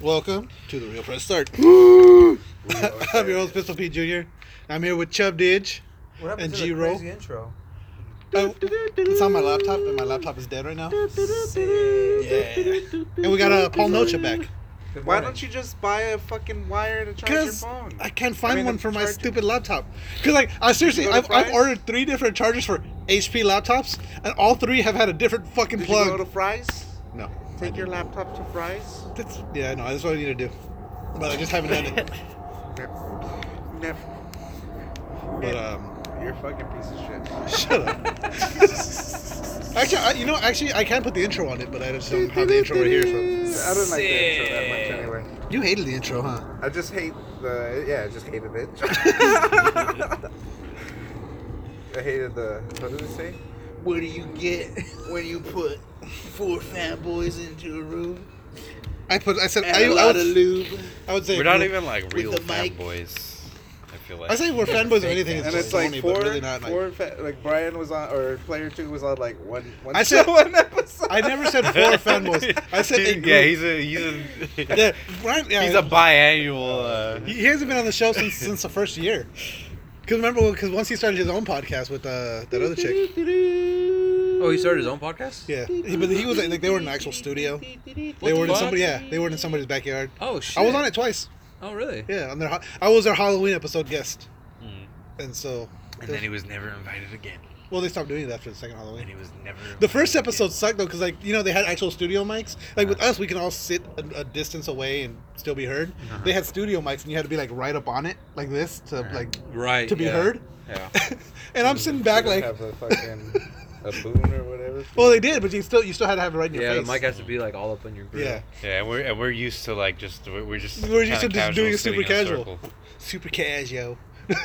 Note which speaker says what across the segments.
Speaker 1: Welcome to the Real Press Start. I'm your host, Pistol Pete Jr. I'm here with Chubb Didge.
Speaker 2: What happened
Speaker 1: And
Speaker 2: to the
Speaker 1: G-roll.
Speaker 2: crazy intro?
Speaker 1: Oh, it's on my laptop, and my laptop is dead right now. Yeah. And we got uh, Paul Nocha back.
Speaker 2: Good
Speaker 3: Why
Speaker 2: morning.
Speaker 3: don't you just buy a fucking wire to charge your
Speaker 1: Because
Speaker 3: phone?
Speaker 1: I can't find
Speaker 3: I mean,
Speaker 1: one
Speaker 3: the
Speaker 1: for my
Speaker 3: charger.
Speaker 1: stupid laptop. Because, like, I seriously,
Speaker 3: You go to
Speaker 1: I've, I've
Speaker 3: Fry's?
Speaker 1: ordered three different chargers for HP laptops, and all three have had a different fucking
Speaker 3: Did
Speaker 1: plug.
Speaker 3: you go to Fry's?
Speaker 1: no. I
Speaker 3: Take your
Speaker 1: didn't.
Speaker 3: laptop to Fry's?
Speaker 1: That's, yeah, I know. That's what I need to do. But I just haven't done it.
Speaker 3: Never.
Speaker 1: But, um,.
Speaker 3: You're a fucking piece of shit.
Speaker 1: Shut up. actually, I, you know, actually, I can put the intro on it, but I just don't have the intro right here. So.
Speaker 3: I don't like the intro that much
Speaker 2: Sick.
Speaker 3: anyway.
Speaker 1: You hated the intro, huh?
Speaker 3: I just hate the yeah, I just hated it. I hated the what did it say?
Speaker 4: What do you get when you put four fat boys into a room
Speaker 1: I put. I said.
Speaker 4: and
Speaker 1: I,
Speaker 4: a
Speaker 1: I,
Speaker 4: lot of
Speaker 1: would,
Speaker 4: lube?
Speaker 1: I would say.
Speaker 5: We're not even like real
Speaker 4: the mic.
Speaker 5: fanboys. I feel like.
Speaker 1: I say we're fanboys of anything. It's
Speaker 3: And
Speaker 1: just
Speaker 3: it's like
Speaker 1: Sony,
Speaker 3: four,
Speaker 1: but really not. Like,
Speaker 3: four fa- like Brian was on or player two was on like one one
Speaker 1: I said-
Speaker 3: show, one episode.
Speaker 1: I never said four fanboys. I said a
Speaker 5: Dude,
Speaker 1: group.
Speaker 5: yeah, he's a he's a
Speaker 1: yeah, Brian, yeah,
Speaker 5: he's a biannual. Uh,
Speaker 1: He, he hasn't been on the show since since the first year. Cause remember, because once he started his own podcast with uh, that other chick,
Speaker 2: Oh, he started his own podcast?
Speaker 1: yeah. He- but he was like, like they were in an actual studio. Oh. They
Speaker 2: the
Speaker 1: were in
Speaker 2: fuck?
Speaker 1: somebody, yeah. They were in somebody's backyard.
Speaker 2: Oh shit.
Speaker 1: I was on it twice.
Speaker 2: Oh really?
Speaker 1: Yeah, on their ho- I was their Halloween episode guest,
Speaker 2: Hmm.
Speaker 5: Mm.
Speaker 1: and so
Speaker 5: and then he was never invited again.
Speaker 1: well they stopped doing that for the second
Speaker 5: And
Speaker 1: Halloween.
Speaker 5: he was never.
Speaker 1: The first
Speaker 5: invited
Speaker 1: episode sucked though because like you know they had actual studio mics. Like
Speaker 2: Uh-huh.
Speaker 1: with us, we can all sit a, a distance away and still be heard. They had studio mics and you had to be like right up on it like this to like
Speaker 2: Uh-huh. Right.
Speaker 1: to be
Speaker 2: yeah. Mm-hmm.
Speaker 1: heard.
Speaker 2: Yeah.
Speaker 1: and I'm sitting back like,
Speaker 3: have a fucking a boon or whatever.
Speaker 1: well they did, but you still you still had to have it right in your
Speaker 2: Yeah, the
Speaker 1: face.
Speaker 2: mic has to be like all up in your grill.
Speaker 1: yeah,
Speaker 5: again. Yeah, and we're and we're used to like just we're, we're just
Speaker 1: We're used
Speaker 5: kinda
Speaker 1: to just doing it
Speaker 5: sitting
Speaker 1: super
Speaker 5: in a
Speaker 1: casual.
Speaker 5: circle.
Speaker 1: super casual.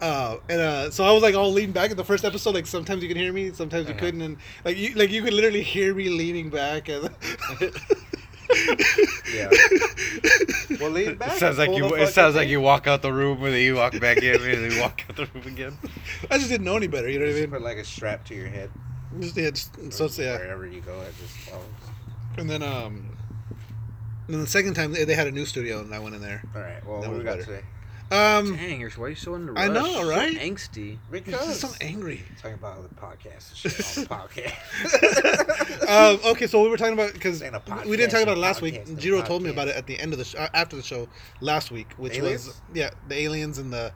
Speaker 1: Uh, and uh, so I was like all leaning back in the first episode. Like sometimes you could hear me, sometimes you
Speaker 5: Uh-huh.
Speaker 1: couldn't, and like you like you could literally hear me leaning back. And
Speaker 3: Yeah. Well, lean back.
Speaker 5: It sounds like
Speaker 3: pull
Speaker 5: you.
Speaker 3: the
Speaker 5: It
Speaker 3: fucking
Speaker 5: sounds like
Speaker 3: thing.
Speaker 5: you walk out the room and then you walk back in and then you walk out the room again.
Speaker 1: I just didn't know any better. You know what I
Speaker 3: Just
Speaker 1: mean?
Speaker 3: put like a strap to your head.
Speaker 1: Just, yeah, just, so it's, yeah.
Speaker 3: Wherever you go, it just follows.
Speaker 1: And then um, and then the second time they, they had a new studio, and I went in there.
Speaker 3: All right. Well,
Speaker 1: That was
Speaker 3: what we got
Speaker 1: better.
Speaker 3: today?
Speaker 1: Um,
Speaker 2: Dang, you're- why are you so in the rush?
Speaker 1: I know,
Speaker 2: So
Speaker 1: right?
Speaker 2: angsty.
Speaker 1: I'm just
Speaker 3: Because
Speaker 1: so angry.
Speaker 3: talking about the podcast and shit. On the podcast.
Speaker 1: um, okay, so we were talking about because
Speaker 3: Saying a podcast,
Speaker 1: we didn't talk about it
Speaker 3: a
Speaker 1: last week.
Speaker 3: podcast, a
Speaker 1: Jiro told me
Speaker 3: podcast.
Speaker 1: about it at the end of the sh- uh, after the show last week, which was
Speaker 3: Aliens?
Speaker 1: yeah, the aliens and the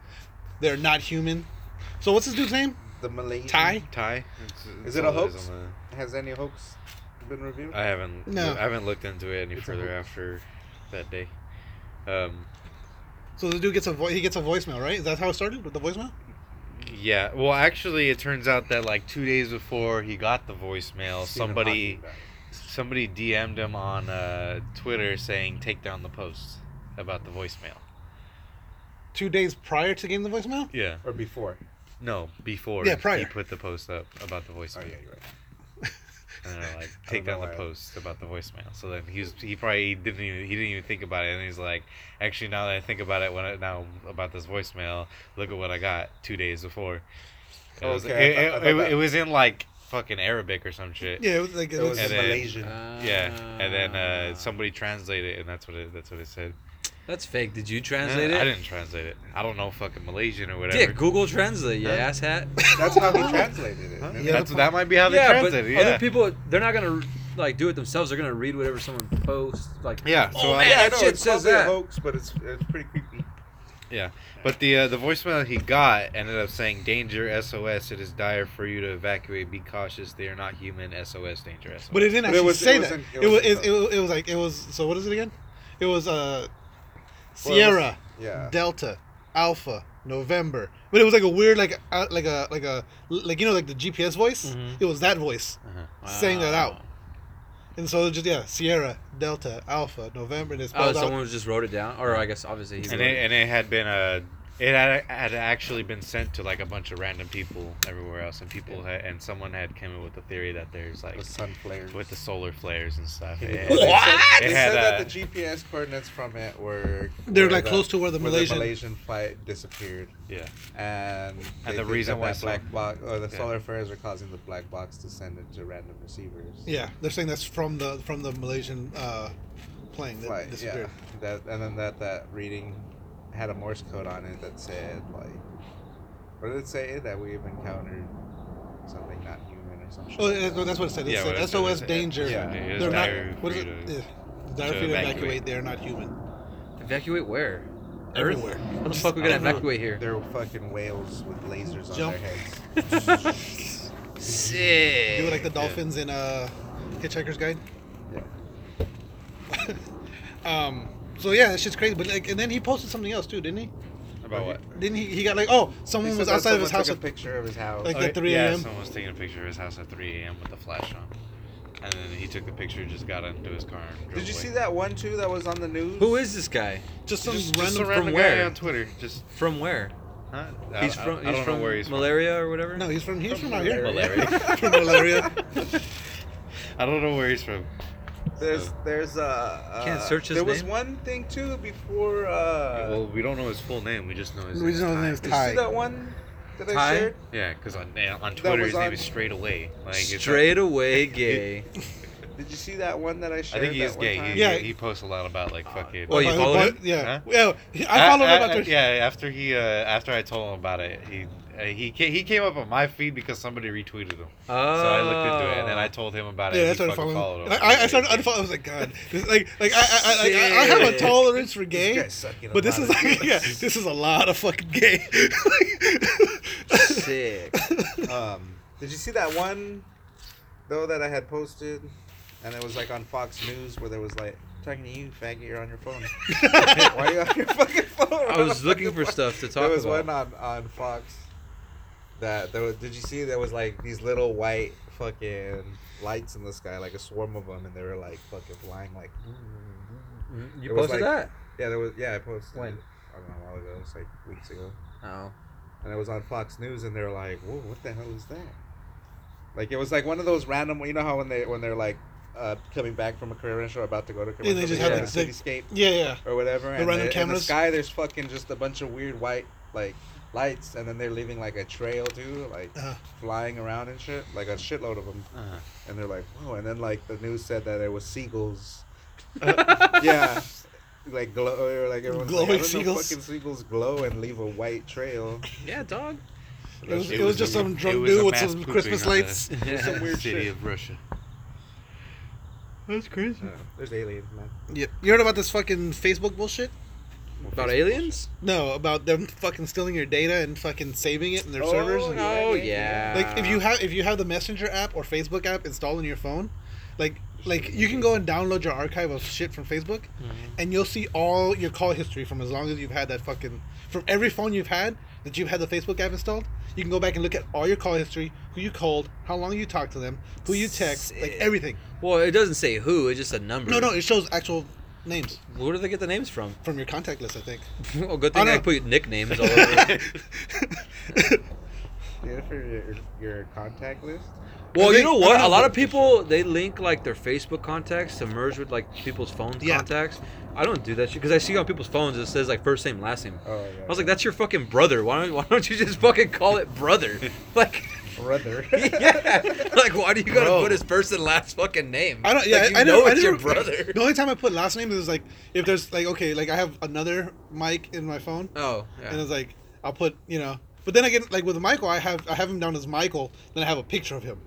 Speaker 1: they're not human. So what's this dude's name?
Speaker 3: the Malaysian
Speaker 1: Ty?
Speaker 5: Ty, it's- it's
Speaker 3: Is it a
Speaker 5: all
Speaker 3: hoax?
Speaker 5: on
Speaker 3: Has any hoax been reviewed?
Speaker 5: the- I haven't.
Speaker 1: No.
Speaker 5: I haven't looked into it any
Speaker 3: It's a
Speaker 5: further
Speaker 3: hoax.
Speaker 5: after that day. Um,
Speaker 1: So the dude gets a vo- he gets a voicemail, right? Is that how it started with the voicemail?
Speaker 5: Yeah. Well, actually, it turns out that like two days before he got the voicemail,
Speaker 3: Stephen
Speaker 5: somebody
Speaker 3: Hawking about it.
Speaker 5: somebody DM'd him on uh, Twitter saying take down the post about the voicemail.
Speaker 1: Two days prior to getting the voicemail.
Speaker 5: Yeah.
Speaker 3: or before.
Speaker 5: No, before
Speaker 1: Yeah, prior.
Speaker 5: he put the post up about the
Speaker 3: Oh yeah,
Speaker 5: voicemail,
Speaker 3: you're right.
Speaker 5: and they're like take
Speaker 3: know
Speaker 5: down the
Speaker 3: why.
Speaker 5: post about the voicemail. So then he was he probably didn't even he didn't even think about it, and he's like, actually now that I think about it, when I, now about this voicemail, look at what I got two days before. It was,
Speaker 3: Okay,
Speaker 5: it,
Speaker 3: I thought- I
Speaker 5: it-
Speaker 3: thought
Speaker 5: it-
Speaker 3: that-
Speaker 5: it was in like fucking Arabic or some shit.
Speaker 1: Yeah, Uh, it was like
Speaker 3: It was
Speaker 5: And then-
Speaker 3: Malaysian.
Speaker 5: Yeah, and then uh,
Speaker 2: Ah.
Speaker 5: somebody translated it, and that's what it, that's what it said.
Speaker 2: That's fake. Did you
Speaker 5: No,
Speaker 2: translate it?
Speaker 5: I didn't translate it. I don't know fucking Malaysian or whatever.
Speaker 2: Yeah, Google Translate, you
Speaker 5: Huh?
Speaker 2: asshat.
Speaker 3: That's how he translated it.
Speaker 5: Huh?
Speaker 3: Remember?
Speaker 5: That's, that might be how they
Speaker 2: yeah, but
Speaker 5: translated. it, yeah,
Speaker 2: other people, they're not gonna like do it themselves. They're gonna read whatever someone posts. Like,
Speaker 5: yeah. So I,
Speaker 2: Oh, man.
Speaker 3: Yeah, I
Speaker 2: That
Speaker 3: know.
Speaker 2: shit
Speaker 3: It's
Speaker 2: says
Speaker 3: probably a
Speaker 2: that.
Speaker 3: hoax, but it's it's pretty creepy.
Speaker 5: but the uh, the voicemail he got ended up saying, "Danger, SOS! It is dire for you to evacuate. Be cautious. They are not human. SOS, danger, SOS."
Speaker 1: But it didn't
Speaker 3: But it
Speaker 1: actually
Speaker 3: was- it
Speaker 1: say
Speaker 3: was
Speaker 1: that.
Speaker 3: in-
Speaker 1: it,
Speaker 3: it
Speaker 1: was,
Speaker 3: was
Speaker 1: it,
Speaker 3: in-
Speaker 1: it, was, it was like it was. So what is it again? It was uh,
Speaker 3: Well,
Speaker 1: Sierra,
Speaker 3: Yeah.
Speaker 1: Delta, Alpha, November. But it was like a weird like uh, like a like a like you know like the GPS voice.
Speaker 3: Mm-hmm.
Speaker 2: Mhm.
Speaker 1: It was that voice
Speaker 3: Uh-huh.
Speaker 1: saying that out. And so just yeah, Sierra, Delta, Alpha, November. And it's
Speaker 2: Oh,
Speaker 1: spelled out.
Speaker 2: someone was just wrote it down, or I guess obviously he.
Speaker 5: and
Speaker 2: wrote
Speaker 5: it, and it had been a. It had, had actually been sent to like a bunch of random people everywhere else, and people had, and someone had come up with the theory that there's like
Speaker 3: With sun flares.
Speaker 5: with the solar flares and stuff.
Speaker 3: They
Speaker 5: It-
Speaker 3: said-
Speaker 2: What?
Speaker 3: They
Speaker 5: It
Speaker 3: said
Speaker 5: had,
Speaker 3: that
Speaker 5: uh,
Speaker 3: the GPS coordinates from it were.
Speaker 1: They're
Speaker 3: were
Speaker 1: like
Speaker 3: the-
Speaker 1: close to where the Malaysian.
Speaker 3: the Malaysian flight disappeared,
Speaker 5: Yeah.
Speaker 3: and they
Speaker 5: the
Speaker 3: think
Speaker 5: reason
Speaker 3: that
Speaker 5: why
Speaker 3: that black
Speaker 5: some-
Speaker 3: box or the
Speaker 5: Yeah.
Speaker 3: solar flares are causing the black box to send it to random receivers.
Speaker 1: Yeah, they're saying that's from the from the Malaysian uh, playing that
Speaker 3: Like, yeah,
Speaker 1: disappeared.
Speaker 3: that and then that that reading had a Morse code on it that said like, what did it say that we've encountered something not human or something.
Speaker 1: Oh, that's, what- that's what it said. It
Speaker 5: Yeah,
Speaker 1: said
Speaker 5: what it said,
Speaker 1: SOS
Speaker 5: it-
Speaker 1: danger.
Speaker 3: yeah,
Speaker 5: it is
Speaker 1: They're
Speaker 5: dire
Speaker 1: not. What
Speaker 5: for
Speaker 1: is it?
Speaker 5: you to-
Speaker 1: Yeah. Dire
Speaker 5: to
Speaker 1: for you to
Speaker 5: evacuate.
Speaker 1: evacuate. They're not human.
Speaker 2: Evacuate where? Earth?
Speaker 1: Everywhere.
Speaker 2: What the fuck we gonna evacuate here?
Speaker 3: They're fucking whales with lasers on
Speaker 1: Jump.
Speaker 3: their heads.
Speaker 2: Sick.
Speaker 1: Do it like the dolphins in uh, Hitchhiker's Guide.
Speaker 3: Yeah.
Speaker 1: Um. So yeah, that shit's crazy. But like, and then he posted something else too, didn't he?
Speaker 5: About what?
Speaker 1: Didn't he? He got like, oh,
Speaker 3: He
Speaker 1: someone
Speaker 3: said
Speaker 1: was
Speaker 3: that
Speaker 1: outside of his
Speaker 3: someone
Speaker 1: house.
Speaker 3: took
Speaker 1: at-
Speaker 3: a picture of his house.
Speaker 1: like-
Speaker 5: Okay,
Speaker 1: at 3
Speaker 5: Oh, Yeah,
Speaker 1: a.m.?
Speaker 5: someone's taking a picture of his house at 3 a.m. with the flash on. And then he took the picture, just got into his car, and drove
Speaker 3: Did you
Speaker 5: away.
Speaker 3: see that one too that was on the news?
Speaker 2: Who is this guy?
Speaker 1: just some
Speaker 5: Just,
Speaker 1: random.
Speaker 5: just a
Speaker 2: from
Speaker 5: random guy
Speaker 2: where?
Speaker 5: on Twitter. Just
Speaker 2: From where?
Speaker 5: huh?
Speaker 2: he's
Speaker 5: I, I-
Speaker 2: from.
Speaker 5: I,
Speaker 2: he's
Speaker 5: don't
Speaker 2: from
Speaker 5: know where he's
Speaker 2: malaria or whatever.
Speaker 1: no, he's from he's from out here.
Speaker 5: from. Malaria.
Speaker 1: from malaria.
Speaker 5: I don't know where he's from.
Speaker 3: There's
Speaker 5: So-
Speaker 3: there's uh,
Speaker 2: Can't
Speaker 3: uh,
Speaker 2: search his
Speaker 3: There was
Speaker 2: name?
Speaker 3: one thing too before. Uh,
Speaker 5: well, we don't know his full name. We just know his.
Speaker 1: We just know his
Speaker 5: Ty.
Speaker 1: name
Speaker 3: you see that one that
Speaker 2: Ty?
Speaker 3: I shared?
Speaker 5: Yeah, because on on Twitter
Speaker 3: was
Speaker 5: his name
Speaker 3: on-
Speaker 5: is straight away. Like it's-
Speaker 2: Straight away gay.
Speaker 3: Did you see that one that I shared?
Speaker 5: I think he
Speaker 3: that
Speaker 5: is
Speaker 3: one
Speaker 5: gay.
Speaker 3: time?
Speaker 5: He,
Speaker 1: Yeah.
Speaker 5: he posts a lot about like fucking.
Speaker 2: Well, Oh, you
Speaker 1: But-
Speaker 2: follow
Speaker 1: but-
Speaker 2: him?
Speaker 1: Yeah.
Speaker 5: Huh?
Speaker 1: Yeah. he- I follow
Speaker 5: A-
Speaker 1: him
Speaker 5: a-
Speaker 1: about
Speaker 5: a-
Speaker 1: their
Speaker 5: Yeah, after he uh, after I told him about it, he uh, he ca- he came up on my feed because somebody retweeted him.
Speaker 2: Oh.
Speaker 5: So I looked into it and then I told him about it.
Speaker 1: Oh. Yeah,
Speaker 5: and
Speaker 1: that's
Speaker 5: he
Speaker 1: what I
Speaker 5: fucking
Speaker 1: followed.
Speaker 5: followed
Speaker 1: him.
Speaker 5: him.
Speaker 1: Like, I, I started unfollowing. I was like, God, this, like, like I, I, I, like, I, I have a
Speaker 2: Shit.
Speaker 1: tolerance for
Speaker 3: This
Speaker 1: gay,
Speaker 3: guy's sucking
Speaker 1: but
Speaker 3: a
Speaker 1: this is
Speaker 3: lot of
Speaker 1: like, yeah,
Speaker 3: dicks.
Speaker 1: this is a lot of fucking gay.
Speaker 2: Oh. Sick.
Speaker 3: Um, did you see that one though that I had posted, and it was like on Fox News where there was like talking to you, faggot. You're on your phone. Why are you on your fucking phone?
Speaker 2: I was looking for stuff to talk
Speaker 3: there was
Speaker 2: about.
Speaker 3: one on, on Fox that there was, did you see there was like these little white fucking lights in the sky, like a swarm of them, and they were like fucking flying like
Speaker 2: Mm, You
Speaker 3: It was
Speaker 2: posted
Speaker 3: like-
Speaker 2: that?
Speaker 3: yeah there was yeah I posted
Speaker 2: When?
Speaker 3: it, I don't know a while ago it was like weeks ago
Speaker 2: Oh.
Speaker 3: and it was on Fox News and they're like whoa what the hell is that like it was like one of those random you know how when they when they're like uh, coming back from a commercial or about to go to commercial
Speaker 1: they just
Speaker 3: they
Speaker 2: have,
Speaker 3: have
Speaker 1: like,
Speaker 3: a cityscape
Speaker 1: yeah, yeah.
Speaker 3: or whatever. and
Speaker 1: random
Speaker 3: the- In the
Speaker 1: cameras?
Speaker 3: sky, there's fucking just a bunch of weird white like lights, and then they're leaving like a trail too, like
Speaker 1: Uh-huh.
Speaker 3: flying around and shit, like a shitload of them.
Speaker 5: Uh-huh.
Speaker 3: And they're like, whoa. And then like the news said that it was seagulls.
Speaker 1: Uh,
Speaker 3: yeah. Like glow, or like everyone's
Speaker 1: Glowing
Speaker 3: like, I don't know,
Speaker 1: seagulls?
Speaker 3: fucking seagulls glow and leave a white trail.
Speaker 2: Yeah, dog.
Speaker 1: It was,
Speaker 5: It
Speaker 1: it was
Speaker 5: was
Speaker 1: just
Speaker 5: a-
Speaker 1: some
Speaker 5: it
Speaker 1: drunk
Speaker 5: was a
Speaker 1: dude with
Speaker 5: mass
Speaker 1: some
Speaker 5: pooping
Speaker 1: Christmas
Speaker 5: on
Speaker 1: lights.
Speaker 3: Some weird
Speaker 5: City
Speaker 3: shit.
Speaker 5: of Russia.
Speaker 2: That's crazy.
Speaker 3: Uh, there's aliens, man.
Speaker 1: Yep. You heard about this fucking Facebook bullshit?
Speaker 2: About aliens?
Speaker 1: No, about them fucking stealing your data and fucking saving it in their servers. and-
Speaker 3: yeah,
Speaker 2: Oh
Speaker 3: yeah,
Speaker 2: yeah.
Speaker 1: Like if you have if you have the Messenger app or Facebook app installed on your phone, like like you can go and download your archive of shit from Facebook,
Speaker 2: Mm-hmm.
Speaker 1: and you'll see all your call history from as long as you've had that fucking from every phone you've had that you've had the Facebook app installed. You can go back and look at all your call history, who you called, how long you talked to them, who you text, like
Speaker 2: Sick.
Speaker 1: everything.
Speaker 2: Well, it doesn't say who. It's just a number.
Speaker 1: No, no, it shows actual names
Speaker 2: Where do they get the names from?
Speaker 1: from your contact list. I think.
Speaker 2: well, good
Speaker 1: I
Speaker 2: thing I,
Speaker 1: know.
Speaker 2: put nicknames all over.
Speaker 3: Yeah, for your, your contact list.
Speaker 2: well,
Speaker 1: I
Speaker 2: you
Speaker 1: think-
Speaker 2: know what?
Speaker 1: I
Speaker 2: A
Speaker 1: know,
Speaker 2: lot of
Speaker 1: but-
Speaker 2: people they link like their Facebook contacts to merge with like people's phone
Speaker 1: Yeah.
Speaker 2: contacts. I don't do that shit because I see on people's phones it says like first name, last name.
Speaker 3: Oh yeah.
Speaker 2: I was like, that's your fucking brother. Why don't Why don't you just fucking call it brother? like.
Speaker 3: brother.
Speaker 2: yeah, like why do you gotta
Speaker 5: Bro.
Speaker 2: put his first and last fucking name?
Speaker 1: I don't. Yeah,
Speaker 2: Like, you
Speaker 1: I, I
Speaker 2: know
Speaker 1: never- I
Speaker 2: it's your
Speaker 1: never-
Speaker 2: brother.
Speaker 1: The only time I put last name is like if there's like okay, like I have another mic in my phone,
Speaker 2: Oh,
Speaker 1: and
Speaker 2: yeah.
Speaker 1: it's like I'll put you know. But then again, like with Michael, I have I have him down as Michael. Then I have a picture of him.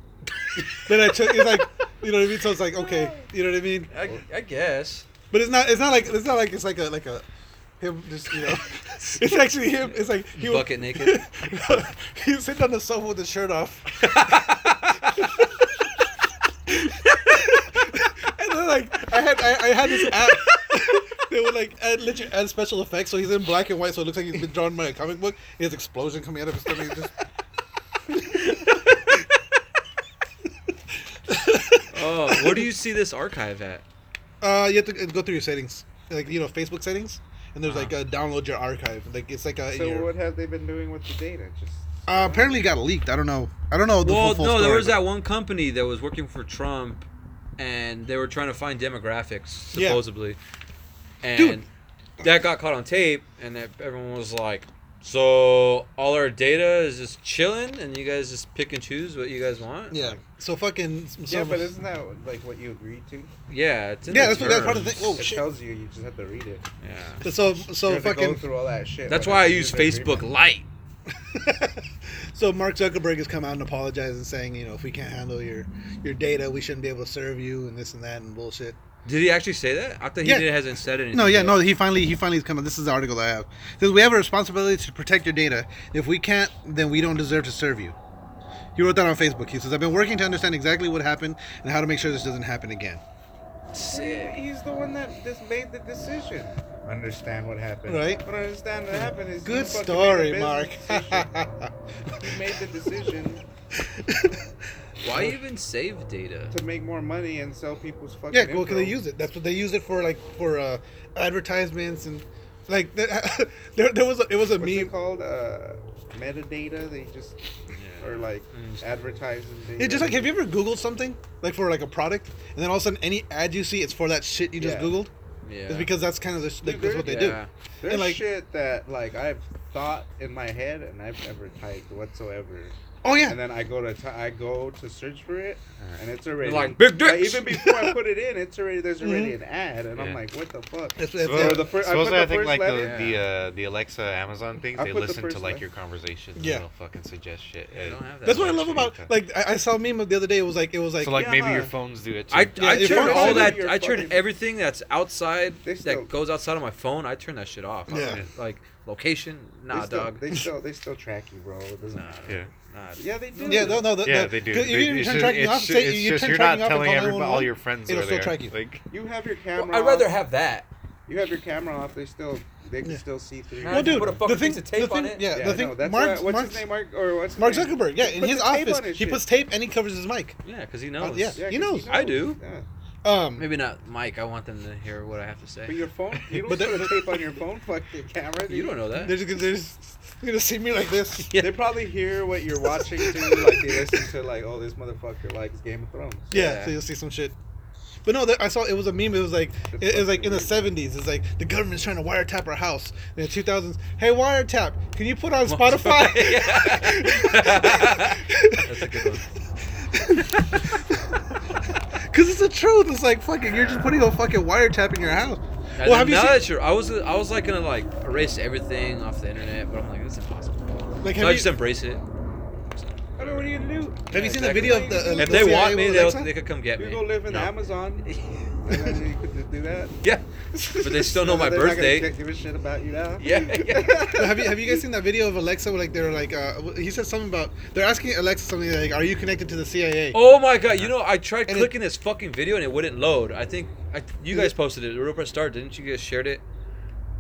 Speaker 1: then I took it's like you know what I mean. So it's like okay, you know what I mean.
Speaker 2: I, I guess.
Speaker 1: But it's not it's not like it's not like it's like a like a him just you know. it's actually him. It's like he was-
Speaker 2: Bucket naked.
Speaker 1: he's sitting on the sofa with his shirt off. and then like I had I, I had this app they would like add literally add special effects so he's in black and white so it looks like he's been drawn by a comic book. He has explosion coming out of his stomach. Just,
Speaker 2: Oh, where do you see this archive at?
Speaker 1: uh, you have to go through your settings, like you know Facebook settings, and there's
Speaker 2: Uh-huh.
Speaker 1: like a download your archive. Like it's like a. in
Speaker 3: so
Speaker 1: your-
Speaker 3: what have they been doing with the data? Just
Speaker 1: uh, apparently it got leaked. I don't know. I don't know the
Speaker 2: well,
Speaker 1: full, full
Speaker 2: no, there
Speaker 1: story,
Speaker 2: was
Speaker 1: but-
Speaker 2: that one company that was working for Trump, and they were trying to find demographics
Speaker 1: Yeah.
Speaker 2: supposedly, and
Speaker 1: Dude.
Speaker 2: that got caught on tape, and that everyone was like, So all our data is just chilling, and you guys just pick and choose what you guys want.
Speaker 1: Yeah.
Speaker 2: Like,
Speaker 1: So fucking. s-
Speaker 3: Yeah,
Speaker 1: some-
Speaker 3: but isn't that like what you agreed to?
Speaker 2: yeah. It's in
Speaker 1: Yeah,
Speaker 2: the
Speaker 1: that's what- that's part of the
Speaker 2: terms.
Speaker 1: thing. Whoa.
Speaker 3: It
Speaker 1: shit.
Speaker 3: tells you. You just have to read it.
Speaker 2: Yeah.
Speaker 1: so so
Speaker 3: you have to go
Speaker 1: fucking.
Speaker 3: through all that shit.
Speaker 2: Oh, That's
Speaker 3: when
Speaker 2: why I
Speaker 3: you
Speaker 2: use
Speaker 3: the
Speaker 2: Facebook
Speaker 3: agreement.
Speaker 2: Lite.
Speaker 1: so Mark Zuckerberg has come out and apologized and saying, you know, if we can't handle your your data, we shouldn't be able to serve you and this and that and bullshit.
Speaker 2: Did he actually say that? I thought he
Speaker 1: Yeah.
Speaker 2: did, hasn't said anything.
Speaker 1: No, yeah,
Speaker 2: yet.
Speaker 1: no. He finally, he finally is coming. This is the article I have. It says we have a responsibility to protect your data. If we can't, then we don't deserve to serve you. He wrote that on Facebook. He says, "I've been working to understand exactly what happened and how to make sure this doesn't happen again."
Speaker 3: Shit, He's the one that just made the decision. Understand what happened.
Speaker 1: Right.
Speaker 3: What I understand what happened is.
Speaker 1: Good
Speaker 3: you fucking
Speaker 1: story,
Speaker 3: made a
Speaker 1: Mark.
Speaker 3: business decision. you made the decision
Speaker 2: Why even save data?
Speaker 3: to make more money and sell people's fucking.
Speaker 1: yeah, well, can they
Speaker 3: info.
Speaker 1: use it? That's what they use it for, like for uh, advertisements and like the- there, there was a, it was a
Speaker 3: What's it
Speaker 1: meme.
Speaker 3: called? Uh, metadata. They just or like
Speaker 2: Mm.
Speaker 3: advertising. Data.
Speaker 1: It's just like have you ever Googled something like for like a product, and then all of a sudden any ad you see, it's for that shit you just
Speaker 3: Yeah.
Speaker 1: Googled.
Speaker 2: Yeah.
Speaker 1: It's because that's kind of the, sh- like, that's what they do.
Speaker 2: yeah.
Speaker 3: There's
Speaker 1: and, like-
Speaker 3: shit that like I've thought in my head and I've never typed whatsoever.
Speaker 1: Oh yeah,
Speaker 3: And then I go to t- I go to search for it, and it's already
Speaker 2: Like, "Big dicks!"
Speaker 3: even before I put it in, it's already there's already
Speaker 1: Mm-hmm.
Speaker 3: an ad, and I'm
Speaker 5: Yeah.
Speaker 3: like, what the fuck?
Speaker 1: That's-
Speaker 5: So,
Speaker 1: that's-
Speaker 3: Or
Speaker 1: yeah.
Speaker 3: the fir- I put
Speaker 5: supposedly, I,
Speaker 3: the
Speaker 5: think
Speaker 3: first
Speaker 5: like the
Speaker 3: letter-
Speaker 5: the, uh, the Alexa Amazon things,
Speaker 3: I
Speaker 5: they
Speaker 3: put the
Speaker 5: listen to
Speaker 3: first
Speaker 5: like
Speaker 3: letter.
Speaker 5: your conversations.
Speaker 1: Yeah.
Speaker 5: And they'll fucking suggest shit.
Speaker 2: Yeah, I don't have that.
Speaker 1: That's what I
Speaker 5: Yeah,
Speaker 1: love about
Speaker 5: sure.
Speaker 1: like I, I saw a meme the other day. It was like it was like,
Speaker 5: so like maybe your
Speaker 3: yeah.
Speaker 5: phones do it. Too.
Speaker 2: I,
Speaker 1: Yeah,
Speaker 2: I
Speaker 1: if
Speaker 2: turn
Speaker 1: you're
Speaker 2: all
Speaker 1: fucking-
Speaker 2: that.
Speaker 3: you're
Speaker 2: I turn
Speaker 3: fucking-
Speaker 2: everything that's outside
Speaker 3: They still-
Speaker 2: that goes outside of my phone. I turn that shit off. I
Speaker 1: Yeah.
Speaker 2: don't- Like location, nah,
Speaker 3: they still,
Speaker 2: dog.
Speaker 3: They still they still track you, bro. It doesn't
Speaker 2: Nah.
Speaker 3: matter.
Speaker 5: yeah.
Speaker 2: Nah.
Speaker 3: Yeah, they do.
Speaker 1: yeah no no the,
Speaker 5: yeah,
Speaker 1: the-
Speaker 5: they do.
Speaker 1: You
Speaker 5: They-
Speaker 1: can even
Speaker 5: it's
Speaker 1: turn
Speaker 5: just-
Speaker 1: tracking
Speaker 5: it's
Speaker 1: off.
Speaker 5: ju-
Speaker 1: Say
Speaker 5: it's
Speaker 1: you
Speaker 5: just
Speaker 1: turn
Speaker 5: you're
Speaker 1: tracking
Speaker 5: not
Speaker 1: off and
Speaker 5: telling
Speaker 1: call
Speaker 5: everybody, all
Speaker 1: 911.
Speaker 5: your friends.
Speaker 1: It'll
Speaker 5: where
Speaker 1: still
Speaker 5: they are.
Speaker 1: track you.
Speaker 5: Like,
Speaker 3: You have your camera.
Speaker 2: Well, I'd rather
Speaker 3: off.
Speaker 2: have that.
Speaker 3: you have your camera off. They still they can still see through.
Speaker 2: Well,
Speaker 3: you.
Speaker 1: Well, dude,
Speaker 2: Put a fucking
Speaker 1: the thing,
Speaker 2: piece of tape
Speaker 1: the thing,
Speaker 2: on it.
Speaker 1: Yeah,
Speaker 3: Yeah,
Speaker 1: the
Speaker 3: I
Speaker 1: thing.
Speaker 3: know. That's
Speaker 1: Mark,
Speaker 3: why- what's
Speaker 1: Mark,
Speaker 3: his name? Mark or what's his
Speaker 1: Mark
Speaker 3: name?
Speaker 1: Zuckerberg. Yeah,
Speaker 3: He
Speaker 1: in
Speaker 3: put
Speaker 1: his
Speaker 3: the tape on
Speaker 1: office,
Speaker 3: his
Speaker 1: he
Speaker 3: shit.
Speaker 1: puts tape and he covers his mic.
Speaker 2: Yeah, because he knows.
Speaker 1: Uh, yeah.
Speaker 3: Yeah,
Speaker 1: He
Speaker 3: 'cause
Speaker 1: knows.
Speaker 2: I do.
Speaker 3: Yeah.
Speaker 1: Um,
Speaker 2: Maybe not Mike. I want them to hear what I have to
Speaker 3: But
Speaker 2: say.
Speaker 3: your phone, you don't
Speaker 1: But
Speaker 3: put
Speaker 1: the-
Speaker 3: a tape on your phone. Fuck your camera.
Speaker 2: You don't know that.
Speaker 1: they're just gonna- they're just they're gonna see me like this.
Speaker 2: Yeah.
Speaker 3: They probably hear what you're watching too. Like they listen to like, oh, this motherfucker likes Game of Thrones.
Speaker 1: Yeah,
Speaker 2: Yeah.
Speaker 1: so you'll see some shit. But no, that, I saw it was a meme. It was like it, it was like in the seventies. It's like the government's trying to wiretap our house. In the two thousands, hey wiretap, can you put on Spotify?
Speaker 2: Yeah. That's a good one.
Speaker 1: Because it's the truth. It's like fucking. You're just putting a fucking wiretap in your house. well,
Speaker 2: And then
Speaker 1: have you
Speaker 2: now
Speaker 1: seen?
Speaker 2: that you're, I was, I was like gonna like erase everything off the internet, but I'm like, that's impossible.
Speaker 1: like,
Speaker 2: so I
Speaker 1: have
Speaker 2: just
Speaker 1: you,
Speaker 2: embrace it.
Speaker 3: I mean, what are you gonna do?
Speaker 1: have you
Speaker 2: Yeah,
Speaker 1: seen
Speaker 2: exactly.
Speaker 1: the video of the? Uh,
Speaker 2: If
Speaker 1: the
Speaker 2: they
Speaker 1: CIA
Speaker 2: want me,
Speaker 1: with
Speaker 2: they'll,
Speaker 1: Alexa?
Speaker 2: they could come get
Speaker 3: You
Speaker 2: me.
Speaker 3: go live in
Speaker 2: No.
Speaker 3: Amazon. and then you could just do that.
Speaker 2: Yeah, but they still know
Speaker 3: So
Speaker 2: my
Speaker 3: they're not gonna
Speaker 2: birthday.
Speaker 3: Give a shit about you now.
Speaker 2: Yeah, yeah.
Speaker 1: But have you have you guys seen that video of Alexa? Where, like they're like uh, he said something about they're asking Alexa something like, "Are you connected to the CIA?"
Speaker 2: Oh my god! You know, I tried
Speaker 1: And it-
Speaker 2: clicking this fucking video and it wouldn't load. I think I, you guys posted it. Real press start, didn't you guys shared it?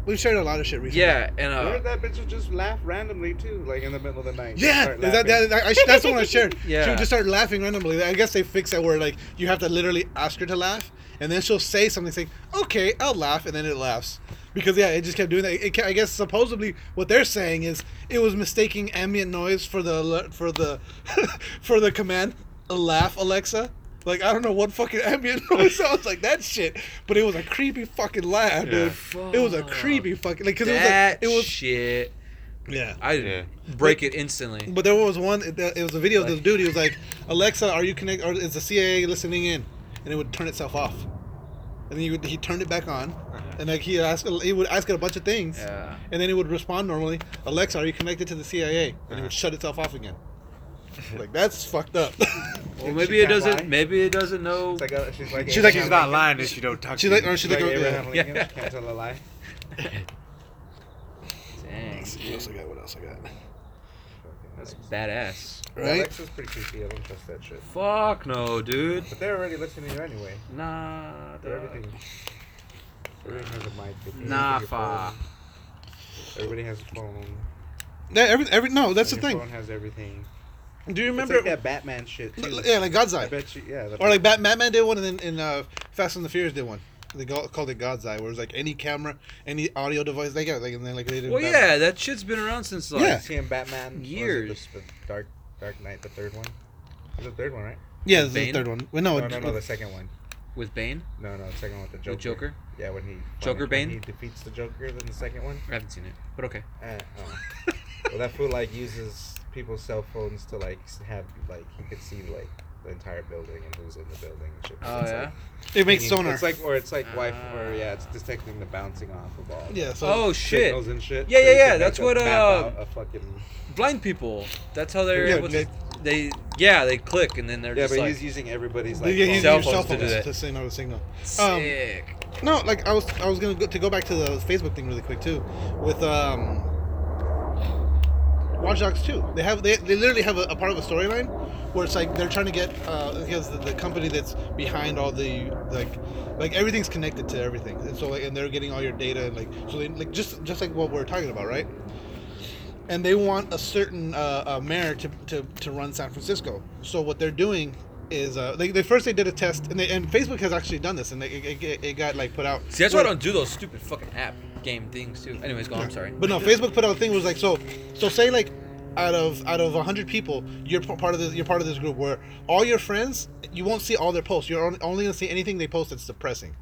Speaker 1: We've shared a lot of shit recently.
Speaker 2: Yeah, and
Speaker 3: Or
Speaker 2: uh,
Speaker 3: that bitch would just laugh randomly too, like in the middle of the night.
Speaker 1: Yeah,
Speaker 3: Start
Speaker 1: that,
Speaker 3: laughing.
Speaker 1: that, I, sh- that's the one I shared.
Speaker 2: Yeah.
Speaker 1: She would just start laughing randomly. I guess they fixed that where like you have to literally ask her to laugh, and then she'll say something saying, "Okay, I'll laugh," and then it laughs. Because yeah, it just kept doing that. It, ca- I guess supposedly what they're saying is it was mistaking ambient noise for the alert- for the for the command "laugh Alexa." Like I don't know what fucking ambient noise sounds like that shit, but it was a creepy fucking laugh, dude. It was a creepy fucking like because it was like
Speaker 2: that
Speaker 1: it was
Speaker 2: shit.
Speaker 1: yeah.
Speaker 2: I
Speaker 5: Yeah.
Speaker 2: break it instantly.
Speaker 1: But there was one. It it was a video of this dude. He was like, "Alexa, are you connect? Or is the CIA listening in?" And it would turn itself off. And then he, would, he turned it back on.
Speaker 3: Uh-huh.
Speaker 1: And like he asked, he would ask it a bunch of things.
Speaker 2: Yeah.
Speaker 1: And then it would respond normally. Alexa, are you connected to the CIA? And it
Speaker 3: Uh-huh.
Speaker 1: would shut itself off again. Like that's fucked up.
Speaker 2: Well,
Speaker 3: She
Speaker 2: maybe it
Speaker 3: can't
Speaker 2: doesn't.
Speaker 3: lie.
Speaker 2: Maybe it doesn't know.
Speaker 3: It's like a- she's like
Speaker 1: She's like-
Speaker 5: she's not lying if she don't talk.
Speaker 1: she's
Speaker 5: to
Speaker 1: like,
Speaker 5: you.
Speaker 1: or she's like, oh, yeah.
Speaker 3: Abraham Lincoln.
Speaker 2: Yeah.
Speaker 3: She can't tell a lie.
Speaker 2: Dang,
Speaker 1: What else I got? What else I got?
Speaker 2: that's badass.
Speaker 1: Right?
Speaker 3: Alexa's pretty creepy. I don't trust that shit.
Speaker 2: Fuck no, dude.
Speaker 3: But they're already listening to you anyway.
Speaker 2: Nah,
Speaker 3: They're
Speaker 2: dog.
Speaker 3: everything. Everybody has a mic. They can
Speaker 2: nah,
Speaker 3: use your
Speaker 2: fa.
Speaker 3: phone. Everybody has a phone.
Speaker 1: Yeah, every, every, no, that's the
Speaker 3: and
Speaker 1: thing.
Speaker 3: Your phone has everything.
Speaker 1: Do you
Speaker 3: Remember
Speaker 1: remember?
Speaker 3: it's like that Batman shit too.
Speaker 1: yeah, like God's
Speaker 3: I
Speaker 1: Eye.
Speaker 3: bet you, yeah. the-
Speaker 1: Or like Bat- Batman did one, and then in uh, Fast and the Furious did one. They go- called it God's Eye, where it's like any camera, any audio device they got, like and then like they did.
Speaker 2: Well,
Speaker 1: Batman.
Speaker 2: yeah, that shit's been around since like.
Speaker 1: Yeah.
Speaker 3: see him Batman was it
Speaker 2: Years.
Speaker 3: The, the Dark Dark Knight, the third one. It was the third one, right?
Speaker 1: yeah, this is the
Speaker 2: Bane?
Speaker 1: third one. Well, no,
Speaker 3: no, no, no, the second one.
Speaker 2: With Bane,
Speaker 3: No, no, the second one with the Joker.
Speaker 2: with Joker.
Speaker 3: Yeah, when he
Speaker 2: Joker
Speaker 3: when
Speaker 2: Bane?
Speaker 3: He defeats the Joker. Then the second one.
Speaker 2: I haven't seen it, but okay.
Speaker 3: Uh, oh. Well, that fool like uses people's cell phones to like s- have like he could see like the entire building and who's in the building and shit.
Speaker 2: Oh
Speaker 3: It's
Speaker 2: yeah.
Speaker 3: like
Speaker 1: It makes
Speaker 3: pinging-
Speaker 1: sonar.
Speaker 3: It's like or it's like Wi-Fi
Speaker 5: Ah.
Speaker 3: or yeah, it's detecting the bouncing off of all.
Speaker 1: yeah. So
Speaker 2: Oh shit.
Speaker 3: Signals and shit.
Speaker 2: Yeah,
Speaker 3: so
Speaker 2: yeah,
Speaker 3: you
Speaker 2: yeah,
Speaker 3: can make
Speaker 2: that's
Speaker 3: a
Speaker 2: what,
Speaker 3: map
Speaker 2: uh,
Speaker 3: out of fucking.
Speaker 2: Blind people. That's how they're
Speaker 1: Yeah,
Speaker 2: able to. They yeah they click and then they're
Speaker 3: Yeah,
Speaker 2: just
Speaker 3: but
Speaker 2: like
Speaker 3: he's using everybody's
Speaker 1: Yeah,
Speaker 3: like.
Speaker 1: you use
Speaker 2: cell
Speaker 3: phone.
Speaker 1: your
Speaker 2: phones
Speaker 1: cell
Speaker 2: to do
Speaker 1: phone to,
Speaker 2: that.
Speaker 1: to signal the signal. um,
Speaker 2: sick.
Speaker 1: No, like I was, I was gonna go, to go back to the Facebook thing really quick too, with um, Watch Dogs Two. They have they, they literally have a, a part of a storyline where it's like they're trying to get uh, because the, the company that's behind all the like like everything's connected to everything, and so like, and they're getting all your data and like so they like just just like what we're talking about, right? and they want a certain uh, uh, mayor to, to, to run San Francisco. So what they're doing is uh, they, they first they did a test, and they, and Facebook has actually done this, and they, it, it, it got like put out.
Speaker 2: See, that's why I don't do those stupid fucking app game things too. Anyways, go. I'm sorry.
Speaker 1: But no, Facebook put out a thing was like so so say like out of out of hundred people, you're p- part of this you're part of this group where all your friends you won't see all their posts. You're on- only gonna see anything they post that's depressing,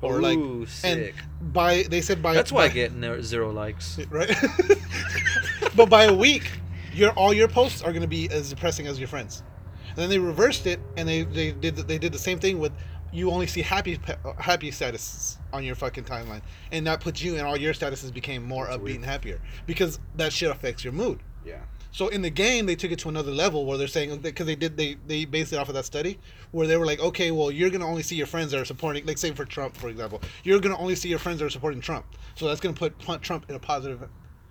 Speaker 1: or like
Speaker 2: Ooh, sick.
Speaker 1: and by they said by
Speaker 2: That's why I
Speaker 1: by-
Speaker 2: get no, zero likes.
Speaker 1: right? but by a week, your all your posts are going to be as depressing as your friends. And then they reversed it, and they they did the, they did the same thing with you only see happy pe- happy statuses on your fucking timeline, and that puts you and all your statuses became more upbeat and happier because that shit affects your mood.
Speaker 3: Yeah.
Speaker 1: So in the game, they took it to another level where they're saying because they did they they based it off of that study where they were like, okay, well you're gonna only see your friends that are supporting, like say for Trump for example, you're gonna only see your friends that are supporting Trump. So that's gonna put pu- Trump in a positive,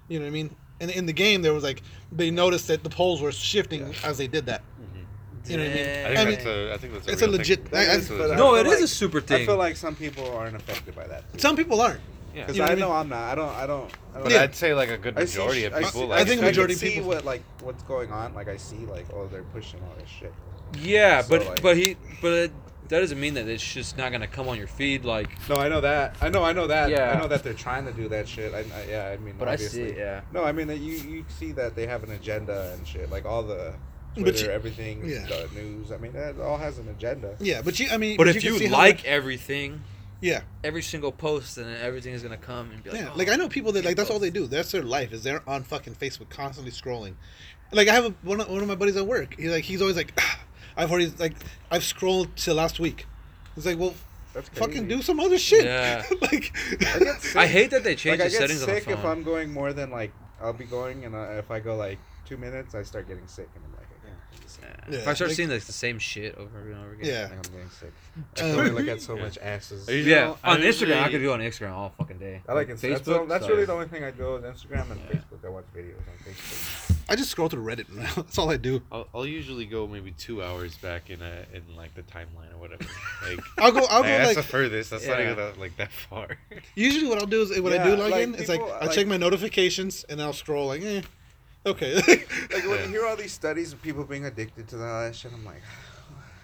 Speaker 1: you know what I mean? And in the game, there was like they noticed that the polls were shifting as they did that. You know what I mean?
Speaker 5: I think
Speaker 1: I mean,
Speaker 5: that's a. I think that's a.
Speaker 1: it's a
Speaker 5: real thing.
Speaker 1: legit- I- I-
Speaker 5: That's a
Speaker 3: but I
Speaker 5: legit-
Speaker 2: No,
Speaker 3: feel
Speaker 2: it is
Speaker 3: like-
Speaker 2: a super
Speaker 3: I
Speaker 2: thing.
Speaker 3: feel like some people aren't affected by that.
Speaker 1: Some people aren't.
Speaker 5: Yeah.
Speaker 3: Because
Speaker 1: You know what
Speaker 3: I
Speaker 1: I mean?
Speaker 3: know I'm not. I don't. I don't. I don't
Speaker 5: But
Speaker 1: Yeah.
Speaker 5: I'd say like a good
Speaker 3: I see-
Speaker 5: majority of
Speaker 3: I
Speaker 5: people.
Speaker 3: see-
Speaker 5: like,
Speaker 1: I think
Speaker 3: I
Speaker 1: majority
Speaker 3: can see
Speaker 1: people-
Speaker 3: what like what's going on. Like I see like oh they're pushing all this shit.
Speaker 2: Yeah,
Speaker 3: So,
Speaker 2: but
Speaker 3: like-
Speaker 2: but he but it, that doesn't mean that it's just not gonna come on your feed. Like,
Speaker 3: No, I know that. I know. I know that.
Speaker 2: Yeah.
Speaker 3: I know that they're trying to do that shit. I, I yeah. I mean,
Speaker 2: but
Speaker 3: obviously.
Speaker 2: I see. Yeah.
Speaker 3: No, I mean that you you see that they have an agenda and shit. Like all the
Speaker 1: But
Speaker 3: Twitter,
Speaker 1: you-
Speaker 3: everything,
Speaker 1: yeah.
Speaker 3: the news. I mean, that all has an agenda.
Speaker 1: Yeah, but you, I mean,
Speaker 2: But if
Speaker 1: can
Speaker 2: you,
Speaker 1: see how
Speaker 2: like
Speaker 1: much-
Speaker 2: everything,
Speaker 1: yeah,
Speaker 2: every single post, then everything is gonna come and be like,
Speaker 1: Yeah,
Speaker 2: "Oh,
Speaker 1: like I know people that like that's all they do. That's their life is they're on fucking Facebook constantly scrolling. Like I have a, one of, one of my buddies at work. He like he's always like, "Ah, I've already like I've scrolled to last week. It's like well,
Speaker 3: That's
Speaker 1: fucking
Speaker 3: crazy.
Speaker 1: do some other shit.
Speaker 2: Yeah.
Speaker 1: like
Speaker 3: I get sick.
Speaker 2: I hate that they changed
Speaker 3: like,
Speaker 2: the
Speaker 3: I get
Speaker 2: settings on the
Speaker 3: sick
Speaker 2: phone.
Speaker 3: if I'm going more than like I'll be going, and I, if I go like two minutes, I start getting sick, and I'm like, okay, I'm just-
Speaker 2: Yeah.
Speaker 1: Yeah,
Speaker 2: if I start
Speaker 1: like-
Speaker 2: seeing like the same shit over and over again.
Speaker 1: yeah.
Speaker 3: like, I'm getting sick. I
Speaker 1: Um,
Speaker 3: can only look at so much asses.
Speaker 5: You
Speaker 2: Yeah,
Speaker 5: know,
Speaker 2: on Instagram,
Speaker 5: I
Speaker 2: I
Speaker 5: usually-
Speaker 2: could go on Instagram all fucking day.
Speaker 3: I like Instagram. That's, the- that's
Speaker 2: so-
Speaker 3: really the only thing I go is Instagram and Facebook. I watch videos on Facebook.
Speaker 1: I just scroll through Reddit now. That's all I do.
Speaker 5: I'll, I'll usually go maybe two hours back in a in like the timeline or whatever. Like,
Speaker 1: I'll go. I'll go
Speaker 5: like, that's
Speaker 1: like
Speaker 5: the furthest. That's not
Speaker 2: Yeah.
Speaker 5: even that, like that far.
Speaker 1: usually what I'll do is when I do
Speaker 3: Yeah,
Speaker 1: log
Speaker 3: like,
Speaker 1: in, it's like
Speaker 3: people,
Speaker 1: I will
Speaker 3: like-
Speaker 1: check my notifications and I'll scroll like, eh, okay.
Speaker 3: Like when
Speaker 5: Yeah.
Speaker 3: you hear all these studies of people being addicted to all that shit, I'm like,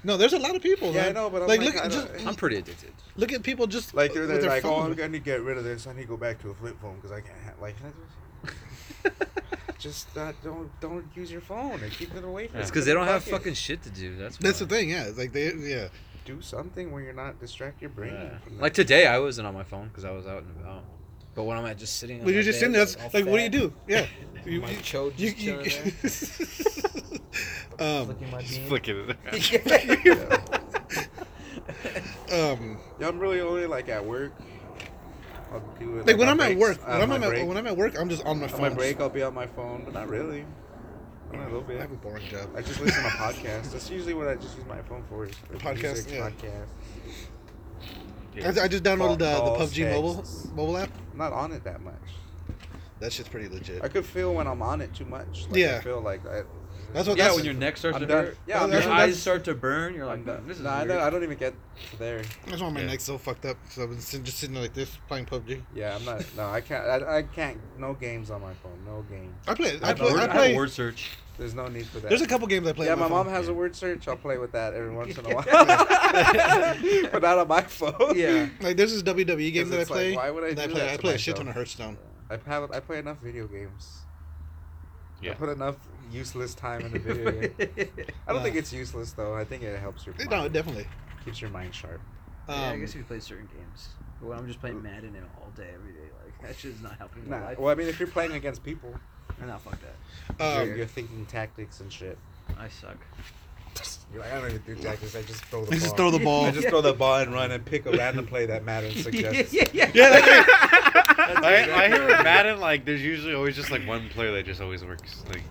Speaker 1: no, there's a lot of people.
Speaker 3: Yeah, I
Speaker 1: man.
Speaker 3: know, but I'm
Speaker 1: like,
Speaker 3: like, I
Speaker 1: look, just,
Speaker 3: don't-
Speaker 2: I'm pretty addicted.
Speaker 1: look at people just
Speaker 3: like they're,
Speaker 1: with
Speaker 3: they're
Speaker 1: their
Speaker 3: like, oh,
Speaker 1: phone.
Speaker 3: I'm gonna get rid of this. I need to go back to a flip phone because I can't. ha- Like, can I just- just not, don't don't use your phone and keep it away from.
Speaker 2: It's
Speaker 5: It's
Speaker 3: you.
Speaker 2: because they don't have
Speaker 3: Fuck it.
Speaker 2: fucking shit to do. That's
Speaker 1: That's the
Speaker 2: why.
Speaker 1: thing. Yeah, it's like they yeah.
Speaker 3: do something where you're not distract your brain.
Speaker 2: Yeah.
Speaker 3: from that.
Speaker 2: Like today, I wasn't on my phone because I was out and about. But when I'm at just sitting, on
Speaker 1: But
Speaker 2: my
Speaker 1: you're just
Speaker 2: bed,
Speaker 1: in there. That's,
Speaker 2: all
Speaker 1: like, what do you
Speaker 2: fat,
Speaker 1: do? Yeah. You,
Speaker 2: My
Speaker 1: you-
Speaker 2: cho
Speaker 1: you-
Speaker 2: just
Speaker 1: you-
Speaker 2: chilling there,
Speaker 1: um,
Speaker 2: flicking my
Speaker 5: Just
Speaker 2: bean.
Speaker 5: flicking it. around.
Speaker 1: um,
Speaker 3: Yeah, I'm really only like at work. I'll do it,
Speaker 1: like when I'm
Speaker 3: on
Speaker 1: at
Speaker 3: breaks,
Speaker 1: work,
Speaker 3: on
Speaker 1: when I'm
Speaker 3: my
Speaker 1: at
Speaker 3: break.
Speaker 1: when I'm at work, I'm just on my
Speaker 3: on
Speaker 1: phone.
Speaker 3: my break, I'll be on my phone, but not really. Only a little
Speaker 1: I
Speaker 3: bit.
Speaker 1: have a boring job.
Speaker 3: I just listen to podcasts. That's usually what I just use my phone for. Is for
Speaker 1: Podcast,
Speaker 3: music,
Speaker 1: yeah.
Speaker 3: podcast.
Speaker 1: I, I just downloaded uh, the
Speaker 3: Phone calls,
Speaker 1: PUBG mobile
Speaker 3: texts.
Speaker 1: mobile app.
Speaker 3: I'm not on it that much.
Speaker 1: That shit's pretty legit.
Speaker 3: I could feel when I'm on it too much. Like,
Speaker 1: Yeah.
Speaker 3: I feel like I.
Speaker 1: That's what.
Speaker 2: yeah,
Speaker 1: that's,
Speaker 2: when your neck starts
Speaker 3: I'm
Speaker 2: to
Speaker 3: done.
Speaker 2: hurt,
Speaker 3: Yeah,
Speaker 1: I'm
Speaker 2: your
Speaker 1: done.
Speaker 2: eyes start to burn. You're like,
Speaker 3: I'm done.
Speaker 2: this is
Speaker 3: no, I
Speaker 2: weird."
Speaker 3: don't, I don't even get there.
Speaker 1: that's why my
Speaker 5: Yeah.
Speaker 1: neck's so fucked up. So I've been sitting, just sitting there like this playing PUBG.
Speaker 3: Yeah, I'm not. No, I can't. I, I can't. No games on my phone. No game.
Speaker 1: I play.
Speaker 2: I
Speaker 1: I
Speaker 2: have, a
Speaker 1: play.
Speaker 2: word,
Speaker 1: I
Speaker 2: I have a
Speaker 1: play.
Speaker 2: word search.
Speaker 3: There's no need for that.
Speaker 1: There's a couple games I play.
Speaker 3: yeah,
Speaker 1: on
Speaker 3: my
Speaker 1: phone.
Speaker 3: mom has a word search. I'll play with that every once in a while, but not on my phone.
Speaker 2: Yeah.
Speaker 1: Like there's this WWE game
Speaker 3: 'Cause
Speaker 1: that I
Speaker 3: it's like,
Speaker 1: play.
Speaker 3: why would I
Speaker 1: that
Speaker 3: do
Speaker 1: play,
Speaker 3: that
Speaker 1: I
Speaker 3: to
Speaker 1: play a shit ton of
Speaker 3: myself?
Speaker 1: Hearthstone.
Speaker 3: I have. I play enough video games. I
Speaker 5: Yeah.
Speaker 3: put enough useless time in the video game. I don't
Speaker 1: Yeah.
Speaker 3: think it's useless though. I think it helps your mind.
Speaker 1: No, definitely.
Speaker 3: keeps your mind sharp.
Speaker 1: Um,
Speaker 2: yeah, I guess if you play certain games. But when I'm just playing Madden and all day, every day, like that shit's not helping my
Speaker 6: Nah.
Speaker 2: life.
Speaker 6: Well, I mean, if you're playing against people,
Speaker 2: Nah, fuck that.
Speaker 6: you're,
Speaker 1: Um,
Speaker 6: you're thinking tactics and shit.
Speaker 2: I suck.
Speaker 6: You're like, I don't even do tactics. I just throw the
Speaker 1: I
Speaker 6: ball.
Speaker 1: just throw the ball.
Speaker 6: I just throw the ball and run and pick a random play that matters. suggests.
Speaker 2: yeah,
Speaker 1: yeah, that's it.
Speaker 5: I, I hear with Madden, like, there's usually always just like one player that just always works. Like,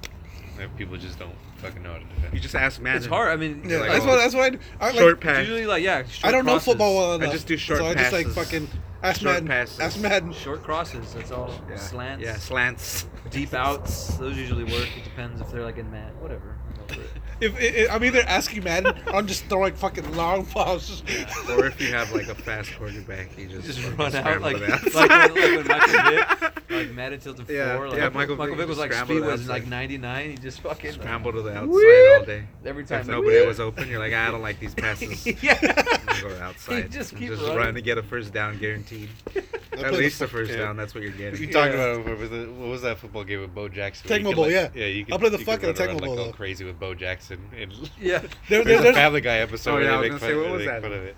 Speaker 5: that people just don't fucking know how to defend.
Speaker 3: You just ask Madden.
Speaker 2: It's hard. I mean,
Speaker 1: Yeah,
Speaker 3: Like,
Speaker 1: that's
Speaker 3: oh,
Speaker 1: what that's what I do. I, like,
Speaker 3: Short
Speaker 2: it's
Speaker 3: pass.
Speaker 2: usually like yeah. Short
Speaker 1: I don't know
Speaker 2: crosses.
Speaker 1: football well
Speaker 3: I
Speaker 1: enough.
Speaker 3: just do short
Speaker 1: So I just like
Speaker 3: passes.
Speaker 1: fucking ask
Speaker 3: Short
Speaker 1: Madden.
Speaker 3: passes.
Speaker 1: Ask Madden.
Speaker 2: Short crosses. That's all.
Speaker 3: Yeah.
Speaker 2: Slants.
Speaker 3: Yeah, slants.
Speaker 2: Deep outs. Those usually work. It depends if they're like in mat. Whatever. I'm over it.
Speaker 1: If, if, if I'm either asking Madden or I'm just throwing fucking long balls.
Speaker 3: or if you have like a fast quarterback, you just,
Speaker 2: just
Speaker 3: fucking
Speaker 2: run out
Speaker 3: scramble
Speaker 2: like,
Speaker 3: it
Speaker 2: like,
Speaker 3: outside.
Speaker 2: when, like when Michael Vick, like Madden tilted
Speaker 3: Yeah,
Speaker 2: four. Like,
Speaker 3: yeah, Michael Vick
Speaker 2: Vick was
Speaker 3: just
Speaker 2: like
Speaker 3: scrambled
Speaker 2: speed
Speaker 3: it
Speaker 2: was like
Speaker 3: outside.
Speaker 2: 99. He just fucking like,
Speaker 3: scramble to the outside
Speaker 2: Whoop.
Speaker 3: all day.
Speaker 2: every time.
Speaker 3: If
Speaker 2: like,
Speaker 3: nobody was open, you're like, "Ah, I don't like these passes. I'm
Speaker 2: yeah.
Speaker 3: gonna go outside.
Speaker 2: just
Speaker 3: and
Speaker 2: keep
Speaker 3: just
Speaker 2: running.
Speaker 3: run to get a first down guaranteed. At
Speaker 1: play
Speaker 3: least
Speaker 1: the
Speaker 3: a first
Speaker 5: yeah.
Speaker 3: down. That's what you're
Speaker 5: You
Speaker 3: getting.
Speaker 5: talked about it before. Was it, what was that football game with Bo Jackson? where you
Speaker 1: Tecmo
Speaker 5: could,
Speaker 1: Bowl,
Speaker 5: like-
Speaker 1: yeah.
Speaker 5: Yeah, you could,
Speaker 1: I'll play the
Speaker 5: you
Speaker 1: fucking
Speaker 5: could run around,
Speaker 1: Tecmo Bowl,
Speaker 5: like,
Speaker 1: though.
Speaker 5: all crazy with Bo Jackson. And
Speaker 1: There,
Speaker 2: yeah.
Speaker 1: there,
Speaker 5: there's, a
Speaker 1: there's,
Speaker 5: Family Guy episode
Speaker 3: Oh, yeah, I was
Speaker 5: where they make
Speaker 3: gonna
Speaker 5: fun,
Speaker 3: say, what
Speaker 5: they
Speaker 3: was
Speaker 5: make
Speaker 3: that?
Speaker 5: fun of it.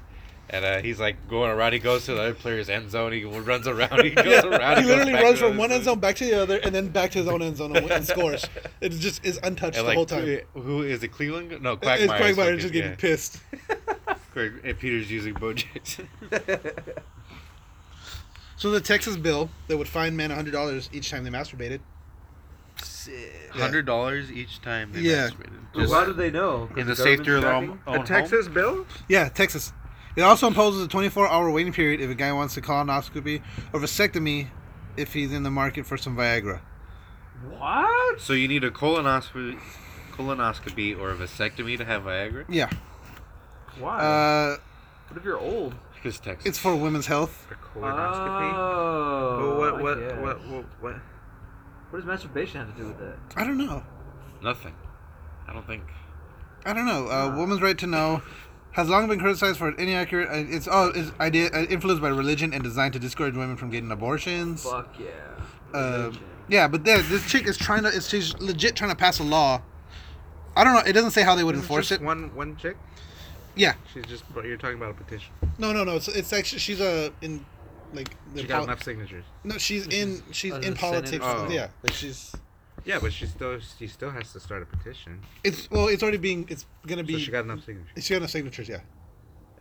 Speaker 5: And uh, he's like going around. He goes to the other player's end zone. He runs around. He goes around.
Speaker 1: he
Speaker 5: goes
Speaker 1: literally
Speaker 5: back to
Speaker 1: runs from
Speaker 5: the other
Speaker 1: one end
Speaker 5: side.
Speaker 1: zone back to the other and then back to his own end zone and, and scores. It just is untouched the
Speaker 5: And like,
Speaker 1: whole time.
Speaker 5: who- who is it? Cleveland? No, Quagmire.
Speaker 1: It's Quagmire just getting pissed.
Speaker 5: Quag- and Peter's using Bo Jackson.
Speaker 1: So the Texas bill that would fine men hundred dollars each time they masturbated.
Speaker 5: Hundred dollars each time. They
Speaker 1: Yeah.
Speaker 5: masturbated.
Speaker 2: Well, how did they know? 'Cause
Speaker 5: in the
Speaker 2: government's
Speaker 5: safety of their
Speaker 2: tracking?
Speaker 5: own, own
Speaker 3: bill?
Speaker 1: Yeah, Texas. It also imposes a 24-hour waiting period if a guy wants a colonoscopy or vasectomy if he's in the market for some Viagra.
Speaker 2: What?
Speaker 5: home. So you need a colonoscopy, colonoscopy or a vasectomy to have Viagra.
Speaker 1: Yeah.
Speaker 2: Why?
Speaker 1: Uh,
Speaker 2: what if you're old?
Speaker 5: Because Texas.
Speaker 1: it's for women's health.
Speaker 3: Or colonoscopy?
Speaker 2: Oh.
Speaker 3: Well,
Speaker 2: I
Speaker 3: what, what,
Speaker 2: guess.
Speaker 3: what, what, what?
Speaker 2: What does masturbation have to do with that?
Speaker 1: I don't know.
Speaker 5: nothing. I don't think.
Speaker 1: I don't know. Uh, Woman's right to know has long been criticized for its inaccurate. uh, It's all is idea uh, influenced by religion and designed to discourage women from getting abortions.
Speaker 2: Fuck yeah.
Speaker 1: Um,
Speaker 2: Religion.
Speaker 1: yeah, but there, this chick is trying to. It's, she's legit trying to pass a law. I don't know. It doesn't say how they would
Speaker 3: Isn't
Speaker 1: enforce
Speaker 3: just
Speaker 1: it.
Speaker 3: One, one chick.
Speaker 1: Yeah.
Speaker 3: She's just. But you're talking about a petition.
Speaker 1: No, no, no. It's, it's actually she's uh, in like the
Speaker 3: She got
Speaker 1: poli-
Speaker 3: enough signatures.
Speaker 1: no. She's in she's
Speaker 2: uh,
Speaker 1: in
Speaker 2: the Senate
Speaker 1: politics.
Speaker 3: or-
Speaker 1: Yeah, like she's
Speaker 3: Yeah, but she still, she still has to start a petition.
Speaker 1: it's well, it's already being it's gonna
Speaker 3: So
Speaker 1: be.
Speaker 3: she got enough signatures.
Speaker 1: she got enough signatures. Yeah,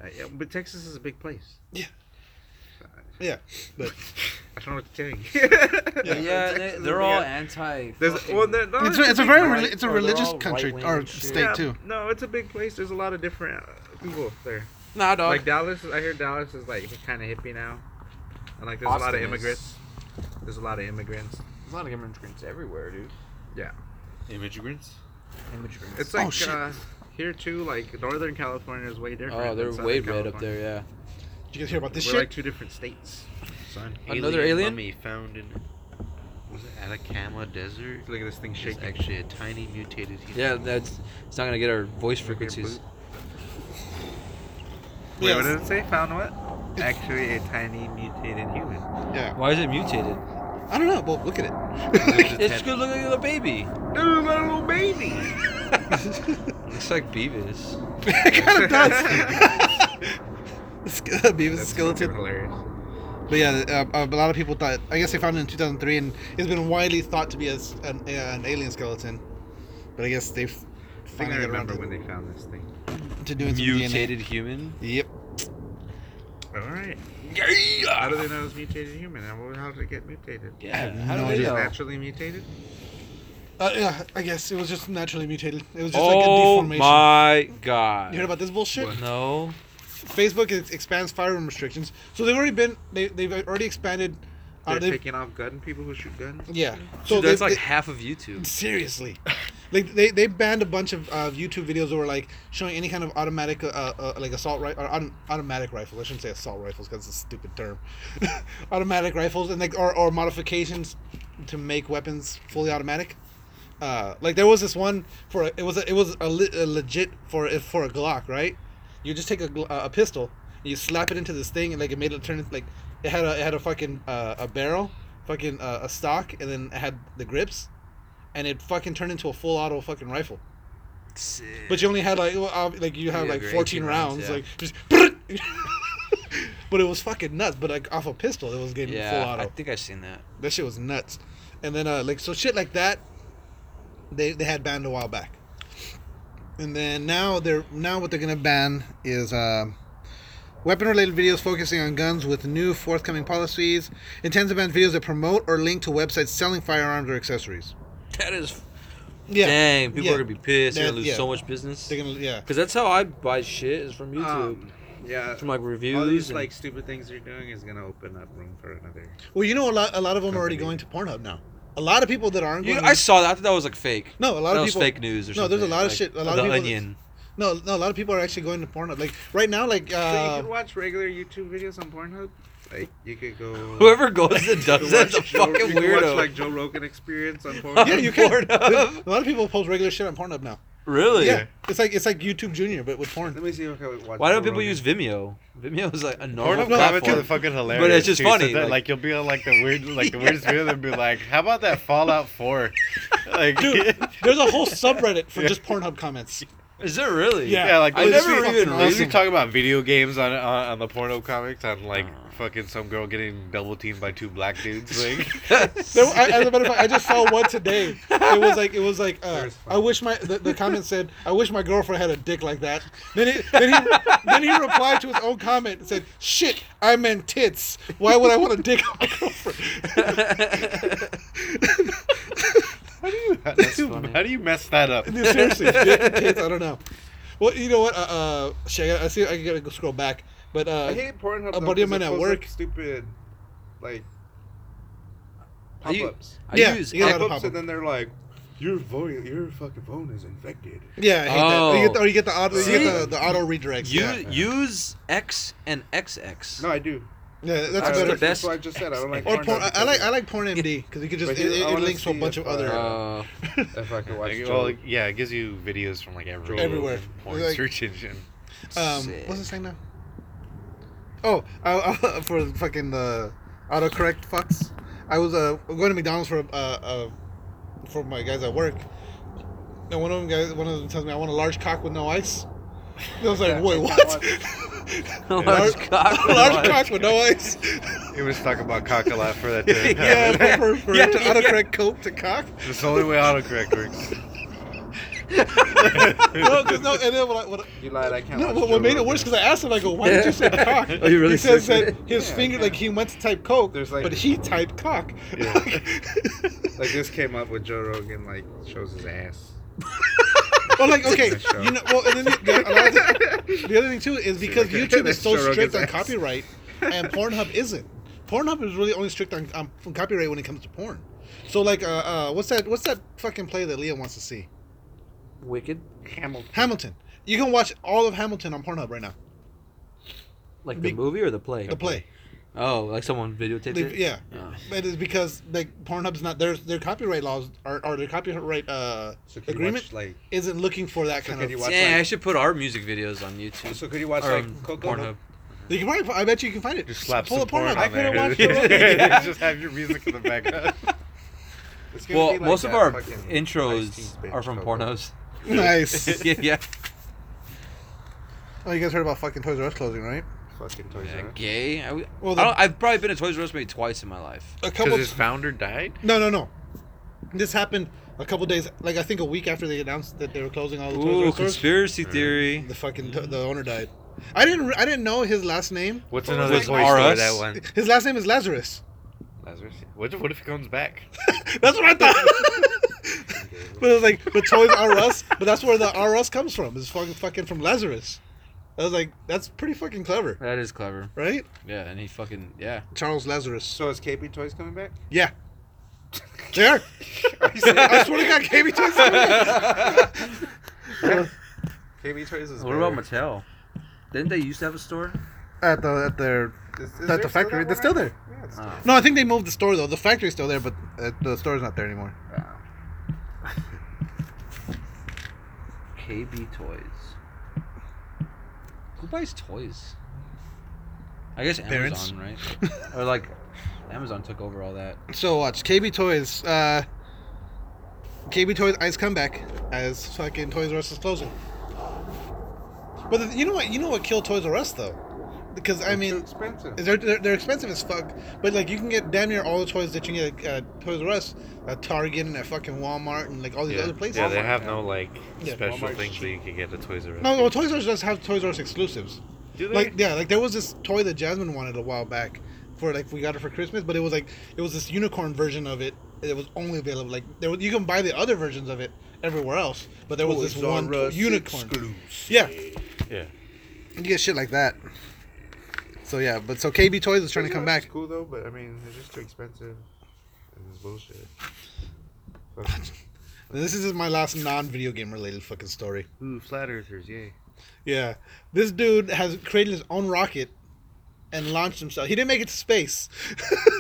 Speaker 3: Uh, yeah, but Texas is a big place.
Speaker 1: Yeah.
Speaker 3: So,
Speaker 1: yeah, but
Speaker 3: I don't know what to tell you.
Speaker 2: Yeah, they,
Speaker 3: Texas
Speaker 2: they're
Speaker 3: is-
Speaker 2: all
Speaker 3: yeah.
Speaker 2: anti.
Speaker 3: There's, well, they're- no,
Speaker 1: it's, a- it's a
Speaker 3: big
Speaker 1: very
Speaker 3: place.
Speaker 1: reli- it's a
Speaker 2: or they're
Speaker 1: religious
Speaker 2: all
Speaker 1: country
Speaker 2: right-wing
Speaker 1: or
Speaker 2: and shit.
Speaker 1: state too.
Speaker 3: No, it's a big place. There's a lot of different uh, people there.
Speaker 2: nah, dog.
Speaker 3: Like Dallas, I hear Dallas is like kind of hippie now, and like there's a lot of immigrants. There's a lot of immigrants.
Speaker 2: There's a lot of immigrants everywhere, dude.
Speaker 3: Yeah,
Speaker 5: Immigrants.
Speaker 2: Immigrants.
Speaker 3: it's
Speaker 1: Oh,
Speaker 3: like
Speaker 1: shit.
Speaker 3: uh, here too. Like Northern California is way different.
Speaker 2: oh,
Speaker 3: than
Speaker 2: they're
Speaker 3: Southern
Speaker 2: way red up
Speaker 3: California.
Speaker 2: there, yeah.
Speaker 1: Did you guys hear about this
Speaker 3: We're
Speaker 1: shit?
Speaker 3: like two different states. Son,
Speaker 2: Another alien?
Speaker 5: mummy found in was it Atacama Desert.
Speaker 3: look at this thing
Speaker 5: It's
Speaker 3: shaking.
Speaker 5: actually a tiny mutated human.
Speaker 2: Yeah, that's. It's not gonna get our voice
Speaker 3: Look at
Speaker 2: frequencies.
Speaker 3: boot. Wait,
Speaker 1: Yes.
Speaker 3: what did it say? Found what? Actually, a tiny mutated human.
Speaker 1: yeah,
Speaker 2: Why is it mutated?
Speaker 1: I don't know. Well, look at it.
Speaker 2: It's good looking little baby.
Speaker 3: Dude, what a little baby.
Speaker 2: Looks like Beavis.
Speaker 1: it kind of does. It's g- Beavis
Speaker 3: That's fucking
Speaker 1: skeleton.
Speaker 3: hilarious.
Speaker 1: But yeah, uh, a lot of people thought. I guess they found it in 2003, and it's been widely thought to be as an, uh, an alien skeleton. But I guess they've
Speaker 3: I think I
Speaker 1: finally got around
Speaker 3: remember
Speaker 1: to,
Speaker 3: when they found this thing.
Speaker 1: to doing some DNA.
Speaker 2: Mutated human.
Speaker 1: Yep.
Speaker 3: All right. How do they know it's mutated human? How, how did it get mutated?
Speaker 2: Yeah.
Speaker 1: have
Speaker 2: How
Speaker 1: no
Speaker 2: do they
Speaker 1: idea.
Speaker 3: Just
Speaker 2: know?
Speaker 3: naturally mutated?
Speaker 1: Uh, yeah, I guess it was just naturally mutated. It was just like a
Speaker 2: oh
Speaker 1: deformation.
Speaker 2: my god.
Speaker 1: You heard about this bullshit?
Speaker 2: No.
Speaker 1: Facebook ex- expands firearm restrictions, so they've already been they they've already expanded. Uh,
Speaker 3: They're
Speaker 1: they've,
Speaker 3: taking off gun people who shoot guns.
Speaker 1: yeah.
Speaker 2: So
Speaker 1: they-
Speaker 2: that's like
Speaker 1: they-
Speaker 2: half of YouTube.
Speaker 1: Seriously, like they, they banned a bunch of uh, YouTube videos that were like showing any kind of automatic, uh, uh, like assault rifle or autom- automatic rifles. I shouldn't say assault rifles because it's a stupid term. automatic rifles and like or, or modifications to make weapons fully automatic. Uh, like there was this one for a, it was a, it was a, le- a legit for if for a Glock right. You just take a, gl- uh, a pistol, and you slap it into this thing, and like it made it turn into like it had a it had a fucking uh, a barrel, fucking uh, a stock, and then it had the grips and it fucking turned into a full auto fucking rifle. But you only had like well, ob- like you have
Speaker 2: Yeah,
Speaker 1: like
Speaker 2: your
Speaker 1: 14
Speaker 2: 18
Speaker 1: rounds,
Speaker 2: rounds, yeah.
Speaker 1: like just But it was fucking nuts. But like off a pistol, it was getting full
Speaker 2: Yeah,
Speaker 1: auto.
Speaker 2: I think I've seen that.
Speaker 1: That shit was nuts. And then uh like so shit like that they they had banned a while back. And then now they're now what they're gonna ban is um weapon related videos focusing on guns with new forthcoming policies. Intends to ban videos that promote or link to websites selling firearms or accessories.
Speaker 2: That is
Speaker 1: Yeah.
Speaker 2: dang. People
Speaker 1: yeah.
Speaker 2: are gonna be pissed. They're
Speaker 1: That-
Speaker 2: gonna lose
Speaker 1: yeah.
Speaker 2: so much business.
Speaker 1: They're gonna yeah.
Speaker 2: Because that's how I buy shit is from YouTube,
Speaker 7: Um, yeah.
Speaker 2: from like
Speaker 7: All
Speaker 2: reviews.
Speaker 7: these
Speaker 2: And,
Speaker 7: like stupid things you're doing is gonna open up room for another.
Speaker 1: Well you know a lot a lot of them are already going
Speaker 7: Company.
Speaker 1: to Pornhub now. A lot of people that aren't
Speaker 2: you,
Speaker 1: going
Speaker 2: I saw that. I thought that was like fake.
Speaker 1: No, a lot
Speaker 2: that
Speaker 1: of
Speaker 2: was
Speaker 1: people
Speaker 2: fake news or
Speaker 1: No,
Speaker 2: something.
Speaker 1: there's a lot of
Speaker 2: like,
Speaker 1: shit- a lot of
Speaker 2: the
Speaker 1: people that-
Speaker 2: Onion.
Speaker 1: No, no, a lot of people are actually going to Pornhub. Like right now like
Speaker 7: so you
Speaker 1: uh
Speaker 7: could watch regular YouTube videos on Pornhub. Like you could go.
Speaker 2: Whoever goes and does that's a
Speaker 7: Joe-
Speaker 2: fucking
Speaker 7: you could
Speaker 2: weirdo.
Speaker 7: Watch, like Joe Rogan Experience on Pornhub.
Speaker 1: yeah, you can.
Speaker 2: Pornhub.
Speaker 1: A lot of people post regular shit on Pornhub now.
Speaker 2: really?
Speaker 1: Yeah, it's like it's like YouTube Junior, but with
Speaker 7: Let
Speaker 1: porn.
Speaker 7: me see if I can watch.
Speaker 2: Why
Speaker 7: Joe
Speaker 2: don't people
Speaker 7: Rogan.
Speaker 2: use Vimeo? Vimeo is like a normal
Speaker 5: Pornhub comments are
Speaker 2: platform.
Speaker 5: fucking hilarious.
Speaker 2: But it's just
Speaker 5: too, so
Speaker 2: funny,
Speaker 5: that,
Speaker 2: like-
Speaker 5: like, you'll be on like the weird, like the weirdest video, and be like, "How about that Fallout 4? Like,
Speaker 1: Dude, there's a whole subreddit for just Pornhub comments.
Speaker 2: Is it really?
Speaker 1: Yeah.
Speaker 5: yeah, like
Speaker 2: I
Speaker 5: those-
Speaker 2: never even
Speaker 5: those
Speaker 1: awesome.
Speaker 5: who talk about video games on, on on the porno comics on like
Speaker 2: Oh.
Speaker 5: fucking some girl getting double teamed by two black dudes. Like,
Speaker 1: There, I, as a matter of fact, I just saw one today. It was like it was like uh,
Speaker 7: There's fun.
Speaker 1: I wish my the, the comment said I wish my girlfriend had a dick like that. Then he then he then he replied to his own comment and said, "Shit, I meant tits. Why would I want a dick on my girlfriend?"
Speaker 5: how do you how do you,
Speaker 2: funny.
Speaker 5: how do you mess that up?
Speaker 1: Dude, seriously, dick, tits, I don't know. Well, you know what? Uh, uh shit, I gotta, I see. I gotta go scroll back. But uh,
Speaker 7: I hate Pornhub.
Speaker 1: A
Speaker 7: though,
Speaker 1: buddy of
Speaker 7: 'cause
Speaker 1: mine
Speaker 7: it
Speaker 1: at
Speaker 7: pulls up
Speaker 1: work-
Speaker 7: Stupid, like
Speaker 2: Are you-
Speaker 7: pop-ups.
Speaker 2: I
Speaker 1: Yeah,
Speaker 2: use
Speaker 1: you gotta-
Speaker 7: Pop-ups,
Speaker 1: pop-up.
Speaker 7: and then they're like, your phone, your fucking phone is infected.
Speaker 1: Yeah, I hate that. Or you, get the, or you get the auto, you
Speaker 2: Oh. See?
Speaker 1: get the, the auto redirects.
Speaker 2: You,
Speaker 1: yeah.
Speaker 2: Use X and XX.
Speaker 7: No, I do.
Speaker 1: yeah, that's
Speaker 2: That's
Speaker 1: better.
Speaker 2: the best.
Speaker 7: what I just said. I don't like
Speaker 1: Or porn, I, I
Speaker 7: because
Speaker 1: like I like porn MD because you can just
Speaker 7: But
Speaker 1: it,
Speaker 7: here,
Speaker 1: it,
Speaker 7: I
Speaker 1: it
Speaker 7: wanna
Speaker 1: links to a
Speaker 7: see
Speaker 1: bunch
Speaker 7: if,
Speaker 1: of other. um,
Speaker 2: Uh,
Speaker 7: If I could watch
Speaker 5: Like,
Speaker 7: Joe
Speaker 5: well,
Speaker 7: Rogan.
Speaker 5: yeah, it gives you videos from like every
Speaker 1: Everywhere.
Speaker 5: porn
Speaker 1: Like-
Speaker 5: search engine.
Speaker 1: um,
Speaker 2: sick.
Speaker 1: what's this thing now? Oh, I, I, for fucking the autocorrect fucks, I was uh, going to McDonald's for uh, uh, for my guys at work, and one of them guys, one of them tells me I want a large cock with no ice. And I was like, wait, what?
Speaker 2: large cock.
Speaker 1: large cock with no ice.
Speaker 5: It was talking about cock a lot for that. To
Speaker 1: yeah,
Speaker 5: yeah,
Speaker 1: for, for, for
Speaker 2: Yeah,
Speaker 1: to
Speaker 2: yeah.
Speaker 1: autocorrect coke to cock.
Speaker 5: it's the only way autocorrect works.
Speaker 1: No, 'cause no, and then when I, when I,
Speaker 7: You lied. I can't.
Speaker 1: No,
Speaker 7: watch
Speaker 1: what,
Speaker 7: Joe
Speaker 1: what made it
Speaker 7: Rogan.
Speaker 1: worse because I asked him, I go, why did you say cock?
Speaker 2: Oh, you really
Speaker 1: he says
Speaker 2: said
Speaker 1: that his
Speaker 7: Yeah,
Speaker 1: finger,
Speaker 7: yeah.
Speaker 1: like he went to type coke,
Speaker 7: There's like-
Speaker 1: but he typed cock.
Speaker 5: Yeah.
Speaker 7: Like this came up with Joe Rogan. Like shows his ass.
Speaker 1: well, like, okay,
Speaker 7: That's true.
Speaker 1: you know, well, and then the, a lot of the, the other thing too is because
Speaker 7: okay,
Speaker 1: YouTube is
Speaker 7: that's
Speaker 1: so
Speaker 7: Joe Rogan's
Speaker 1: strict on
Speaker 7: ass.
Speaker 1: copyright, and Pornhub isn't. Pornhub is really only strict on, um, on copyright when it comes to porn. So like, uh, uh, what's that? What's that fucking play that Leah wants to see?
Speaker 2: Wicked.
Speaker 1: Hamilton. You can watch all of Hamilton on Pornhub right now.
Speaker 2: Like the movie or the play?
Speaker 1: The play.
Speaker 2: Oh, like someone videotaped
Speaker 1: They-
Speaker 2: it.
Speaker 1: yeah.
Speaker 2: Oh.
Speaker 1: But It is because like Pornhub's not their their copyright laws are or their copyright uh
Speaker 7: So could you
Speaker 1: agreement
Speaker 7: watch like?
Speaker 1: isn't looking for that
Speaker 7: So
Speaker 1: kind
Speaker 7: could
Speaker 1: of.
Speaker 7: you
Speaker 1: You,
Speaker 7: watch
Speaker 2: Dang, I
Speaker 7: like?
Speaker 2: should put our music videos on YouTube.
Speaker 7: So could you watch
Speaker 2: or
Speaker 7: like
Speaker 2: on
Speaker 7: Coco?
Speaker 2: Pornhub.
Speaker 1: can probably, I bet you can find it.
Speaker 5: Just slap
Speaker 1: Pull
Speaker 5: some
Speaker 1: up Pornhub. I
Speaker 5: porn. on
Speaker 1: could have
Speaker 5: there.
Speaker 1: watched it. already.
Speaker 2: Yeah.
Speaker 5: Just have your music in the background.
Speaker 7: It's gonna
Speaker 2: Well,
Speaker 7: be like
Speaker 2: most of
Speaker 7: that
Speaker 2: our
Speaker 7: fucking Ice-T's
Speaker 2: intros
Speaker 7: bitch,
Speaker 2: are from
Speaker 7: Coco.
Speaker 2: pornos.
Speaker 1: nice.
Speaker 2: yeah, yeah.
Speaker 1: Oh, you guys heard about fucking Toys R Us closing, right?
Speaker 7: Fucking Toys
Speaker 5: Yeah,
Speaker 7: R Us.
Speaker 2: Gay. I, well,
Speaker 1: Well, the-
Speaker 2: I don't, I've probably been to Toys R Us maybe twice in my life.
Speaker 1: A couple.
Speaker 5: Because his founder died.
Speaker 1: no, no, no. This happened a couple days, like I think a week after they announced that they were closing all the Toys R Us
Speaker 2: Ooh,
Speaker 1: stores.
Speaker 2: conspiracy theory.
Speaker 1: The fucking the owner died. I didn't re- I didn't know his last name.
Speaker 5: What's
Speaker 2: What was
Speaker 5: another
Speaker 2: it?
Speaker 5: Toy Story?
Speaker 2: RS?
Speaker 5: That one.
Speaker 1: His last name is Lazarus.
Speaker 5: Lazarus. What if, what if he comes back?
Speaker 1: That's what I thought. but it was like the toys R Us, but that's where the R Us comes from. It's fucking fucking from Lazarus. I was like, that's pretty fucking clever,
Speaker 2: That is clever.
Speaker 1: right?
Speaker 2: Yeah, and he fucking yeah.
Speaker 1: Charles Lazarus.
Speaker 7: So is KB Toys coming back?
Speaker 1: Yeah. They are. I swear to God, KB Toys.
Speaker 7: KB Toys is.
Speaker 2: What about Mattel? Didn't they used to have a store?
Speaker 1: At the at their
Speaker 7: That's
Speaker 1: at the factory, they're still there.
Speaker 7: Yeah, it's
Speaker 2: Ah.
Speaker 1: No, I think they moved the store though. The factory's still there, but uh, the store's not there anymore.
Speaker 2: KB Toys. Who buys toys? I guess
Speaker 1: Parents.
Speaker 2: Amazon, right? or like Amazon took over all that.
Speaker 1: So watch KB Toys. Uh, KB Toys eyes comeback as fucking Toys R Us is closing. But the, you know what? You know what killed Toys R Us though because I
Speaker 3: They're
Speaker 1: mean,
Speaker 3: too expensive.
Speaker 1: They're, they're, they're expensive as fuck, but like you can get damn near all the toys that you can get at uh, Toys R Us, at Target, and at fucking Walmart, and like all these
Speaker 5: Yeah,
Speaker 1: other places.
Speaker 5: yeah they have no like
Speaker 1: Yeah.
Speaker 5: special
Speaker 3: Walmart's
Speaker 5: things that you can get at Toys R Us.
Speaker 1: no, well, Toys R Us does have Toys R Us exclusives.
Speaker 5: Do they?
Speaker 1: Like yeah, like there was this toy that Jasmine wanted a while back, for like we got it for Christmas, but it was like it was this unicorn version of it. It was only available like there was, you can buy the other versions of it everywhere else, but there was this
Speaker 3: Toys R
Speaker 1: one to-
Speaker 3: Us
Speaker 1: unicorn.
Speaker 3: exclusive.
Speaker 1: Yeah,
Speaker 5: yeah.
Speaker 1: you get shit like that. So yeah, but so KB Toys is trying to
Speaker 3: Toys
Speaker 1: come
Speaker 3: R Us
Speaker 1: back.
Speaker 3: is Cool though, but I mean, it's just too expensive. And it's bullshit. Fuck.
Speaker 1: This is my last non-video game related fucking story.
Speaker 5: Ooh, flat earthers, yay.
Speaker 1: Yeah, this dude has created his own rocket and launched himself. He didn't make it to space,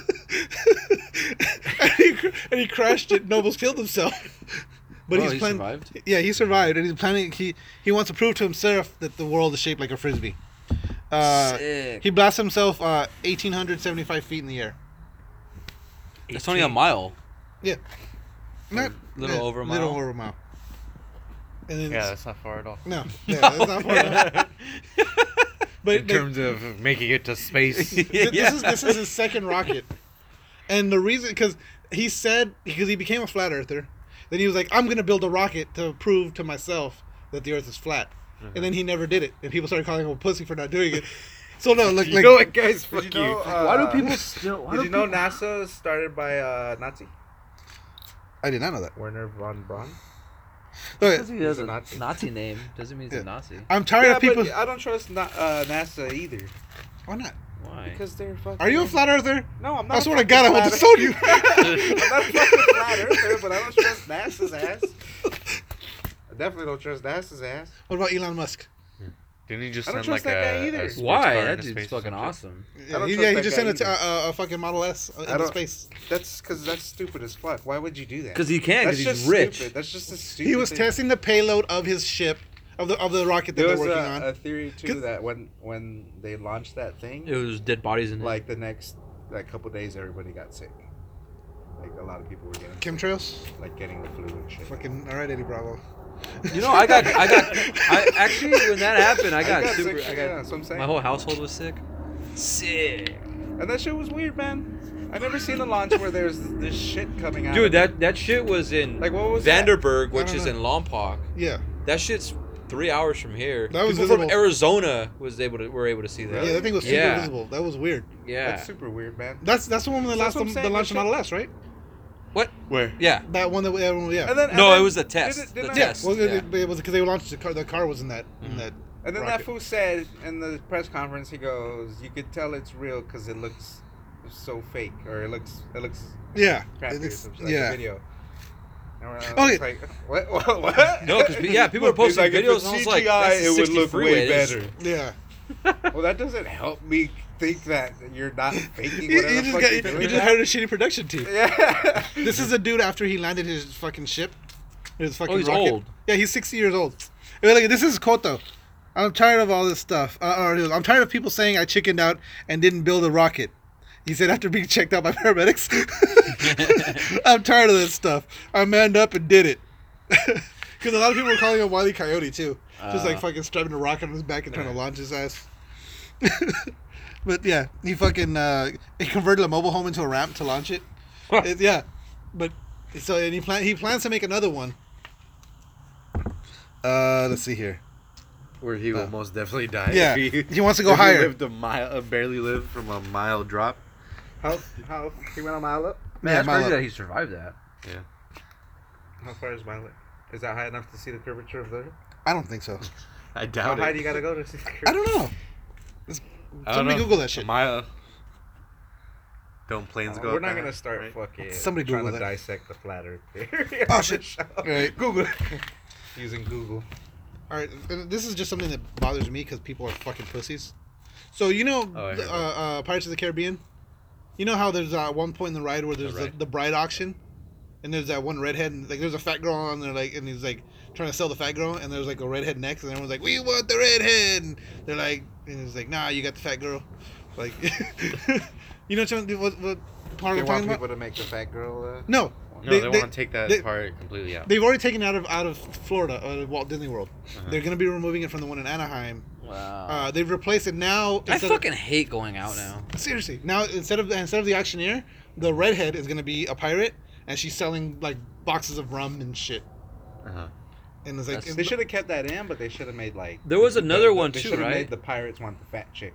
Speaker 1: and, he, cr- and he crashed it. Nobles killed himself, but
Speaker 2: Well,
Speaker 1: he's
Speaker 2: he
Speaker 1: planning.
Speaker 2: survived.
Speaker 1: Yeah, he survived, and he's planning. He he wants to prove to himself that the world is shaped like a frisbee. Uh,
Speaker 4: Sick.
Speaker 1: he blasts himself uh, 1,875 feet in the air.
Speaker 2: That's only a mile.
Speaker 1: Not,
Speaker 2: little
Speaker 1: yeah,
Speaker 2: over a
Speaker 1: Little
Speaker 2: mile?
Speaker 1: over a mile. And then
Speaker 5: Yeah,
Speaker 1: yeah.
Speaker 5: that's not far at all.
Speaker 1: No, yeah, that's not far enough. But
Speaker 5: In
Speaker 1: they-
Speaker 5: terms of making it to space,
Speaker 2: Yeah,
Speaker 1: Th- This is this is his second rocket, and the reason because he said because he became a flat earther, then he was like, I'm gonna build a rocket to prove to myself that the Earth is flat,
Speaker 3: Uh-huh.
Speaker 1: and then he never did it, and people started calling him a pussy for not doing it. So no, like,
Speaker 5: you
Speaker 1: like
Speaker 5: know what,
Speaker 3: Did
Speaker 5: guys? Fuck
Speaker 3: you
Speaker 5: you.
Speaker 3: know, uh,
Speaker 2: Why do people still? Why
Speaker 3: Did
Speaker 2: do
Speaker 3: you know
Speaker 2: people-
Speaker 3: NASA was started by a Nazi?
Speaker 1: I did not know that.
Speaker 3: Werner von Braun.
Speaker 1: Okay,
Speaker 2: Because he has
Speaker 3: He's a
Speaker 2: a
Speaker 3: Nazi.
Speaker 2: Nazi. name doesn't mean he's
Speaker 1: Yeah.
Speaker 2: a Nazi.
Speaker 1: I'm tired
Speaker 3: yeah,
Speaker 1: of people.
Speaker 3: but I don't trust na- uh, NASA either
Speaker 1: Why not?
Speaker 5: Why?
Speaker 3: because they're fucking.
Speaker 1: Are you a flat earther?
Speaker 3: No, I'm not.
Speaker 1: I
Speaker 3: a
Speaker 1: swear to
Speaker 3: fucking
Speaker 1: God, I
Speaker 3: flat
Speaker 1: want to
Speaker 3: earth-
Speaker 1: sue you.
Speaker 3: I'm not a fucking flat earther, but I don't trust NASA's ass. I definitely don't trust NASA's ass.
Speaker 1: what about Elon Musk?
Speaker 5: Didn't he just
Speaker 3: I don't
Speaker 5: send like
Speaker 3: trust that guy
Speaker 5: a,
Speaker 3: either.
Speaker 5: a sports car
Speaker 2: Why?
Speaker 5: into
Speaker 2: That dude's
Speaker 5: space or
Speaker 2: fucking
Speaker 5: some shit?
Speaker 2: awesome.
Speaker 1: Yeah,
Speaker 3: don't
Speaker 1: he,
Speaker 3: trust
Speaker 1: yeah, he
Speaker 3: that
Speaker 1: just
Speaker 3: guy
Speaker 1: sent a, t- uh,
Speaker 3: either.
Speaker 1: a, a- a fucking Model S into
Speaker 3: don't-
Speaker 1: space.
Speaker 3: That's because that's stupid as fuck. Why would you do that?
Speaker 2: Because he can.
Speaker 3: that's
Speaker 2: Because he's
Speaker 3: just
Speaker 2: rich.
Speaker 3: Stupid. That's just a stupid.
Speaker 1: He was
Speaker 3: thing.
Speaker 1: testing the payload of his ship, of the of the rocket that
Speaker 3: There
Speaker 1: they're
Speaker 3: was
Speaker 1: working
Speaker 3: a,
Speaker 1: on.
Speaker 3: a theory too
Speaker 1: 'Cause-
Speaker 3: that when when they launched that thing,
Speaker 2: It was dead bodies in it.
Speaker 3: like the next like couple days, everybody got sick. Like a lot of people were getting
Speaker 1: Chemtrails.
Speaker 3: like getting the flu and shit.
Speaker 1: Fucking all right, Eddie Bravo.
Speaker 2: You know, I got, I got, I actually when that happened, I got, super.
Speaker 3: sick,
Speaker 2: I
Speaker 3: yeah,
Speaker 2: got
Speaker 3: that's what I'm saying.
Speaker 2: my whole household was sick. Sick,
Speaker 3: And that shit was weird, man. I've never seen a launch where there's this shit coming out.
Speaker 2: dude. That that shit was in
Speaker 3: Like, what was that?
Speaker 2: Vanderburg,
Speaker 1: I
Speaker 2: which
Speaker 1: don't
Speaker 2: is
Speaker 1: know.
Speaker 2: in Lompoc.
Speaker 1: Yeah,
Speaker 2: That shit's three hours from here.
Speaker 1: That was
Speaker 2: People from
Speaker 1: visible.
Speaker 2: Arizona was able to were able to see that.
Speaker 1: yeah, that thing was super
Speaker 2: Yeah.
Speaker 1: visible. That was weird.
Speaker 2: Yeah.
Speaker 3: That's super weird, man.
Speaker 1: That's that's the one that
Speaker 3: That's
Speaker 1: last
Speaker 3: what I'm
Speaker 1: the,
Speaker 3: saying,
Speaker 1: the launch
Speaker 3: that
Speaker 1: of Model S, right?
Speaker 2: What?
Speaker 5: Where?
Speaker 2: Yeah.
Speaker 1: That one that we, everyone, yeah.
Speaker 3: And then, and
Speaker 2: No,
Speaker 3: then-
Speaker 2: it was a test.
Speaker 3: didn't-
Speaker 2: The
Speaker 3: didn't I-
Speaker 1: yeah,
Speaker 2: test.
Speaker 1: well,
Speaker 2: yeah. Mm-hmm.
Speaker 1: It, it was because they launched the car. The car was in that. In that.
Speaker 3: And then
Speaker 1: rocket.
Speaker 3: that fool said in the press conference, he goes, "You could tell it's real because it looks so fake, or it looks it looks
Speaker 1: Yeah.
Speaker 3: crappy
Speaker 1: It
Speaker 3: or
Speaker 1: looks-
Speaker 3: some shit, like a
Speaker 1: yeah.
Speaker 3: video." And we're
Speaker 1: Oh, yeah.
Speaker 3: it's like, what? What? what?
Speaker 2: No, 'cause pe- yeah, people are
Speaker 3: He's
Speaker 2: posting
Speaker 3: like, if
Speaker 2: videos,
Speaker 3: it's
Speaker 2: and I was like,
Speaker 3: CGI,
Speaker 2: that's a
Speaker 3: it would
Speaker 2: 60
Speaker 3: look
Speaker 2: freeway,
Speaker 3: way
Speaker 2: it is.
Speaker 3: better.
Speaker 1: Yeah.
Speaker 3: well, that doesn't help me think that you're not faking
Speaker 1: You,
Speaker 3: whatever
Speaker 1: you
Speaker 3: the
Speaker 1: just
Speaker 3: fuck
Speaker 1: got
Speaker 3: you're
Speaker 1: you,
Speaker 3: doing.
Speaker 1: you just hired a shitty production team.
Speaker 3: yeah.
Speaker 1: This is a dude after he landed his fucking ship. His fucking
Speaker 2: Oh, he's
Speaker 1: rocket.
Speaker 2: old.
Speaker 1: Yeah, he's 60 years old. And we're like, this is Koto. I'm tired of all this stuff. Uh, or, I'm tired of people saying I chickened out and didn't build a rocket. He said after being checked out by paramedics. I'm tired of this stuff. I manned up and did it. Because a lot of people were calling him Wiley Coyote too, just
Speaker 2: Uh.
Speaker 1: like fucking strapping a rocket on his back and trying to launch his ass. but yeah, he fucking uh, he converted a mobile home into a ramp to launch it. It- yeah, but so and he plan he plans to make another one. Uh, let's see here.
Speaker 5: Where he will most definitely die.
Speaker 1: yeah,
Speaker 5: if
Speaker 1: he wants to go
Speaker 5: if he
Speaker 1: higher.
Speaker 5: lived a mile, uh, barely lived from a mile drop.
Speaker 3: How how he went a mile up?
Speaker 2: Man,
Speaker 1: Yeah,
Speaker 2: that's
Speaker 1: my
Speaker 2: crazy
Speaker 1: luck.
Speaker 2: that he survived that.
Speaker 3: How far is mile up? Is that high enough to see the curvature of the Earth?
Speaker 1: I don't think so.
Speaker 5: I
Speaker 3: How
Speaker 5: doubt
Speaker 3: high
Speaker 5: it.
Speaker 3: do you gotta go to see the curvature?
Speaker 1: I don't know.
Speaker 5: I don't
Speaker 1: Somebody
Speaker 5: know.
Speaker 1: Google that shit.
Speaker 5: A mile. Don't planes
Speaker 3: Uh,
Speaker 5: go?
Speaker 3: We're
Speaker 5: up
Speaker 3: not
Speaker 5: that
Speaker 3: gonna
Speaker 5: high?
Speaker 3: start
Speaker 5: Right?
Speaker 3: fucking
Speaker 1: Somebody
Speaker 3: trying
Speaker 1: Google
Speaker 3: to
Speaker 1: that.
Speaker 3: dissect the flat Earth theory.
Speaker 1: Oh, shit. Right.
Speaker 3: Google it. using Google.
Speaker 1: All right, and this is just something that bothers me because people are fucking pussies. So you know,
Speaker 5: Oh, I
Speaker 1: the,
Speaker 5: heard
Speaker 1: uh, uh, Pirates of the Caribbean. You know how there's uh, one point in the ride where there's the,
Speaker 5: ride.
Speaker 1: the bride auction, and there's that one redhead, and like there's a fat girl on there, like, and he's like trying to sell the fat girl, and there's like a redhead next, and everyone's like, "We want the redhead," and they're like, and he's like, "Nah, you got the fat girl," like, you know what, I'm- what, what part
Speaker 3: They
Speaker 1: I'm talking
Speaker 3: want people
Speaker 1: about?
Speaker 3: to make the fat girl. Uh,
Speaker 1: No,
Speaker 5: No,
Speaker 1: They-
Speaker 5: they,
Speaker 1: they-
Speaker 5: want to take that
Speaker 1: they-
Speaker 5: part completely out.
Speaker 3: Uh-huh.
Speaker 1: they've already taken it out of out of Florida, out of Walt Disney World. They're gonna be removing it from the one in Anaheim.
Speaker 3: Oh.
Speaker 2: Wow.
Speaker 1: Uh, they've replaced it now.
Speaker 2: I
Speaker 1: instead of-
Speaker 2: fucking hate going out now.
Speaker 1: seriously now instead of instead of the auctioneer, the redhead is gonna be a pirate, and she's selling like boxes of rum and shit.
Speaker 5: Uh-huh.
Speaker 1: And it's like
Speaker 2: That's-
Speaker 3: They should have kept that in, but they should have made like.
Speaker 2: There was another
Speaker 3: they-
Speaker 2: one
Speaker 3: they
Speaker 2: too,
Speaker 3: should've
Speaker 2: right?
Speaker 3: Made the pirates want the fat chick.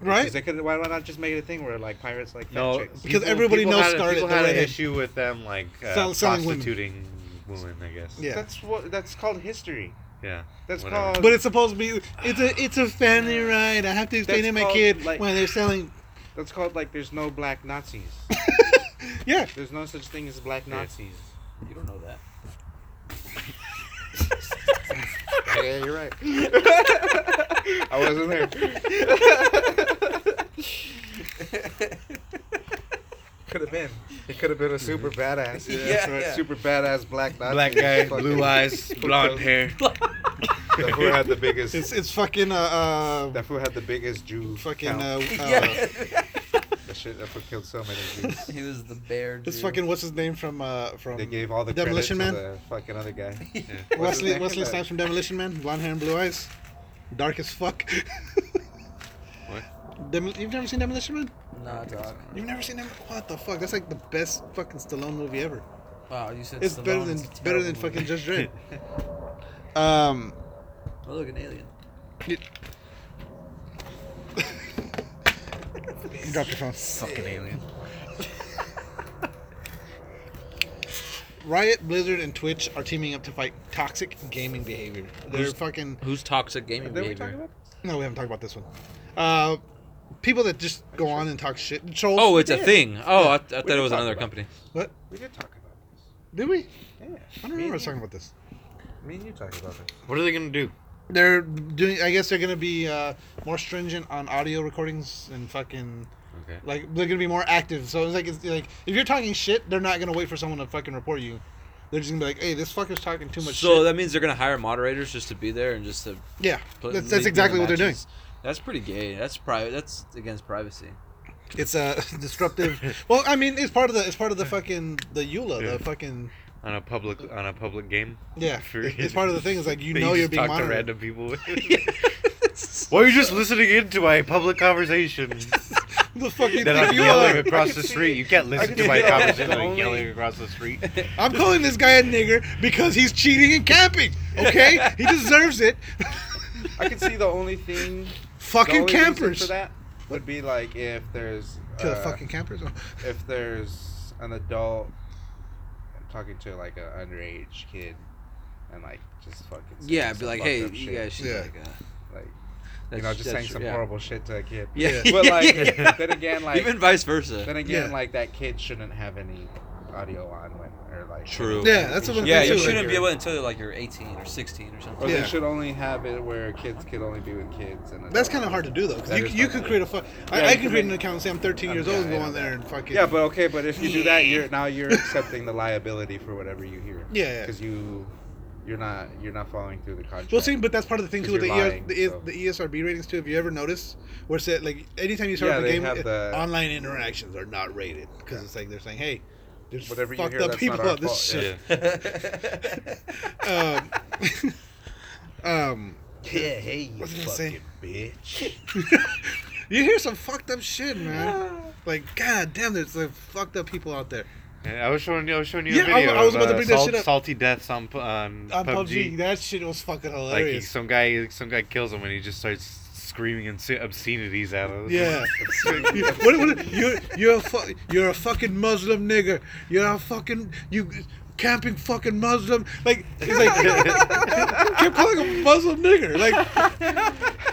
Speaker 3: 'Cause
Speaker 1: right.
Speaker 3: They could. Why not just make it a thing where like pirates like fat
Speaker 5: No,
Speaker 3: chicks?
Speaker 1: Because everybody knows
Speaker 5: had, a-
Speaker 1: Scarlet
Speaker 5: People
Speaker 1: the
Speaker 5: had an
Speaker 1: Redhead.
Speaker 5: issue with them like uh,
Speaker 1: Sell- selling women.
Speaker 5: prostituting women. I guess.
Speaker 1: Yeah.
Speaker 3: That's what. That's called history.
Speaker 5: Yeah.
Speaker 3: That's
Speaker 5: Whatever.
Speaker 3: called.
Speaker 1: But it's supposed to be it's a it's a family ride. I have to explain
Speaker 3: That's
Speaker 1: to my
Speaker 3: called,
Speaker 1: kid
Speaker 3: like-
Speaker 1: when they're selling.
Speaker 3: That's called like. There's no black Nazis.
Speaker 1: Yeah,
Speaker 3: There's no such thing as black Nazis.
Speaker 2: You don't know that.
Speaker 3: yeah, you're right. I wasn't there. could have been. It could have been a super badass.
Speaker 4: Yeah,
Speaker 3: That's right.
Speaker 4: yeah.
Speaker 3: Super badass Mm-hmm. black Nazi.
Speaker 5: Black guy,
Speaker 3: Fucking-
Speaker 5: blue eyes, blonde hair.
Speaker 3: That fool had the biggest.
Speaker 1: it's it's fucking uh, uh
Speaker 3: that fool had the biggest Jew.
Speaker 1: fucking
Speaker 3: count.
Speaker 1: uh, uh
Speaker 4: yeah.
Speaker 3: That shit. That fool killed so many Jews.
Speaker 4: he was the bear.
Speaker 1: it's
Speaker 4: dude.
Speaker 1: fucking what's his name from uh from
Speaker 3: They gave all the
Speaker 1: Demolition
Speaker 3: credit
Speaker 1: Man?
Speaker 3: to the fucking other guy. What's his
Speaker 1: Wesley
Speaker 3: name?
Speaker 1: Wesley
Speaker 3: That-
Speaker 1: Snipes from Demolition Man, blonde hair and blue eyes, dark as fuck. what? Dem- you've never seen Demolition Man?
Speaker 4: Nah, dog.
Speaker 1: You've never seen Dem- What the fuck? That's like the best fucking Stallone movie ever.
Speaker 4: Wow, you said
Speaker 1: It's better
Speaker 4: Stallone,
Speaker 1: than
Speaker 4: a
Speaker 1: better
Speaker 4: terrible
Speaker 1: than
Speaker 4: movie.
Speaker 1: fucking Judge Dredd. um.
Speaker 4: Oh, look, an alien.
Speaker 1: You dropped your phone.
Speaker 5: Fucking alien.
Speaker 1: Riot, Blizzard, and Twitch are teaming up to fight toxic gaming behavior. They're
Speaker 2: Who's-
Speaker 1: fucking.
Speaker 2: Who's toxic gaming
Speaker 3: Did we talk
Speaker 2: behavior?
Speaker 3: about?
Speaker 1: No, we haven't talked about this one. Uh, people that just go on and talk shit. Trolls.
Speaker 2: Oh, it's a
Speaker 1: Yeah.
Speaker 2: thing. Oh, I, I thought
Speaker 3: can
Speaker 2: it was
Speaker 3: talk
Speaker 2: another
Speaker 3: about
Speaker 2: company.
Speaker 1: What?
Speaker 3: We did talk about
Speaker 1: Did we?
Speaker 3: this.
Speaker 1: I
Speaker 3: Yeah.
Speaker 1: don't remember us talking about this.
Speaker 3: Me and you talked about this.
Speaker 5: What are they gonna do?
Speaker 1: They're doing. I guess they're gonna be uh, more stringent on audio recordings and fucking.
Speaker 5: Okay.
Speaker 1: Like they're gonna be more active. So it's like it's like if you're talking shit, they're not gonna wait for someone to fucking report you. They're just gonna be like, "Hey, this fucker's talking too much
Speaker 2: So
Speaker 1: shit."
Speaker 2: that means they're gonna hire moderators just to be there and just to.
Speaker 1: yeah, that's,
Speaker 2: Put, lead
Speaker 1: that's
Speaker 2: them
Speaker 1: exactly what they're doing.
Speaker 2: matches. That's pretty gay. That's private. That's against privacy.
Speaker 1: It's a disruptive. well, I mean, it's part of the it's part of the fucking the E EULA,
Speaker 5: Yeah.
Speaker 1: the fucking
Speaker 5: On a public on a public game.
Speaker 1: yeah.
Speaker 5: For-
Speaker 1: It- It's part of the thing. Is like you
Speaker 5: that
Speaker 1: know you're
Speaker 5: just
Speaker 1: being
Speaker 5: talk to
Speaker 1: monitored.
Speaker 5: random people. Why are you just listening into my public conversation?
Speaker 1: Who the fuck you
Speaker 5: that
Speaker 1: think
Speaker 5: I'm
Speaker 1: you
Speaker 5: yelling
Speaker 1: are?
Speaker 5: across
Speaker 3: could
Speaker 5: the
Speaker 3: see
Speaker 5: street.
Speaker 3: it.
Speaker 5: You can't listen
Speaker 3: could
Speaker 5: to
Speaker 3: see
Speaker 5: my
Speaker 3: it.
Speaker 5: conversation
Speaker 3: The
Speaker 5: that I'm
Speaker 3: only-
Speaker 5: yelling across the street.
Speaker 1: I'm calling this guy a nigger because he's cheating and camping. Okay, he deserves it.
Speaker 3: I can see the only thing. the
Speaker 1: fucking
Speaker 3: only reason
Speaker 1: campers.
Speaker 3: for that would be like if there's
Speaker 1: To the
Speaker 3: uh,
Speaker 1: fucking campers.
Speaker 3: if there's an adult talking to like an underage kid and like just fucking saying
Speaker 2: Yeah,
Speaker 3: some
Speaker 2: be like,
Speaker 3: fucked
Speaker 2: hey,
Speaker 3: up
Speaker 2: you
Speaker 3: shit,
Speaker 2: guys should
Speaker 1: Yeah.
Speaker 2: like. Uh,
Speaker 3: like
Speaker 2: that's-
Speaker 3: you know just saying
Speaker 2: that's-
Speaker 3: some
Speaker 2: yeah.
Speaker 3: horrible shit to a kid.
Speaker 2: Yeah.
Speaker 1: Yeah.
Speaker 3: But like
Speaker 2: Yeah.
Speaker 3: then again like
Speaker 2: Even vice versa.
Speaker 3: then again
Speaker 1: Yeah.
Speaker 3: like that kid shouldn't have any audio on when or like
Speaker 2: True.
Speaker 1: Yeah, that's what I'm
Speaker 2: Yeah,
Speaker 1: thinking
Speaker 2: you
Speaker 1: too,
Speaker 2: shouldn't
Speaker 1: like-
Speaker 2: be able until like you're 18 or 16 or something.
Speaker 3: Or
Speaker 1: Yeah.
Speaker 3: they should only have it where kids could only be with kids. And
Speaker 1: That's kind of hard to do though. 'cause
Speaker 3: That
Speaker 1: you,
Speaker 3: is
Speaker 1: you
Speaker 3: hard
Speaker 1: could
Speaker 3: to
Speaker 1: create a fuck.
Speaker 3: Yeah,
Speaker 1: I, I
Speaker 3: you
Speaker 1: could
Speaker 3: could
Speaker 1: create an
Speaker 3: make-
Speaker 1: account and say I'm 13 years
Speaker 3: Yeah,
Speaker 1: old and
Speaker 3: I
Speaker 1: go
Speaker 3: know
Speaker 1: on there
Speaker 3: that.
Speaker 1: and fucking.
Speaker 3: Yeah, but okay, but if you do that, you're now you're accepting the liability for whatever you hear.
Speaker 1: Yeah, yeah.
Speaker 3: Because you, you're not you're not following through the contract.
Speaker 1: Well, see, but that's part of the thing too.
Speaker 3: 'Cause
Speaker 1: With the,
Speaker 3: you're lying,
Speaker 1: ER, the, E- the
Speaker 3: so.
Speaker 1: ESRB ratings too. Have you ever noticed where it said like anytime you start
Speaker 3: Yeah,
Speaker 1: up a
Speaker 3: they
Speaker 1: game,
Speaker 3: have
Speaker 1: it-
Speaker 3: the-
Speaker 1: online interactions are not rated because it's like they're saying, hey, there's
Speaker 3: Whatever you
Speaker 1: fucked
Speaker 3: hear,
Speaker 1: up
Speaker 3: that's
Speaker 1: people
Speaker 3: not our
Speaker 1: on this
Speaker 3: fault,
Speaker 1: shit. Um, um,
Speaker 4: Yeah, hey,
Speaker 1: what
Speaker 4: you
Speaker 1: was I gonna say?
Speaker 3: bitch.
Speaker 1: You hear some fucked up shit, man. Like, god damn, there's like fucked up people out there.
Speaker 5: I was showing you. I was showing you
Speaker 1: Yeah,
Speaker 5: a
Speaker 1: I
Speaker 5: video.
Speaker 1: wa- I was
Speaker 5: of,
Speaker 1: about to
Speaker 5: uh,
Speaker 1: bring that
Speaker 5: salt-
Speaker 1: shit up.
Speaker 5: Salty deaths on pu- on,
Speaker 1: On PUBG,
Speaker 5: PUBG.
Speaker 1: that shit was fucking
Speaker 5: Like he,
Speaker 1: hilarious.
Speaker 5: some guy, some guy kills him and he just starts screaming and obscenities at him.
Speaker 1: yeah. You- what, what, you're you're a fu- you're a fucking Muslim nigger. You're a fucking you camping fucking Muslim. Like he's like kept calling him Muslim nigger. Like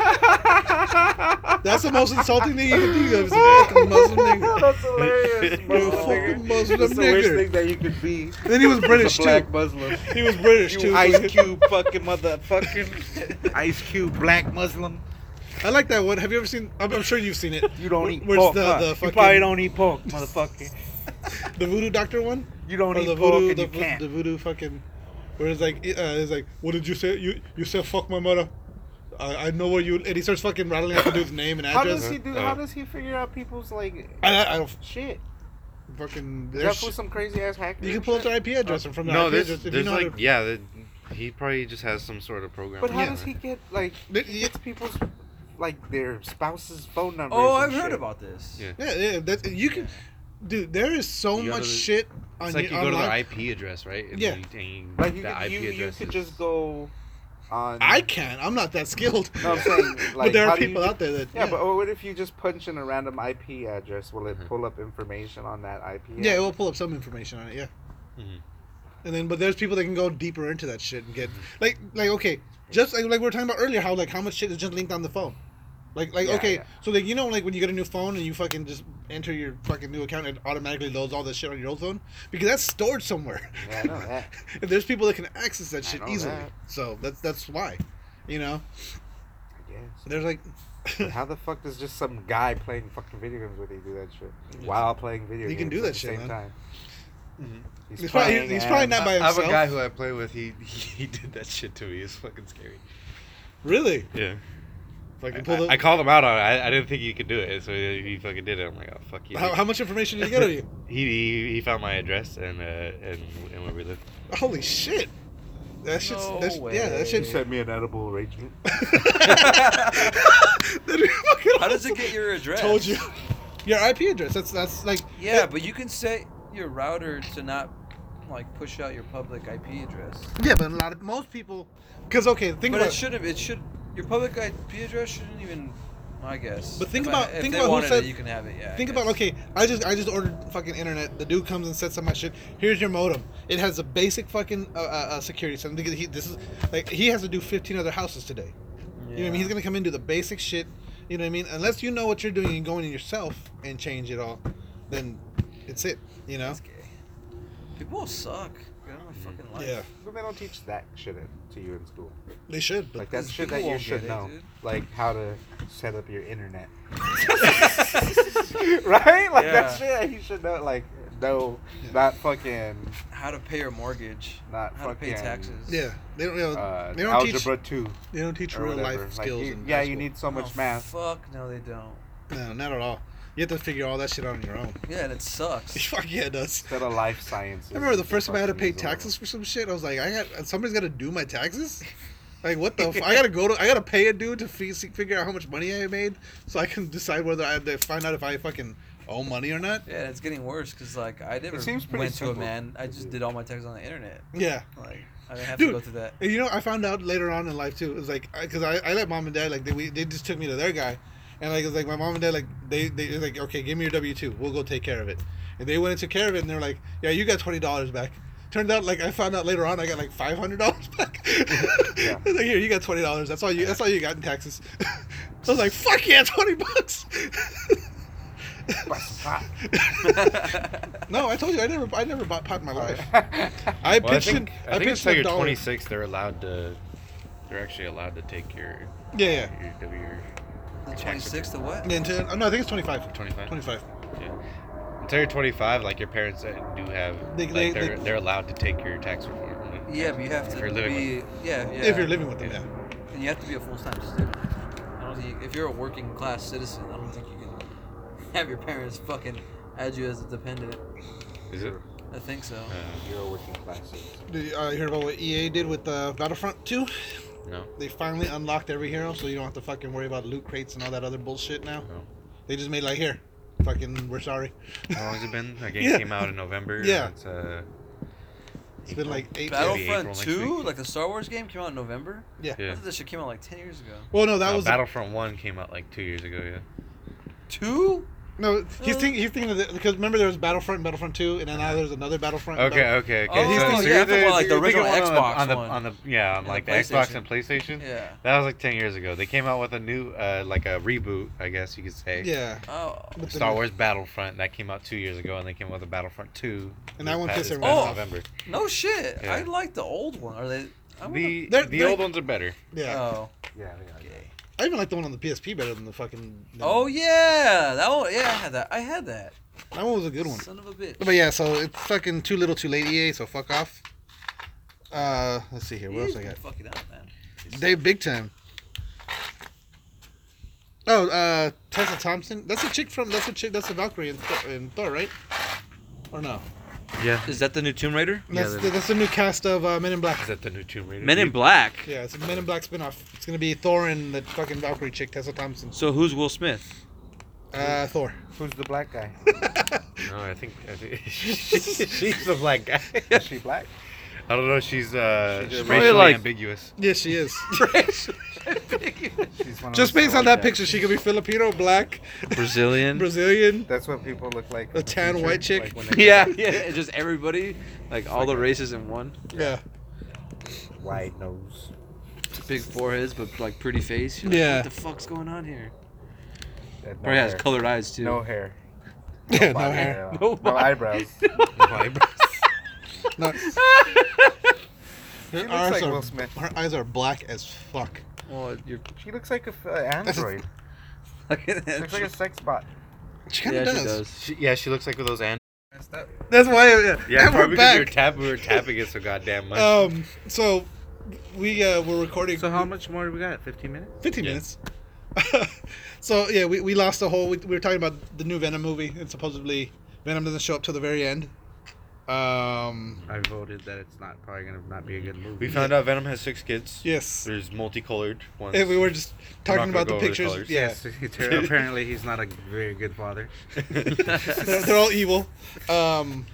Speaker 1: that's the most insulting thing you can think of. Is a fucking Muslim nigger.
Speaker 3: That's hilarious.
Speaker 1: You're a
Speaker 3: Muslim
Speaker 1: fucking
Speaker 3: nigger.
Speaker 1: Muslim
Speaker 3: That's the worst thing
Speaker 1: nigger.
Speaker 3: that you could be. is
Speaker 1: And then he was British
Speaker 3: a
Speaker 1: too.
Speaker 3: black Muslim.
Speaker 1: He was British
Speaker 3: You
Speaker 1: too.
Speaker 3: Ice Cube fucking motherfucking Ice Cube black Muslim.
Speaker 1: I like that one. Have you ever seen? I'm, I'm sure you've seen it.
Speaker 3: You don't
Speaker 1: Where-
Speaker 3: eat
Speaker 1: where's
Speaker 3: pork.
Speaker 1: the-
Speaker 3: huh?
Speaker 1: the
Speaker 3: You
Speaker 1: fucking-
Speaker 3: probably don't eat pork, motherfucker.
Speaker 1: The Voodoo Doctor one.
Speaker 3: You don't
Speaker 1: Or
Speaker 3: eat
Speaker 1: the
Speaker 3: pork
Speaker 1: voodoo,
Speaker 3: and
Speaker 1: the,
Speaker 3: you
Speaker 1: vo- the
Speaker 3: can't.
Speaker 1: voodoo fucking, where it's like, uh, it's like, what did you say? You you said fuck my mother. I, I know where you. And he starts fucking rattling out the dude's name and
Speaker 3: How
Speaker 1: address.
Speaker 3: does he do? How does he figure out people's like
Speaker 1: I, I, I don't
Speaker 3: shit?
Speaker 1: fucking.
Speaker 3: Is that
Speaker 1: There's,
Speaker 3: fool some crazy ass hacker?
Speaker 1: you can pull up their IP address and from their
Speaker 5: Uh, no,
Speaker 3: Uh,
Speaker 1: IP
Speaker 5: there's,
Speaker 1: address if
Speaker 5: there's
Speaker 1: you know
Speaker 5: like
Speaker 1: how to,
Speaker 5: yeah, the- He probably just has some sort of program.
Speaker 3: But how
Speaker 1: Yeah.
Speaker 3: does he get like
Speaker 1: But
Speaker 3: he
Speaker 1: yeah.
Speaker 3: gets people's like their spouse's phone numbers?
Speaker 2: Oh,
Speaker 3: and
Speaker 2: I've heard
Speaker 3: shit.
Speaker 2: about this.
Speaker 5: Yeah.
Speaker 1: Yeah, yeah. That you can, dude. There is so
Speaker 5: You go
Speaker 1: much
Speaker 5: to the-
Speaker 1: shit on
Speaker 5: It's like you
Speaker 1: your
Speaker 5: go to their
Speaker 1: online.
Speaker 5: IP address, right? And
Speaker 1: Yeah.
Speaker 5: You, and you,
Speaker 3: Like you
Speaker 5: the
Speaker 3: could,
Speaker 5: IP
Speaker 3: you, you
Speaker 5: address
Speaker 3: could
Speaker 5: is-
Speaker 3: just go on.
Speaker 1: I can't. I'm not that skilled.
Speaker 3: No, I'm saying,
Speaker 1: but
Speaker 3: like,
Speaker 1: there
Speaker 3: how
Speaker 1: are
Speaker 3: do you
Speaker 1: people
Speaker 3: get-
Speaker 1: out there that.
Speaker 3: yeah, Mm-hmm. but oh, what if you just punch in a random IP address? Will it
Speaker 5: Mhm.
Speaker 3: pull up information on that IP?
Speaker 1: Yeah, it
Speaker 3: address?
Speaker 1: will pull up some information on it. Yeah.
Speaker 5: Mhm.
Speaker 1: And then, but there's people that can go deeper into that shit and get like, like okay, just like, like we were talking about earlier, how like how much shit is just linked on the phone. Like, like
Speaker 3: Yeah,
Speaker 1: okay,
Speaker 3: yeah.
Speaker 1: so like you know like when you get a new phone and you fucking just enter your fucking new account, it automatically loads all that shit on your old phone because that's stored somewhere.
Speaker 3: Yeah, I know that.
Speaker 1: and there's people that can access that shit
Speaker 3: know
Speaker 1: easily.
Speaker 3: that.
Speaker 1: So that's that's why, you know,
Speaker 3: I guess.
Speaker 1: there's like,
Speaker 3: But How the fuck does just some guy playing fucking video games with you do that shit while playing video
Speaker 1: He can
Speaker 3: games?
Speaker 1: do
Speaker 3: at
Speaker 1: that
Speaker 3: the
Speaker 1: shit,
Speaker 3: Same
Speaker 1: man.
Speaker 3: time. Mm-hmm.
Speaker 5: Mhm.
Speaker 1: He's probably-
Speaker 3: playing
Speaker 1: he's probably
Speaker 3: and-
Speaker 1: not by
Speaker 5: I have a
Speaker 1: himself?
Speaker 5: guy who I play with. He he, he did that shit to me. It's fucking scary.
Speaker 1: really,
Speaker 5: Yeah.
Speaker 1: fucking
Speaker 5: I,
Speaker 1: pull
Speaker 5: I
Speaker 1: the.
Speaker 5: called him out on it. I, I didn't think he could do it, so he, he fucking did it. I'm like, oh fuck you.
Speaker 1: How, how much information did you get on you?
Speaker 5: he, he he found my address and uh, and and where we live.
Speaker 1: Holy shit. That shit's
Speaker 2: No
Speaker 1: that's, yeah, that
Speaker 3: You
Speaker 1: shit's
Speaker 3: sent me an edible arrangement.
Speaker 1: That'd be fucking
Speaker 2: How does
Speaker 1: awesome.
Speaker 2: it get your address?
Speaker 1: Told you. Your IP address. That's that's like
Speaker 2: Yeah, but you can set your router to not like push out your public IP address.
Speaker 1: Yeah, but a lot of most people cuz okay, think
Speaker 2: but
Speaker 1: about
Speaker 2: it shouldn't. It should. Your public IP address shouldn't even. I guess.
Speaker 1: But think
Speaker 2: If I-
Speaker 1: about-
Speaker 2: if
Speaker 1: think
Speaker 2: they
Speaker 1: about who
Speaker 2: wanted
Speaker 1: said-
Speaker 2: it, you can have it. Yeah. I
Speaker 1: Think about
Speaker 2: guess.
Speaker 1: okay, I just I just ordered fucking internet. The dude comes and sets up my shit. Here's your modem. It has a basic fucking uh, uh, uh, security system. Because he this is like he has to do 15 other houses today. You know what I mean? He's gonna come in do the basic shit. You know what I mean? Unless you know what you're doing and going in yourself and change it all, then it's it. You know?
Speaker 2: That's gay. People suck. Get out of my
Speaker 4: Mm-hmm.
Speaker 2: fucking life.
Speaker 1: Yeah,
Speaker 3: But they don't teach that shit in- to you in school.
Speaker 1: they should. But
Speaker 3: Like that's
Speaker 2: These
Speaker 3: shit
Speaker 2: people
Speaker 3: that you
Speaker 2: won't
Speaker 3: should
Speaker 2: get it,
Speaker 3: know.
Speaker 2: dude.
Speaker 3: Like how to set up your internet. right? Like
Speaker 2: Yeah.
Speaker 3: that's shit that you should know. Like no, not fucking,
Speaker 2: How to pay your mortgage.
Speaker 3: not
Speaker 2: How to
Speaker 3: fucking.
Speaker 2: pay taxes.
Speaker 1: Yeah, they don't. You know,
Speaker 3: Uh,
Speaker 1: they don't
Speaker 3: algebra
Speaker 1: teach.
Speaker 3: two.
Speaker 1: They don't teach
Speaker 3: or
Speaker 1: real
Speaker 3: whatever.
Speaker 1: life
Speaker 3: Like,
Speaker 1: skills.
Speaker 3: you-
Speaker 1: in
Speaker 3: yeah,
Speaker 1: high
Speaker 3: you
Speaker 1: school.
Speaker 3: need so
Speaker 2: Oh,
Speaker 3: much math.
Speaker 2: Fuck no, they don't.
Speaker 1: No, not at all. You have to figure all that shit out on your own.
Speaker 2: Yeah, and it sucks.
Speaker 1: Fuck yeah, it does.
Speaker 3: Instead of life sciences.
Speaker 1: I remember the
Speaker 3: you
Speaker 1: first time I had to pay
Speaker 3: fucking use all of
Speaker 1: taxes for some shit. I was like, I got somebody's got to do my taxes. Like what the? F- I gotta go to. I gotta pay a dude to fi- see- figure out how much money I made, so I can decide whether I have to find out if I fucking owe money or not.
Speaker 2: Yeah, and it's getting worse because like I never
Speaker 3: seems pretty
Speaker 2: went to a
Speaker 3: simple
Speaker 2: man. I just did all my taxes on the internet.
Speaker 1: Yeah.
Speaker 2: Like I didn't have
Speaker 1: Dude.
Speaker 2: to go through that.
Speaker 1: And you know, I found out later on in life too. It was like because I, I let mom and dad like they, we, they just took me to their guy, and like it was like my mom and dad like they they they're like okay give me your W two we'll go take care of it, and they went and took care of it and they're like yeah you got twenty dollars back. Turned out like I found out later on I got like five hundred dollars back.
Speaker 3: Yeah.
Speaker 1: I was like here you got twenty dollars that's all you that's all you got in taxes. I was like fuck yeah twenty bucks. no, I told you I never I never bought pot in my life. I
Speaker 5: Well, I
Speaker 1: pitched in
Speaker 5: think, I think
Speaker 1: pitched
Speaker 5: it's
Speaker 1: in
Speaker 5: like
Speaker 1: a
Speaker 5: you're
Speaker 1: dollar.
Speaker 5: 26. They're allowed to. They're actually allowed to take your
Speaker 1: Yeah, yeah.
Speaker 5: your, your, your
Speaker 2: The 26th of what?
Speaker 1: And then- oh, no, I think it's 25.
Speaker 5: 25?
Speaker 1: 25.
Speaker 5: until you're 25. Like your parents uh, do have.
Speaker 1: They-
Speaker 5: like,
Speaker 1: they-
Speaker 5: are
Speaker 1: they-
Speaker 5: they're allowed to take your tax reform.
Speaker 2: Yeah, but you have
Speaker 5: If
Speaker 2: to
Speaker 5: you're living
Speaker 2: be. Yeah, yeah.
Speaker 1: If you're living with them, yeah.
Speaker 2: and you have to be a full time student. I don't think if you're a working class citizen, I don't think you can have your parents fucking add you as a dependent.
Speaker 5: Is it?
Speaker 2: I think so.
Speaker 5: Uh,
Speaker 3: You're a working classes.
Speaker 1: Did you uh, hear about what EA did with uh, Battlefront 2?
Speaker 5: no.
Speaker 1: They finally unlocked every hero, so you don't have to fucking worry about loot crates and all that other bullshit now.
Speaker 5: Oh.
Speaker 1: They just made like here, fucking we're sorry.
Speaker 5: How long has it been? That game
Speaker 1: Yeah.
Speaker 5: came out in November.
Speaker 1: Yeah.
Speaker 5: It's, uh,
Speaker 1: It's been like eight.
Speaker 5: Battle-
Speaker 1: years.
Speaker 5: April
Speaker 2: Battlefront
Speaker 5: next
Speaker 2: 2,
Speaker 5: week.
Speaker 2: like the Star Wars game, came out in November.
Speaker 1: Yeah.
Speaker 5: Yeah.
Speaker 2: I thought this shit came out like 10 years ago.
Speaker 1: Well, no, that
Speaker 5: That
Speaker 1: was
Speaker 5: Battlefront One came out like two years ago. Yeah.
Speaker 2: Two?
Speaker 1: no. He's thinking. He's thinking of the, because remember there was Battlefront, and Battlefront Two, and then now there's another Battlefront. and
Speaker 5: Okay,
Speaker 1: Battle-
Speaker 5: okay, okay.
Speaker 2: Oh, yeah, I
Speaker 5: you're
Speaker 2: thought more like the
Speaker 5: you're thinking
Speaker 2: original Xbox
Speaker 5: on the,
Speaker 2: one.
Speaker 5: on the, on the yeah, on
Speaker 2: And
Speaker 5: like the,
Speaker 2: the
Speaker 5: Xbox
Speaker 2: PlayStation.
Speaker 5: and PlayStation.
Speaker 2: Yeah.
Speaker 5: That was like ten years ago. They came out with a new, uh, like a reboot, I guess you could say.
Speaker 1: Yeah.
Speaker 2: Oh.
Speaker 1: But the-
Speaker 5: Star Wars Battlefront that came out two years ago, and they came out with a Battlefront Two.
Speaker 1: And that one
Speaker 5: this
Speaker 1: pissed
Speaker 5: past- this
Speaker 1: everyone
Speaker 5: past
Speaker 2: off.
Speaker 5: November.
Speaker 2: No shit.
Speaker 5: Yeah.
Speaker 2: I like the old one. Are they? I wanna-
Speaker 5: The
Speaker 1: They're-
Speaker 5: the
Speaker 1: they're-
Speaker 5: old ones are better.
Speaker 8: Uh.
Speaker 1: Yeah.
Speaker 2: Oh.
Speaker 3: Yeah, they are.
Speaker 2: Okay.
Speaker 1: I even like the one on the PSP better than the fucking.
Speaker 2: Oh yeah, that one. Yeah, I had that. I had that.
Speaker 1: That one was a good one.
Speaker 2: Son of a bitch.
Speaker 1: But yeah, so it's fucking too little, too late. EA, so fuck off. Uh, let's see here. What else I got?
Speaker 2: Fuck it up, man.
Speaker 1: They big time. Oh, uh, Tessa Thompson. That's a chick from. That's a chick. That's a Valkyrie in Thor, in Thor right? Or no?
Speaker 5: Yeah.
Speaker 2: Is that the new Tomb Raider?
Speaker 5: Yeah,
Speaker 1: That's,
Speaker 5: they-
Speaker 1: that's the new cast of uh, Men in Black.
Speaker 5: Is that the new Tomb Raider?
Speaker 2: Men in Black.
Speaker 1: Yeah, it's a Men in Black spinoff. It's gonna be Thor and the fucking Valkyrie chick, Tessa Thompson.
Speaker 2: So who's Will Smith?
Speaker 1: Uh, Thor.
Speaker 3: Who's the black guy?
Speaker 5: No, I think, I think she's the black guy.
Speaker 3: Is she black?
Speaker 5: I don't know. She's uh,
Speaker 3: She's
Speaker 5: racially
Speaker 7: like-
Speaker 5: ambiguous.
Speaker 1: Yes, she is.
Speaker 3: She's one of
Speaker 1: Just
Speaker 3: those
Speaker 1: based
Speaker 3: that
Speaker 1: on that
Speaker 3: like
Speaker 1: picture, she could be Filipino, black,
Speaker 2: Brazilian.
Speaker 1: Brazilian.
Speaker 3: That's what people look like. in
Speaker 1: A
Speaker 3: the
Speaker 1: tan
Speaker 3: future,
Speaker 1: white chick.
Speaker 3: like when they
Speaker 2: yeah, yeah. and Just everybody, like all the races in one.
Speaker 1: Yeah.
Speaker 3: got Wide nose.
Speaker 2: Big foreheads, but like pretty face. You're like,
Speaker 1: Yeah.
Speaker 2: What the fuck's going on here?
Speaker 3: and No
Speaker 2: Probably has
Speaker 3: hair.
Speaker 2: colored eyes too.
Speaker 3: No hair.
Speaker 1: Yeah, no
Speaker 3: body
Speaker 1: hair.
Speaker 3: at all.
Speaker 2: No
Speaker 3: No
Speaker 2: body.
Speaker 3: eyebrows.
Speaker 1: No,
Speaker 3: She
Speaker 1: her,
Speaker 3: looks
Speaker 1: eyes
Speaker 3: like
Speaker 1: are,
Speaker 3: Will Smith.
Speaker 1: her eyes are black as fuck.
Speaker 2: well, you're
Speaker 3: She looks like a f- uh, android.
Speaker 2: fucking.
Speaker 3: She looks like a sex bot.
Speaker 1: She kind
Speaker 2: yeah,
Speaker 1: of
Speaker 2: she
Speaker 1: does.
Speaker 2: does.
Speaker 5: She, yeah, she looks like those ant.
Speaker 1: That's why. Yeah,
Speaker 5: Yeah,
Speaker 1: and we're
Speaker 5: probably because we were, Oh.
Speaker 1: back.
Speaker 5: tap- we were tapping it so goddamn much.
Speaker 1: Um, so we uh, were recording.
Speaker 7: So how much more do we got? 15 minutes?
Speaker 1: 15
Speaker 5: Yeah.
Speaker 1: minutes. so yeah, we, we lost the whole. We, we were talking about the new Venom movie, and supposedly Venom doesn't show up till the very end. Um,
Speaker 7: I voted that it's not probably gonna not be a good movie.
Speaker 5: we found out Venom has six kids.
Speaker 1: yes,
Speaker 5: There's multicolored ones.
Speaker 1: and we were just talking
Speaker 5: not
Speaker 1: about the
Speaker 5: gonna go over the
Speaker 1: pictures.
Speaker 5: colours.
Speaker 1: yeah,
Speaker 7: Yes, he tur- apparently he's not a very good father.
Speaker 1: they're, they're all evil. Um,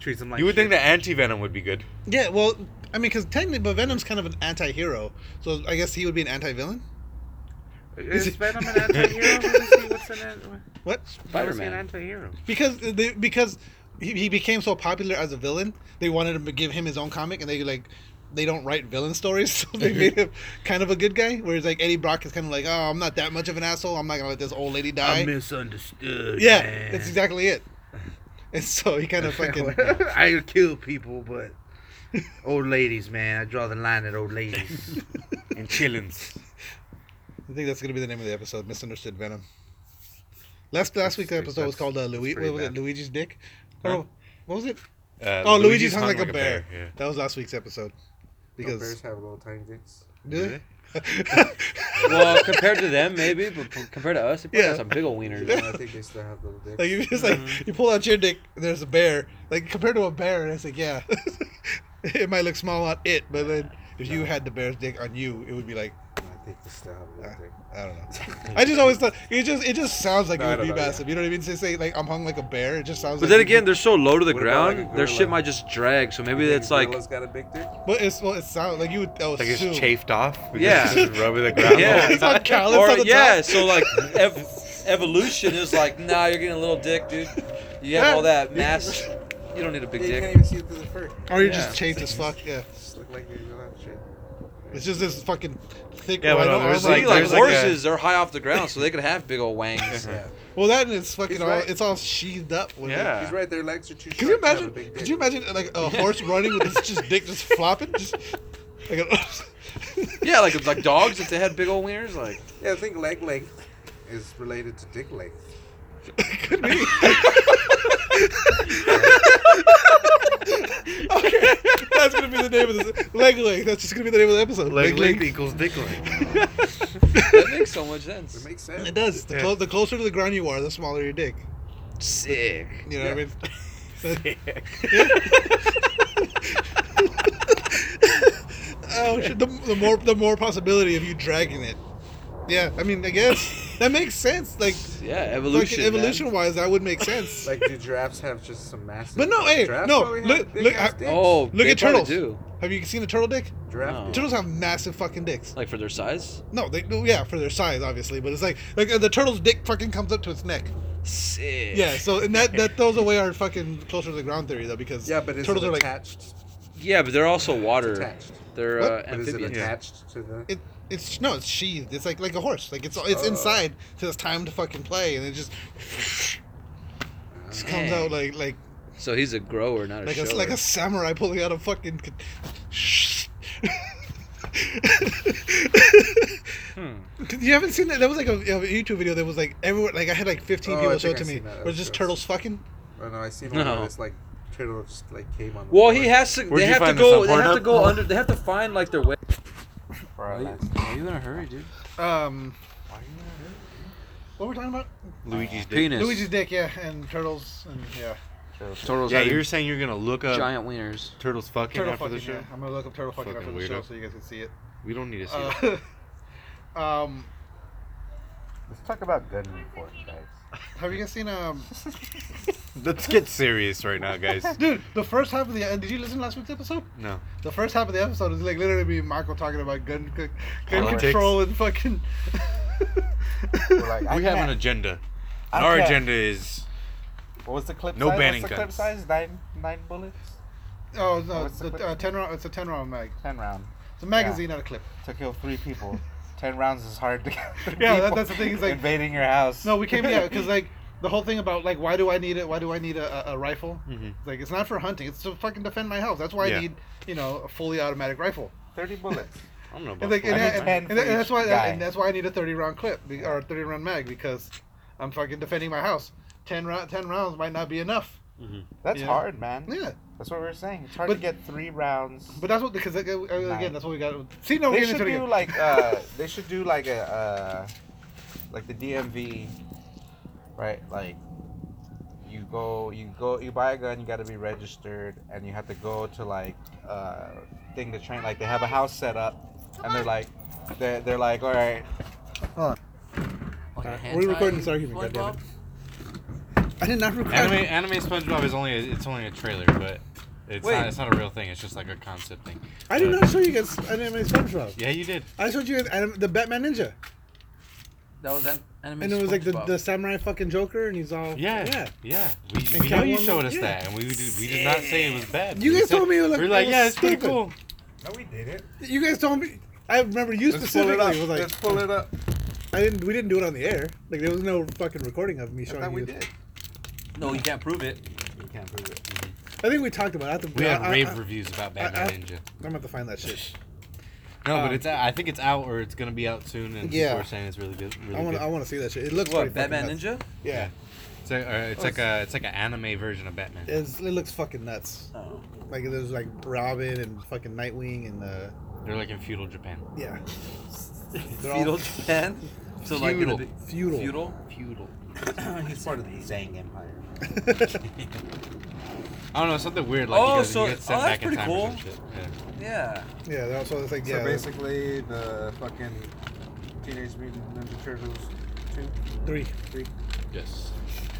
Speaker 7: Treats him like
Speaker 5: you would think
Speaker 7: shit.
Speaker 5: that anti venom would be good.
Speaker 1: yeah, well, I mean, because technically, but Venom's kind of an anti-hero, so I guess he would be an anti-villain.
Speaker 7: is Venom an anti-hero? What is he- What's an an-
Speaker 1: What?
Speaker 7: why was he an
Speaker 2: Spider-Man.
Speaker 7: anti-hero?
Speaker 1: Because they, because he, he became so popular as a villain, they wanted to give him his own comic, and they like they don't write villain stories, so they made him kind of a good guy. Whereas like Eddie Brock is kind of like, oh, I'm not that much of an asshole. I'm not gonna let this old lady die.
Speaker 7: misunderstood.
Speaker 1: yeah, that's exactly it. And so he kind of fucking
Speaker 7: I kill people, but old ladies, man. I draw the line at old ladies.
Speaker 5: And chillins.
Speaker 1: I think that's gonna be the name of the episode. Misunderstood Venom. Last last week's
Speaker 7: That's-
Speaker 1: episode was
Speaker 7: that's-
Speaker 1: called uh, Louis.
Speaker 7: pretty
Speaker 1: What was it?
Speaker 7: bad.
Speaker 1: Luigi's dick.
Speaker 5: Huh?
Speaker 1: Oh, what was it?
Speaker 5: Uh,
Speaker 1: Oh, Luigi's, hung, like, a bear. That was last week's episode.
Speaker 3: Because
Speaker 1: Because
Speaker 3: bears have little tiny dicks.
Speaker 1: do they?
Speaker 2: well, compared to them, maybe, but p- compared to us, it probably
Speaker 1: Yeah.
Speaker 2: has a big old wiener.
Speaker 3: I think they still have little dicks.
Speaker 1: Like you just like you pull out your dick, there's a bear. Like compared to a bear, it's like yeah, it might look small on it, but then if you had the bear's dick on you, it would be like
Speaker 3: I think they still have little dicks.
Speaker 1: I don't know. I just always thought it just it just sounds like
Speaker 3: No, I
Speaker 1: it would
Speaker 3: don't
Speaker 1: be
Speaker 3: know, yeah.
Speaker 1: massive. You know what I mean? To say like I'm hung like a bear, it just sounds.
Speaker 2: But
Speaker 1: like
Speaker 2: then again, they're so low to the
Speaker 3: What about, like,
Speaker 2: ground,
Speaker 3: a
Speaker 2: their shit
Speaker 3: gorilla?
Speaker 2: might just drag. So maybe
Speaker 3: You think
Speaker 2: it's like,
Speaker 3: gorilla's got a big dick.
Speaker 1: but it's well, it sounds like you would oh,
Speaker 5: Like
Speaker 1: assume.
Speaker 5: it's chafed off. because
Speaker 2: Yeah.
Speaker 5: it's just rubbing the ground.
Speaker 2: Yeah.
Speaker 1: It's got callus
Speaker 2: or
Speaker 1: on the
Speaker 2: yeah.
Speaker 1: top.
Speaker 2: So like, ev- evolution is like, nah, you're getting a little dick, dude. You have all that mass. You don't need a big
Speaker 3: Yeah, you can't
Speaker 2: dick.
Speaker 3: even see it through the fur.
Speaker 1: Or you're
Speaker 2: yeah.
Speaker 1: just chafed as fuck. Yeah,
Speaker 3: Just look like they don't have shit.
Speaker 1: it's just this fucking thick.
Speaker 5: Yeah, but
Speaker 1: rhino
Speaker 5: no, there's
Speaker 1: armor.
Speaker 2: Like,
Speaker 5: Like,
Speaker 2: Oh, like
Speaker 5: there's like
Speaker 2: horses, they're high off the ground, so they could have big old wangs.
Speaker 3: Yeah.
Speaker 1: well, that and it's fucking
Speaker 3: He's
Speaker 1: all.
Speaker 3: right.
Speaker 1: It's all sheathed up. With
Speaker 5: Yeah.
Speaker 3: He's right. Their legs are too short.
Speaker 1: Could you
Speaker 3: to have a
Speaker 1: imagine?
Speaker 3: big dick.
Speaker 1: Could you imagine like a horse running with its just dick just flopping? Just like a,
Speaker 2: yeah, like like dogs if they had big old wieners, like
Speaker 3: Yeah, I think leg length is related to dick length.
Speaker 1: okay, that's gonna be the name of this leg leg. That's just gonna be the name of the episode.
Speaker 5: Leg length equals dick length.
Speaker 2: that makes so much sense.
Speaker 3: It makes
Speaker 1: It
Speaker 3: sense.
Speaker 1: does. The,
Speaker 5: Yeah.
Speaker 1: clo- the closer to the ground you are, the smaller your dick.
Speaker 2: Sick.
Speaker 1: You know what I mean? oh shit! The, the more the more possibility of you dragging it. Yeah, I mean, I guess that makes sense. Like
Speaker 2: Yeah, evolution. man.
Speaker 1: evolution wise, that would make sense.
Speaker 3: Like, do giraffes have just some massive?
Speaker 1: But no, hey,
Speaker 3: giraffes
Speaker 1: no,
Speaker 3: probably have
Speaker 1: look-
Speaker 3: big
Speaker 1: look,
Speaker 3: ass
Speaker 1: I-
Speaker 3: dicks.
Speaker 2: Oh,
Speaker 1: Look
Speaker 2: they
Speaker 1: at
Speaker 2: probably
Speaker 1: turtles.
Speaker 2: Do.
Speaker 1: Have you seen a turtle dick?
Speaker 3: giraffe.
Speaker 2: no.
Speaker 3: dicks.
Speaker 1: Turtles have massive fucking dicks.
Speaker 2: Like for their size?
Speaker 1: No, they no, yeah for their size obviously, but it's like like uh, the turtle's dick fucking comes up to its neck.
Speaker 2: Sick.
Speaker 1: Yeah, so and that that throws away our fucking closer to the ground theory though because
Speaker 3: Yeah, but is
Speaker 1: turtles
Speaker 3: it
Speaker 1: are like
Speaker 3: attached?
Speaker 2: Yeah, but they're also water.
Speaker 3: attached.
Speaker 2: They're
Speaker 1: What?
Speaker 2: uh,
Speaker 3: But is it
Speaker 2: amphibians.
Speaker 3: attached to the?
Speaker 1: it, it's no it's sheathed. It's like like a horse. Like it's it's
Speaker 3: Oh.
Speaker 1: inside so it's time to fucking play and it just just comes
Speaker 2: Dang.
Speaker 1: out like like
Speaker 2: So he's a grower, not a
Speaker 1: like
Speaker 2: shower.
Speaker 1: a like a samurai pulling out a fucking.
Speaker 3: Hmm.
Speaker 1: You haven't seen that? That was like a, a YouTube video that was like everyone. Like I had like 15
Speaker 3: Oh, I
Speaker 1: people show it
Speaker 3: think
Speaker 1: to
Speaker 3: I
Speaker 1: me.
Speaker 3: seen that. That
Speaker 1: Where
Speaker 3: was
Speaker 1: it's just
Speaker 3: gross.
Speaker 1: turtles fucking.
Speaker 3: Oh no, I seen one
Speaker 2: No.
Speaker 3: where it's like turtle just like came on. The
Speaker 2: well,
Speaker 3: floor.
Speaker 2: he has to.
Speaker 5: Where'd
Speaker 2: They
Speaker 5: you
Speaker 2: have to
Speaker 5: find this
Speaker 2: go.
Speaker 5: on
Speaker 2: They have to
Speaker 5: Pornhub?
Speaker 2: go under. They have to find like their way.
Speaker 3: For our last-
Speaker 2: Are you in a hurry, dude?
Speaker 1: Um, what we're talking about?
Speaker 5: Luigi's dick.
Speaker 2: Penis.
Speaker 1: Luigi's dick, yeah, and turtles, and yeah.
Speaker 2: Turtles
Speaker 5: Yeah,
Speaker 2: having
Speaker 5: you were saying you're gonna look up
Speaker 2: giant wieners.
Speaker 5: turtles fucking
Speaker 1: Turtle
Speaker 5: after
Speaker 1: fucking.
Speaker 5: the show.
Speaker 1: yeah. I'm gonna look up turtle fucking,
Speaker 5: Fucking
Speaker 1: after the show
Speaker 5: weirdo.
Speaker 1: so you guys can see it.
Speaker 5: We don't need to see. that.
Speaker 1: Uh, um,
Speaker 3: Let's talk about gun report, guys.
Speaker 1: have you guys seen um,
Speaker 5: Let's get serious right now, guys.
Speaker 1: dude? The first half of the uh, did you listen to last week's episode?
Speaker 5: No.
Speaker 1: The first half of the episode is like literally me and Michael talking about gun c- gun
Speaker 5: Politics.
Speaker 1: control and fucking.
Speaker 3: We're like, I
Speaker 5: We have an
Speaker 3: can't-
Speaker 5: agenda.
Speaker 3: I
Speaker 5: And our
Speaker 3: can't-
Speaker 5: agenda is
Speaker 3: What was the clip
Speaker 5: No
Speaker 3: size?
Speaker 5: banning
Speaker 3: What's the
Speaker 5: guns.
Speaker 3: clip size? Nine, nine bullets?
Speaker 1: oh no,
Speaker 3: What's
Speaker 1: it's a
Speaker 3: the
Speaker 1: uh, ten round. It's a ten round mag.
Speaker 3: Ten round.
Speaker 1: It's a magazine, not a clip.
Speaker 3: To kill three people. Ten rounds is hard to kill three
Speaker 1: Yeah, that-
Speaker 3: people
Speaker 1: that's the thing, it's like-
Speaker 3: invading your house.
Speaker 1: No, we came yeah because like the whole thing about like why do I need it? Why do I need a, a, a rifle?
Speaker 5: Mhm.
Speaker 1: Like it's not for hunting. It's to fucking defend my house. That's why
Speaker 5: Yeah.
Speaker 1: I need you know a fully automatic rifle.
Speaker 3: thirty bullets.
Speaker 5: I don't know about
Speaker 1: And, like, and,
Speaker 5: that.
Speaker 3: I need
Speaker 1: and-
Speaker 3: 10
Speaker 1: and
Speaker 3: for
Speaker 1: that- and
Speaker 3: each
Speaker 1: that's why
Speaker 3: guy.
Speaker 1: and that's why I need a thirty round clip be- or a thirty round mag because I'm fucking defending my house. Ten round, ten rounds might not be enough.
Speaker 3: That's
Speaker 1: Yeah.
Speaker 3: hard, man.
Speaker 1: Yeah,
Speaker 3: That's what we were saying. It's hard
Speaker 1: But-
Speaker 3: to get three rounds.
Speaker 1: but that's what because like, uh, again
Speaker 3: Nine.
Speaker 1: that's what we got. See, no, we're
Speaker 3: they
Speaker 1: getting
Speaker 3: should
Speaker 1: into it
Speaker 3: do
Speaker 1: again.
Speaker 3: like uh, they should do like a uh, like the DMV, right? Like you go, you go, you buy a gun, you got to be registered, and you have to go to like uh, thing to train. Like they have a house set up, and they're like, they're they're like, all right,
Speaker 2: Like a
Speaker 1: Alright,
Speaker 2: hand
Speaker 1: we're
Speaker 2: tie
Speaker 1: recording
Speaker 2: you
Speaker 1: this argument,
Speaker 2: want,
Speaker 1: goddammit.
Speaker 2: Bob?
Speaker 1: I did not record.
Speaker 5: Anime, anime SpongeBob is only a, it's only a trailer, but it's
Speaker 3: Wait.
Speaker 5: not it's not a real thing. It's just like a concept thing.
Speaker 1: I did not show you guys anime SpongeBob.
Speaker 5: Yeah, you did.
Speaker 1: I showed you guys anim- the Batman Ninja,
Speaker 2: That was an anime.
Speaker 1: and it was like the,
Speaker 2: SpongeBob.
Speaker 1: the samurai fucking Joker, and he's all
Speaker 5: Yeah, yeah.
Speaker 1: yeah.
Speaker 5: We,
Speaker 1: And
Speaker 5: we know you
Speaker 1: Catwoman-
Speaker 5: showed us
Speaker 1: yeah.
Speaker 5: that, and we did, we did not say it was bad.
Speaker 1: You
Speaker 5: We
Speaker 1: guys
Speaker 5: said-
Speaker 1: told me it looked-
Speaker 5: we were like,
Speaker 1: it
Speaker 5: yeah,
Speaker 1: was
Speaker 5: it's pretty
Speaker 1: stupid."
Speaker 5: cool.
Speaker 9: No, we did it.
Speaker 1: You guys told me. I remember you
Speaker 3: let's pull
Speaker 1: specifically
Speaker 3: it up.
Speaker 1: was like,
Speaker 3: let's pull it up.
Speaker 1: I didn't. We didn't do it on the air. Like there was no fucking recording of me
Speaker 3: I
Speaker 1: showing
Speaker 3: thought
Speaker 1: you.
Speaker 3: we did.
Speaker 2: No, you can't prove it.
Speaker 3: You can't prove it.
Speaker 1: I think we talked about. It. I have to,
Speaker 5: We
Speaker 1: I,
Speaker 5: have
Speaker 1: I,
Speaker 5: rave
Speaker 1: I,
Speaker 5: reviews about
Speaker 1: I-
Speaker 5: Batman
Speaker 1: I-
Speaker 5: Ninja.
Speaker 1: I'm about to find that shit.
Speaker 5: No,
Speaker 1: um,
Speaker 5: but it's out- I think it's out or it's gonna be out soon, and
Speaker 1: Yeah.
Speaker 5: people are saying it's really good. Really
Speaker 1: I want.
Speaker 5: good.
Speaker 1: to I want to see that shit. It looks
Speaker 2: What
Speaker 1: pretty fucking
Speaker 2: Batman
Speaker 1: nuts.
Speaker 2: Ninja?
Speaker 1: Yeah,
Speaker 5: It's like, or it's like a Oh, it's like an anime version of Batman.
Speaker 1: it's, it looks fucking nuts.
Speaker 2: Oh.
Speaker 1: Like there's like Robin and fucking Nightwing and uh,
Speaker 5: They're like in feudal Japan.
Speaker 1: yeah, They're all-
Speaker 2: Feudal Japan. So like
Speaker 5: Feudal.
Speaker 2: in the-
Speaker 1: Feudal.
Speaker 2: Feudal.
Speaker 5: Feudal.
Speaker 3: He's part of the Zang Empire.
Speaker 5: I don't know something weird like
Speaker 2: Oh,
Speaker 5: because
Speaker 2: so-
Speaker 5: you get sent
Speaker 2: oh, that's
Speaker 5: back in
Speaker 2: pretty
Speaker 5: time
Speaker 2: cool.
Speaker 5: or some shit. Yeah.
Speaker 2: Yeah.
Speaker 1: yeah. They're also it's like yeah.
Speaker 9: so basically, the fucking Teenage Mutant Ninja Turtles two.
Speaker 1: three.
Speaker 5: Yes.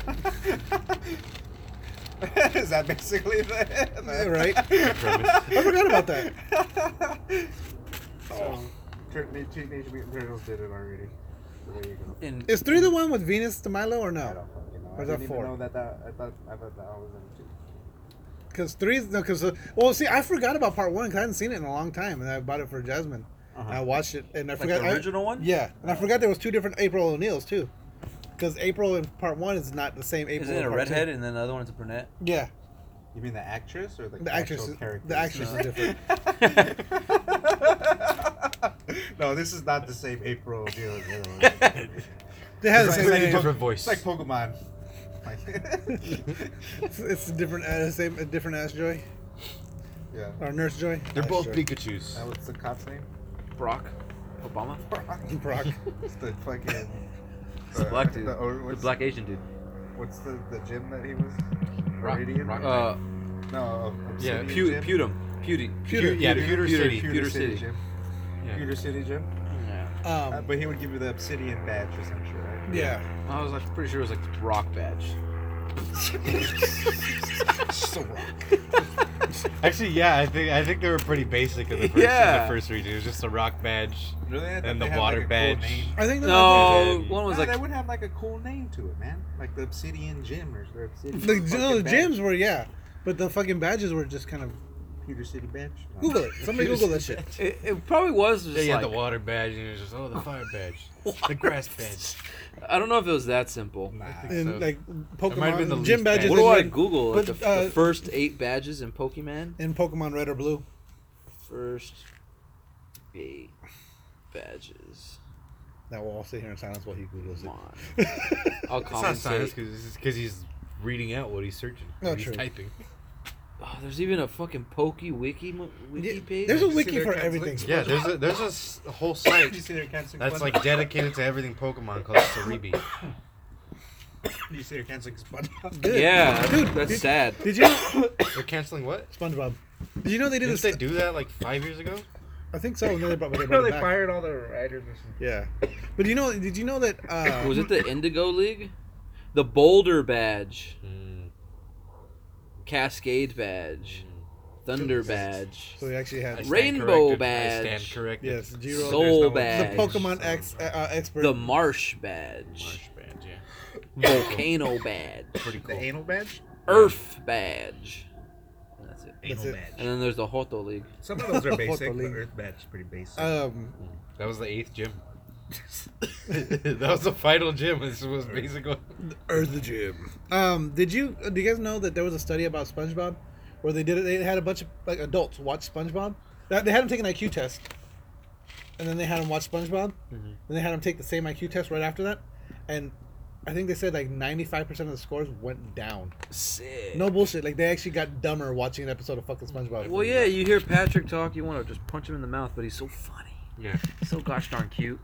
Speaker 3: Is that basically the, the
Speaker 1: Yeah, right. I forgot about that.
Speaker 3: So, Tur- Teenage Mutant Turtles did it already. So there you go.
Speaker 2: In
Speaker 1: Is three the one with Venus de Milo or
Speaker 3: I
Speaker 1: no?
Speaker 3: don't fucking know.
Speaker 1: Or Oh.
Speaker 3: I
Speaker 1: is that
Speaker 3: didn't even
Speaker 1: four?
Speaker 3: know that, that I thought I thought that I was in two.
Speaker 1: Because three is no. Because uh, well, see, I forgot about part one because I hadn't seen it in a long time, and I bought it for Jasmine.
Speaker 3: Uh-huh.
Speaker 1: I watched it, and I
Speaker 2: like
Speaker 1: forgot
Speaker 2: the
Speaker 1: I-
Speaker 2: original one.
Speaker 1: Yeah, and I forgot there was two different April O'Neils too, because April in part one is not the same April.
Speaker 2: Isn't it
Speaker 1: in
Speaker 2: a
Speaker 1: part two.
Speaker 2: redhead and then the other one's a brunette?
Speaker 1: Yeah,
Speaker 3: You mean the actress or the,
Speaker 1: the actress, is,
Speaker 3: character?
Speaker 1: the actress is different.
Speaker 3: no, this is not the same April deal. as the other one.
Speaker 1: They have the
Speaker 3: It's
Speaker 1: same
Speaker 3: like-
Speaker 1: name.
Speaker 3: it's like
Speaker 5: different voice.
Speaker 3: It's like Pokemon. Like-
Speaker 1: It's, it's a different, uh, same, a different ass Joy
Speaker 3: yeah.
Speaker 1: or Nurse Joy.
Speaker 5: They're
Speaker 1: Ass
Speaker 5: both
Speaker 1: Joy.
Speaker 5: Pikachu's.
Speaker 3: Now what's the cop's name?
Speaker 2: Brock. Obama.
Speaker 1: Brock. Um,
Speaker 3: It's the fucking.
Speaker 2: It's the black dude.
Speaker 3: The, or
Speaker 2: The
Speaker 3: what's,
Speaker 2: black Asian dude.
Speaker 3: what's the, the gym that he was?
Speaker 5: Rock-
Speaker 3: Meridian?
Speaker 5: Rock-
Speaker 2: Uh,
Speaker 3: no,
Speaker 2: yeah,
Speaker 3: Obsidian
Speaker 2: Pew,
Speaker 3: Gym?
Speaker 2: Pewdum. Pewdie.
Speaker 1: Pewter.
Speaker 5: yeah, Pewter City.
Speaker 2: Pewter
Speaker 3: Pewter
Speaker 2: City.
Speaker 3: City Gym.
Speaker 5: Yeah.
Speaker 3: Pewter City Gym.
Speaker 2: Yeah.
Speaker 3: Uh,
Speaker 1: Um,
Speaker 3: but he would give you the obsidian badge or some shit, right?
Speaker 1: yeah.
Speaker 2: I was like pretty sure it was like the Brock badge.
Speaker 5: Actually, yeah, I think I think they were pretty basic in the first in
Speaker 2: Yeah.
Speaker 5: the first region. It was just a rock badge.
Speaker 3: Really? I thought
Speaker 5: And
Speaker 3: they
Speaker 5: the
Speaker 3: had,
Speaker 5: water
Speaker 3: like, a
Speaker 5: badge.
Speaker 3: Cool name.
Speaker 1: I think that-
Speaker 2: No, one
Speaker 3: No,
Speaker 2: was
Speaker 3: like,
Speaker 2: like
Speaker 3: that would have like a cool name to it, man. Like the Obsidian Gym or the Obsidian.
Speaker 1: the, no, the
Speaker 3: fucking badge.
Speaker 1: gyms were yeah, but the fucking badges were just kind of
Speaker 3: Pewter City Badge. No.
Speaker 1: Google it. Somebody Google that shit.
Speaker 2: it, it probably was just
Speaker 5: Yeah, you had
Speaker 2: like
Speaker 5: the water badge, and it was just oh the fire badge, the grass badge.
Speaker 2: I don't know if it was that simple.
Speaker 3: Nah.
Speaker 1: And
Speaker 5: So-
Speaker 1: like
Speaker 5: might have been the
Speaker 1: Pokemon
Speaker 5: least
Speaker 1: gym badges.
Speaker 2: What
Speaker 5: badge.
Speaker 2: do I
Speaker 1: and,
Speaker 2: Google? Like
Speaker 1: but,
Speaker 2: the, f- the
Speaker 1: uh,
Speaker 2: first eight badges in Pokemon.
Speaker 1: in Pokemon Red or Blue.
Speaker 2: First eight badges.
Speaker 1: Now we'll all sit here in silence while he googles
Speaker 2: Come
Speaker 1: it.
Speaker 2: on. I'll
Speaker 5: It's not science
Speaker 2: compensate.
Speaker 5: because he's reading out what he's searching.
Speaker 1: No,
Speaker 5: What he's
Speaker 1: true.
Speaker 5: typing.
Speaker 2: Oh, there's even a fucking Pokey Wiki mo- Wiki
Speaker 1: Yeah,
Speaker 2: page.
Speaker 1: there's a
Speaker 3: See
Speaker 1: wiki
Speaker 3: their
Speaker 1: for
Speaker 3: cats
Speaker 1: everything.
Speaker 5: Yeah, there's a there's a s- a whole
Speaker 3: You
Speaker 5: site
Speaker 3: see their cancer
Speaker 5: that's
Speaker 3: club?
Speaker 5: like dedicated to everything Pokemon called Cerebi.
Speaker 3: You say you're canceling SpongeBob?
Speaker 1: Good.
Speaker 2: Yeah,
Speaker 1: Dude,
Speaker 2: that's
Speaker 1: did-
Speaker 2: sad.
Speaker 1: Did you know,
Speaker 5: They're canceling what?
Speaker 1: SpongeBob? Did you know they did
Speaker 5: Didn't
Speaker 1: this?
Speaker 5: they do that like five years ago?
Speaker 1: I think so. and then they brought, but they
Speaker 3: No,
Speaker 1: brought
Speaker 3: they
Speaker 1: it back.
Speaker 3: fired all the writers. or something.
Speaker 1: Yeah. But you know, did you know that? Uh,
Speaker 2: Was it the Indigo League? The Boulder Badge,
Speaker 5: Mm,
Speaker 2: Cascade Badge, Thunder Badge,
Speaker 1: So they actually
Speaker 5: I
Speaker 1: had
Speaker 5: stand
Speaker 2: Rainbow
Speaker 5: corrected. I
Speaker 2: badge.
Speaker 5: stand corrected.
Speaker 1: yes, Jiro,
Speaker 2: Soul
Speaker 5: There's no-
Speaker 1: the
Speaker 2: Badge.
Speaker 1: Pokemon ex, uh, uh, expert.
Speaker 2: the Marsh
Speaker 5: Marsh
Speaker 2: Badge,
Speaker 5: badge, yeah.
Speaker 2: Volcano Badge,
Speaker 5: Pretty cool.
Speaker 3: The anal badge?
Speaker 2: Earth Badge. That's it.
Speaker 1: That's
Speaker 3: Anal
Speaker 1: it.
Speaker 2: And
Speaker 3: badge.
Speaker 2: then there's the Hoto League.
Speaker 3: Some of those are basic, but
Speaker 1: Totally.
Speaker 3: Earth badge is pretty basic.
Speaker 1: um,
Speaker 5: That was the eighth gym. that was the final gym. This was basically.
Speaker 1: Earth Gym. Um, did you do you guys know that there was a study about SpongeBob, where they did it? They had a bunch of like adults watch SpongeBob. That- They had them take an IQ test, and then they had them watch SpongeBob,
Speaker 2: Mm-hmm.
Speaker 1: and they had them take the same IQ test right after that, and I think they said like ninety five percent of the scores went down.
Speaker 2: Sick.
Speaker 1: No bullshit. Like they actually got dumber watching an episode of fucking SpongeBob.
Speaker 2: Well, yeah, you hear Patrick talk, you want to just punch him in the mouth, but he's so funny,
Speaker 5: Yeah.
Speaker 2: so gosh darn cute.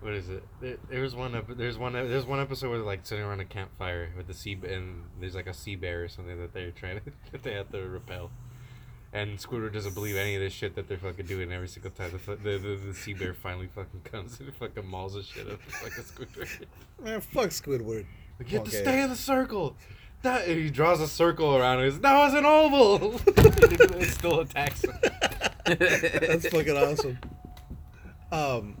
Speaker 5: What is it? There, there was one. Ep- there's one. There's one episode where they're like sitting around a campfire with the sea, b- and there's like a sea bear or something that they're trying to that they have to repel. And Squidward doesn't believe any of this shit that they're fucking doing every single time. The, fu- the, the, the sea bear finally fucking comes and fucking mauls the shit up fucking Squidward.
Speaker 1: Man, fuck Squidward.
Speaker 5: Like, you have
Speaker 1: Okay.
Speaker 5: to stay in the circle. That and he draws a circle around it. He's, That was an oval. it still attacks him.
Speaker 1: That's fucking awesome. Um,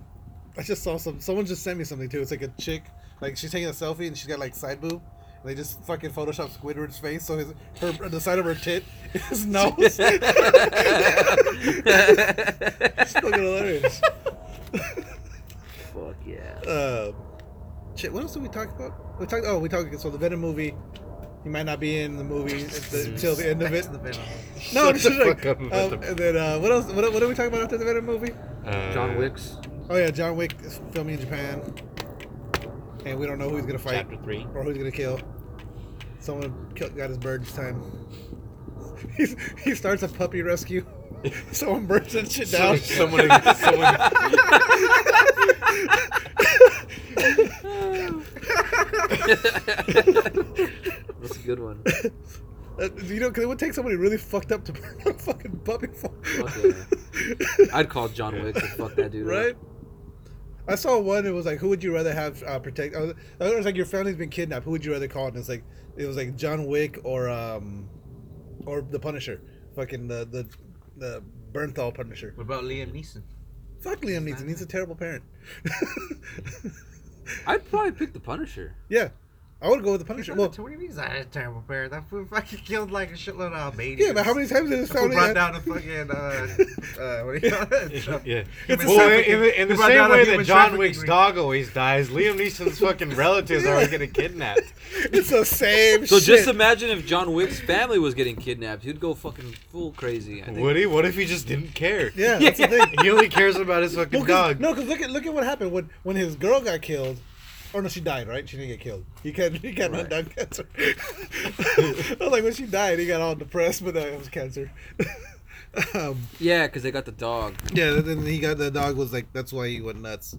Speaker 1: I just saw some. Someone just sent me something too. It's like a chick, like she's taking a selfie and she's got like side boob. And they just fucking Photoshop Squidward's face, so his her the side of her tit is his nose. it's fucking hilarious.
Speaker 2: Fuck yeah.
Speaker 1: Uh, shit, what else did we talk about? We talked. Oh, we talked. So the Venom movie. He might not be in the movie at the- until the end of it. No,
Speaker 5: Shut
Speaker 1: just
Speaker 5: the
Speaker 1: like,
Speaker 5: fuck up
Speaker 1: um,
Speaker 5: about the-
Speaker 1: and then uh, what else? What, what did we talk about after the Venom movie?
Speaker 2: John
Speaker 5: Uh,
Speaker 2: Wick's
Speaker 1: Oh yeah, John Wick is filming in Japan, and we don't know who he's gonna fight
Speaker 5: Chapter three.
Speaker 1: or who's gonna kill. Someone kill, got his bird this time. He's, he starts a puppy rescue. Someone burns that shit down.
Speaker 5: Someone, someone,
Speaker 2: That's a good one.
Speaker 1: Uh, you know, 'cause it would take somebody really fucked up to burn a fucking puppy for.
Speaker 2: Fuck yeah. I'd call John Wick and fuck that dude. up.
Speaker 1: right? I saw one. It was like, who would you rather have uh, protect? Uh, it was like your family's been kidnapped. Who would you rather call? And it's like it was like John Wick or um, or the Punisher, fucking the the the Bernthal Punisher.
Speaker 3: What about Liam Neeson?
Speaker 1: Fuck Liam Neeson. He's a terrible parent.
Speaker 2: I'd probably pick the Punisher.
Speaker 1: yeah, I would go with the Punisher. Well,
Speaker 3: what do you mean he's not a terrible parent? That fool fucking killed like a shitload of Albanians.
Speaker 1: yeah, but how many times did his
Speaker 3: That fool
Speaker 1: family?
Speaker 3: brought down a fucking, uh, uh, what do you call it?
Speaker 5: yeah.
Speaker 3: Human
Speaker 5: Well, in, in,
Speaker 3: trafficking.
Speaker 5: the- in the
Speaker 3: He brought
Speaker 5: same
Speaker 3: down a
Speaker 5: way
Speaker 3: human
Speaker 5: that John
Speaker 3: trafficking
Speaker 5: Wick's
Speaker 3: ring.
Speaker 5: dog always dies, Liam Neeson's fucking relatives are always getting kidnapped.
Speaker 1: It's the same
Speaker 2: So
Speaker 1: shit.
Speaker 2: just imagine if John Wick's family was getting kidnapped. He'd go fucking full crazy. I think.
Speaker 5: Would he? What if he just didn't care?
Speaker 1: yeah, that's the thing.
Speaker 5: He only cares about his fucking
Speaker 1: No, cause,
Speaker 5: dog.
Speaker 1: no, 'cause look at look at what happened when when his girl got killed. Or no, she died, right? She didn't get killed. He got he got
Speaker 2: Right.
Speaker 1: done cancer. I was like, when she died, he got all depressed, but uh, it was cancer. um,
Speaker 2: Yeah, because they got the dog.
Speaker 1: yeah, and then he got the dog was like that's why he went nuts,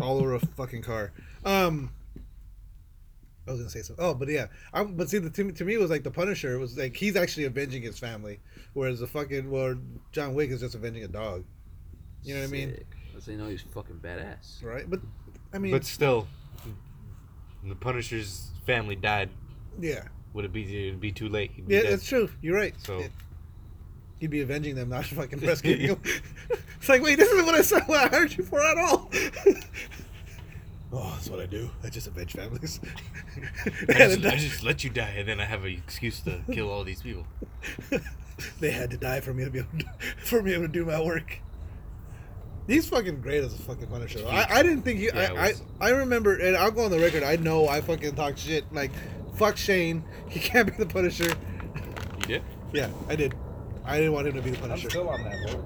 Speaker 1: all over a fucking car. Um, I was gonna say something. Oh, but yeah, I, but see, the to, me- to me it was like the Punisher was like he's actually avenging his family, whereas the fucking well John Wick is just avenging a dog. You know what I mean?
Speaker 2: Sick. That's how you know he's fucking badass.
Speaker 1: Right, but I mean,
Speaker 5: But still, the Punisher's family died.
Speaker 1: yeah,
Speaker 5: Would it be it'd be too late? He'd be
Speaker 1: yeah,
Speaker 5: dead.
Speaker 1: that's true. You're right.
Speaker 5: So
Speaker 1: It- you'd be avenging them, not fucking rescuing them. it's like, wait, this isn't what I said. What I hired you for at all. oh, that's what I do. I just avenge families.
Speaker 5: I just, I just let you die, and then I have an excuse to kill all these people.
Speaker 1: they had to die for me to be able to, for me to, able to do my work. He's fucking great as a fucking Punisher. though. I, I didn't think he.
Speaker 5: Yeah, it
Speaker 1: I, I
Speaker 5: was-
Speaker 1: I remember, and I'll go on the record. I know I fucking talked shit. Like, fuck Shane. He can't be the Punisher.
Speaker 5: You did?
Speaker 1: Yeah, I did. I didn't want him to be the
Speaker 7: I'm
Speaker 1: Punisher.
Speaker 7: still on that boat.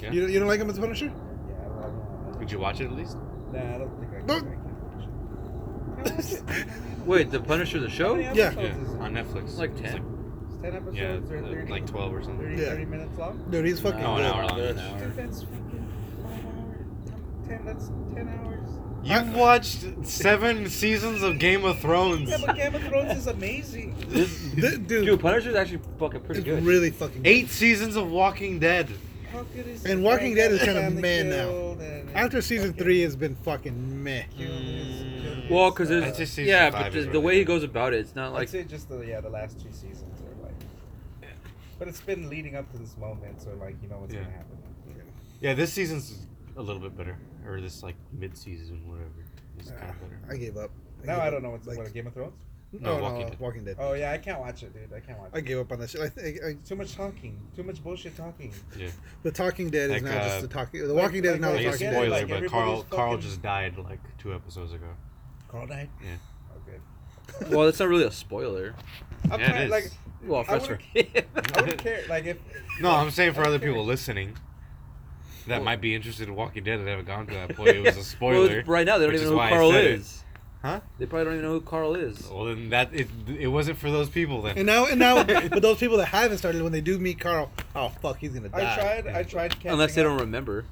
Speaker 5: Yeah.
Speaker 1: You, you don't like him as a Punisher?
Speaker 7: Yeah, I'm on
Speaker 5: Did you watch it at least?
Speaker 7: that. Nah, I don't think I can.
Speaker 1: No.
Speaker 2: Wait, the Punisher the show?
Speaker 7: How many
Speaker 1: Oh, Yeah.
Speaker 7: episodes is it?
Speaker 5: on Netflix.
Speaker 2: Like
Speaker 5: It's
Speaker 2: 10?
Speaker 7: It's 10 episodes
Speaker 5: yeah,
Speaker 7: or
Speaker 5: uh,
Speaker 7: 30,
Speaker 5: like twelve or something.
Speaker 7: 30,
Speaker 1: Yeah.
Speaker 7: 30 minutes long?
Speaker 1: Dude, he's fucking
Speaker 5: No, an
Speaker 1: good.
Speaker 5: hour long. An
Speaker 7: Dude,
Speaker 5: hour.
Speaker 7: that's fucking 5 hours. 10, that's 10 hours.
Speaker 5: You've watched seven seasons of Game of Thrones.
Speaker 3: Yeah, but Game of Thrones is amazing.
Speaker 1: Th- dude,
Speaker 8: Dude, Punisher's actually fucking pretty
Speaker 1: it's
Speaker 8: good.
Speaker 1: really fucking. good.
Speaker 5: Eight seasons of Walking Dead.
Speaker 3: How good is
Speaker 1: And
Speaker 3: it?
Speaker 1: Walking Dead is
Speaker 3: Frank
Speaker 1: kinda
Speaker 3: got the
Speaker 1: man now.
Speaker 3: killed and-
Speaker 1: After season three, it's been fucking meh.
Speaker 5: Mm.
Speaker 8: Well, because
Speaker 5: I
Speaker 8: there's
Speaker 5: just see
Speaker 8: yeah,
Speaker 5: five
Speaker 8: but
Speaker 5: is
Speaker 8: the, the
Speaker 5: really
Speaker 8: way he
Speaker 5: good.
Speaker 8: goes about it, it's not
Speaker 3: I'd
Speaker 8: like
Speaker 3: say just the yeah the last two seasons are like, but it's been leading up to this moment, so like you know what's
Speaker 5: Yeah.
Speaker 3: gonna happen.
Speaker 5: Yeah, this season's a little bit better, or this like mid-season, whatever. It's kind of better.
Speaker 1: I gave up.
Speaker 3: Now
Speaker 1: gave
Speaker 3: I
Speaker 1: up,
Speaker 3: don't know what's
Speaker 1: like-
Speaker 3: what Game of Thrones.
Speaker 1: No,
Speaker 5: No, Walking
Speaker 1: no,
Speaker 5: Dead.
Speaker 1: Walking Dead.
Speaker 3: Oh yeah, I can't watch it, dude. I can't watch
Speaker 1: I
Speaker 3: it.
Speaker 1: gave up on that shit. I think I,
Speaker 3: Too much talking. Too much bullshit talking.
Speaker 1: the Talking Dead
Speaker 5: Like,
Speaker 1: is now
Speaker 5: uh,
Speaker 1: just the talking. The
Speaker 3: like-
Speaker 1: Walking Dead
Speaker 3: like
Speaker 5: I
Speaker 3: I
Speaker 1: is now
Speaker 5: guess
Speaker 1: the Talking
Speaker 3: get it,
Speaker 5: spoiler,
Speaker 1: Dead.
Speaker 3: like,
Speaker 5: but
Speaker 3: everybody's
Speaker 5: Carl Carl
Speaker 3: fucking-
Speaker 5: just died like two episodes ago.
Speaker 3: Carl died.
Speaker 5: Yeah.
Speaker 3: Oh good.
Speaker 8: well, that's not really a spoiler.
Speaker 3: I'm
Speaker 5: Yeah, it
Speaker 3: trying,
Speaker 5: is.
Speaker 3: like
Speaker 8: Well,
Speaker 3: I
Speaker 8: first for
Speaker 3: I wouldn't care. Like if
Speaker 5: no, I'm saying for
Speaker 3: I
Speaker 5: other
Speaker 3: care.
Speaker 5: people listening that
Speaker 8: Well-
Speaker 5: might be interested in Walking Dead and haven't gone to that point, it was a spoiler.
Speaker 8: Well, right now they don't
Speaker 5: which
Speaker 8: even
Speaker 5: is
Speaker 8: know
Speaker 5: why
Speaker 8: who
Speaker 5: I
Speaker 8: Carl
Speaker 5: said it.
Speaker 8: is.
Speaker 5: Huh? Oh.
Speaker 8: They probably don't even know who Carl is.
Speaker 5: Well, then that it, it wasn't for those people then.
Speaker 1: And now, and now, but those people that haven't started, when they do meet Carl, oh fuck, he's gonna
Speaker 3: I
Speaker 1: die.
Speaker 3: tried, I tried catching
Speaker 8: Unless they
Speaker 3: up.
Speaker 8: don't remember.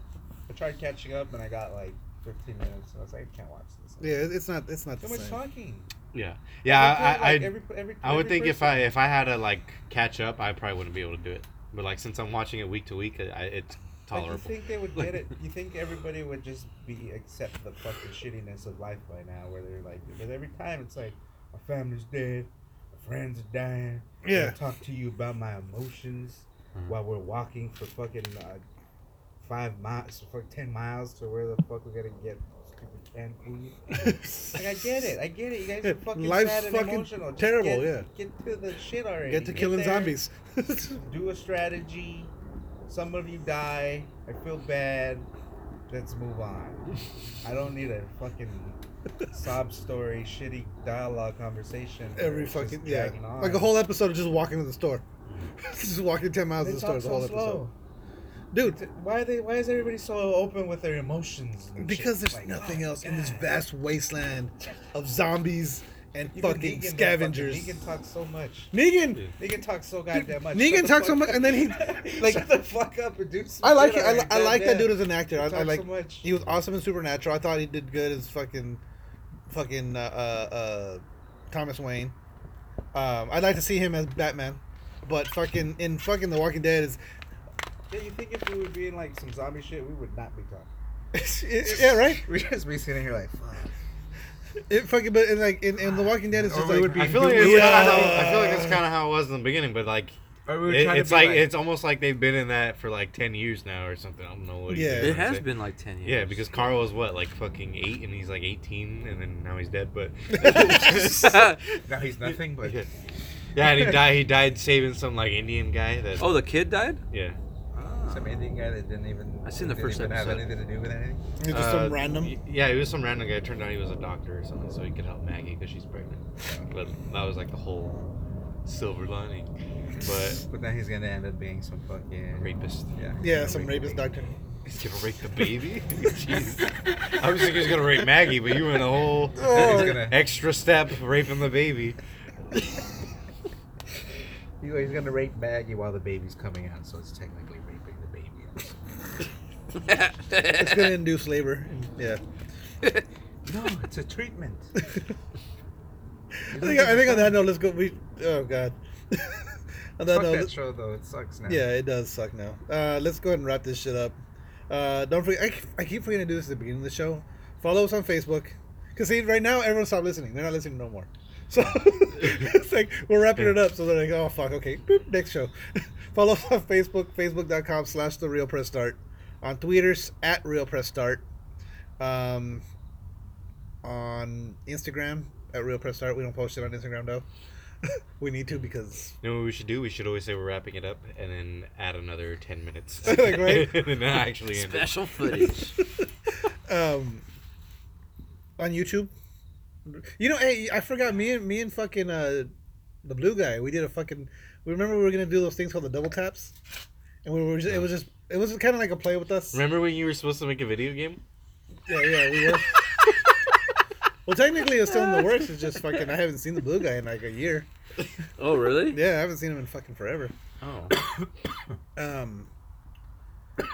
Speaker 3: I tried catching up and I got like 15 minutes, and I was like, I can't watch this.
Speaker 1: Yeah, it- it's not. It's not
Speaker 3: Too
Speaker 1: the
Speaker 3: much
Speaker 1: same.
Speaker 3: talking.
Speaker 5: yeah, yeah.
Speaker 3: feel
Speaker 5: I I,
Speaker 3: like every- every-
Speaker 5: I would
Speaker 3: every
Speaker 5: think if
Speaker 3: person-
Speaker 5: I if I had to like catch up, I probably wouldn't be able to do it. But like since I'm watching it week to week, I, I- it's
Speaker 3: Like, you
Speaker 5: tolerable.
Speaker 3: think they would get it? You think everybody would just be accept the fucking shittiness of life by now, where they're like, but every time it's like, my family's dead, my friends are dying. I'm gonna
Speaker 1: Yeah.
Speaker 3: talk to you about my emotions
Speaker 5: Mhm.
Speaker 3: while we're walking for fucking uh, five miles, fuck ten miles to where the fuck we're gonna get stupid Cancun. like I get it, I get it. You guys are fucking
Speaker 1: Life's
Speaker 3: sad and
Speaker 1: fucking
Speaker 3: emotional. Just
Speaker 1: terrible,
Speaker 3: get-
Speaker 1: yeah.
Speaker 3: Get to the shit already.
Speaker 1: Get to killing
Speaker 3: there
Speaker 1: zombies.
Speaker 3: do a strategy. Some of you die. I feel bad. Let's move on. I don't need a fucking sob story, shitty dialogue conversation. where
Speaker 1: Every
Speaker 3: it's just
Speaker 1: fucking yeah,
Speaker 3: dragging on.
Speaker 1: like a whole episode of just walking to the store, just walking ten miles
Speaker 3: They
Speaker 1: to the store. The
Speaker 3: talk so
Speaker 1: whole
Speaker 3: slow.
Speaker 1: episode, dude.
Speaker 3: T- Why are they? Why is everybody so open with their emotions? and shit?
Speaker 1: Because there's
Speaker 3: Like,
Speaker 1: nothing
Speaker 3: oh,
Speaker 1: else in this
Speaker 3: God.
Speaker 1: vast wasteland of zombies and
Speaker 3: Even
Speaker 1: fucking
Speaker 3: Negan, that
Speaker 1: scavengers.
Speaker 3: Fucking, Negan talks so much.
Speaker 1: Negan,
Speaker 5: Yeah.
Speaker 3: Negan talks so goddamn much.
Speaker 1: Negan
Speaker 3: Shut the
Speaker 1: talks so
Speaker 3: fuck
Speaker 1: much,
Speaker 3: up.
Speaker 1: and then he, like-
Speaker 3: shut the fuck up and do some
Speaker 1: I like
Speaker 3: shit
Speaker 1: it. I, li-
Speaker 3: already,
Speaker 1: I like that
Speaker 3: goddamn.
Speaker 1: dude as an actor. I, I
Speaker 3: He talks
Speaker 1: like.
Speaker 3: so much.
Speaker 1: He was awesome in Supernatural. I thought he did good as fucking, fucking uh, uh, uh, Thomas Wayne. Um, I'd like to see him as Batman, but fucking in fucking The Walking Dead is,
Speaker 3: Yeah, you think if we would be in like some zombie shit, we would not be talking.
Speaker 1: yeah right.
Speaker 3: We'd just be sitting here like, fuck.
Speaker 1: It fucking but in like in, in The Walking Dead it's
Speaker 7: Or
Speaker 1: just
Speaker 7: we
Speaker 1: like
Speaker 7: would be
Speaker 5: I feel like it's
Speaker 1: Yeah.
Speaker 5: kind of how, I feel like it's kind of how it was in the beginning, but like
Speaker 7: Or we were
Speaker 5: it-
Speaker 7: trying to
Speaker 5: it's
Speaker 7: be
Speaker 5: like, it's almost like they've been in that for like ten years now or something. I don't know what. you
Speaker 1: Yeah.
Speaker 5: guys
Speaker 8: It
Speaker 5: wanna
Speaker 8: has
Speaker 5: say.
Speaker 8: been like ten years.
Speaker 5: Yeah, because Carl was what like fucking eight, and he's like eighteen, and then now he's dead. But
Speaker 7: now he's nothing but
Speaker 5: yeah, and he died. He died saving some like Indian guy. That
Speaker 8: oh, the kid died.
Speaker 5: yeah.
Speaker 7: Ah. some Indian guy that didn't even.
Speaker 8: I seen the
Speaker 7: didn't
Speaker 8: first
Speaker 7: even have
Speaker 8: episode.
Speaker 7: anything to do with anything.
Speaker 1: it's just
Speaker 5: Uh,
Speaker 1: some random.
Speaker 5: y- Yeah, he was some random guy. It turned out he was a doctor or something, so he could help Maggie because she's pregnant. But that was like the whole silver lining. But
Speaker 7: But now he's gonna end up being some fucking
Speaker 5: rapist.
Speaker 7: Yeah.
Speaker 1: Yeah, some rapist doctor.
Speaker 5: He's gonna rape the baby. Jeez. I was thinking he was gonna rape Maggie, but you went a whole
Speaker 1: Oh.
Speaker 7: He's gonna-
Speaker 5: extra step raping the baby.
Speaker 7: He- He's gonna rape Maggie while the baby's coming out, so it's technically raping the baby.
Speaker 1: It's gonna induce labor. Yeah.
Speaker 7: No, it's a treatment.
Speaker 1: I think I think on that note, let's go. We oh god. on that
Speaker 7: Fuck that
Speaker 1: note, let's-
Speaker 7: show though. It sucks now.
Speaker 1: yeah, it does suck now. Uh, let's go ahead and wrap this shit up. Uh, don't forget, I, keep- I keep forgetting to do this at the beginning of the show. Follow us on Facebook. Cause see, right now everyone stopped listening. They're not listening no more. So it's like we're wrapping it up. So they're like, oh fuck, okay, boop, next show. Follow us on Facebook, facebook.com slash the real press start. On Twitter's at real press start. Um, on Instagram at real press start. We don't post it on Instagram though. we need to because
Speaker 5: You know what we should do? We should always say we're wrapping it up and then add another 10 minutes.
Speaker 1: Like, right?
Speaker 5: and then actually end it.
Speaker 8: Special footage.
Speaker 1: um, on YouTube. You know, hey, I forgot me and me and fucking uh, the blue guy. We did a fucking. We remember we were gonna do those things called the double taps, and we were. Just, It was just. It was kind of like a play with us.
Speaker 5: Remember when you were supposed to make a video game?
Speaker 1: Yeah, yeah, we were. well, technically, it's still in the works. It's just fucking. I haven't seen the blue guy in like a year.
Speaker 8: oh, really?
Speaker 1: Yeah, I haven't seen him in fucking forever.
Speaker 8: Oh.
Speaker 1: Um,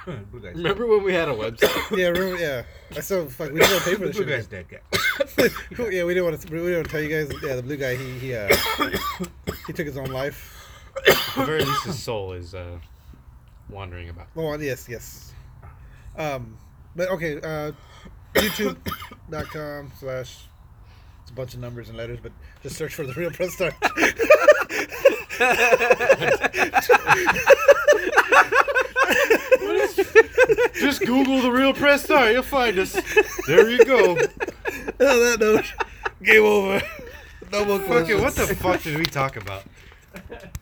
Speaker 7: Blue guy's
Speaker 5: Remember when we had a website?
Speaker 1: Yeah, remember, yeah. I still fuck. We still pay for
Speaker 7: dead.
Speaker 1: this
Speaker 7: Blue guy's
Speaker 1: shit.
Speaker 7: dead guy.
Speaker 1: Who- yeah, we didn't want to. We didn't want to tell you guys. Yeah, the blue guy. He he uh, he took his own life.
Speaker 5: At the very least, his soul is uh, wandering about.
Speaker 1: Oh yes, yes. Um, but okay. Uh, YouTube.com slash. It's a bunch of numbers and letters, but just search for the real press start.
Speaker 5: Just Google the real press star. You'll find us. There you go.
Speaker 1: On that note, game over.
Speaker 5: Fucking what the fuck did we talk about?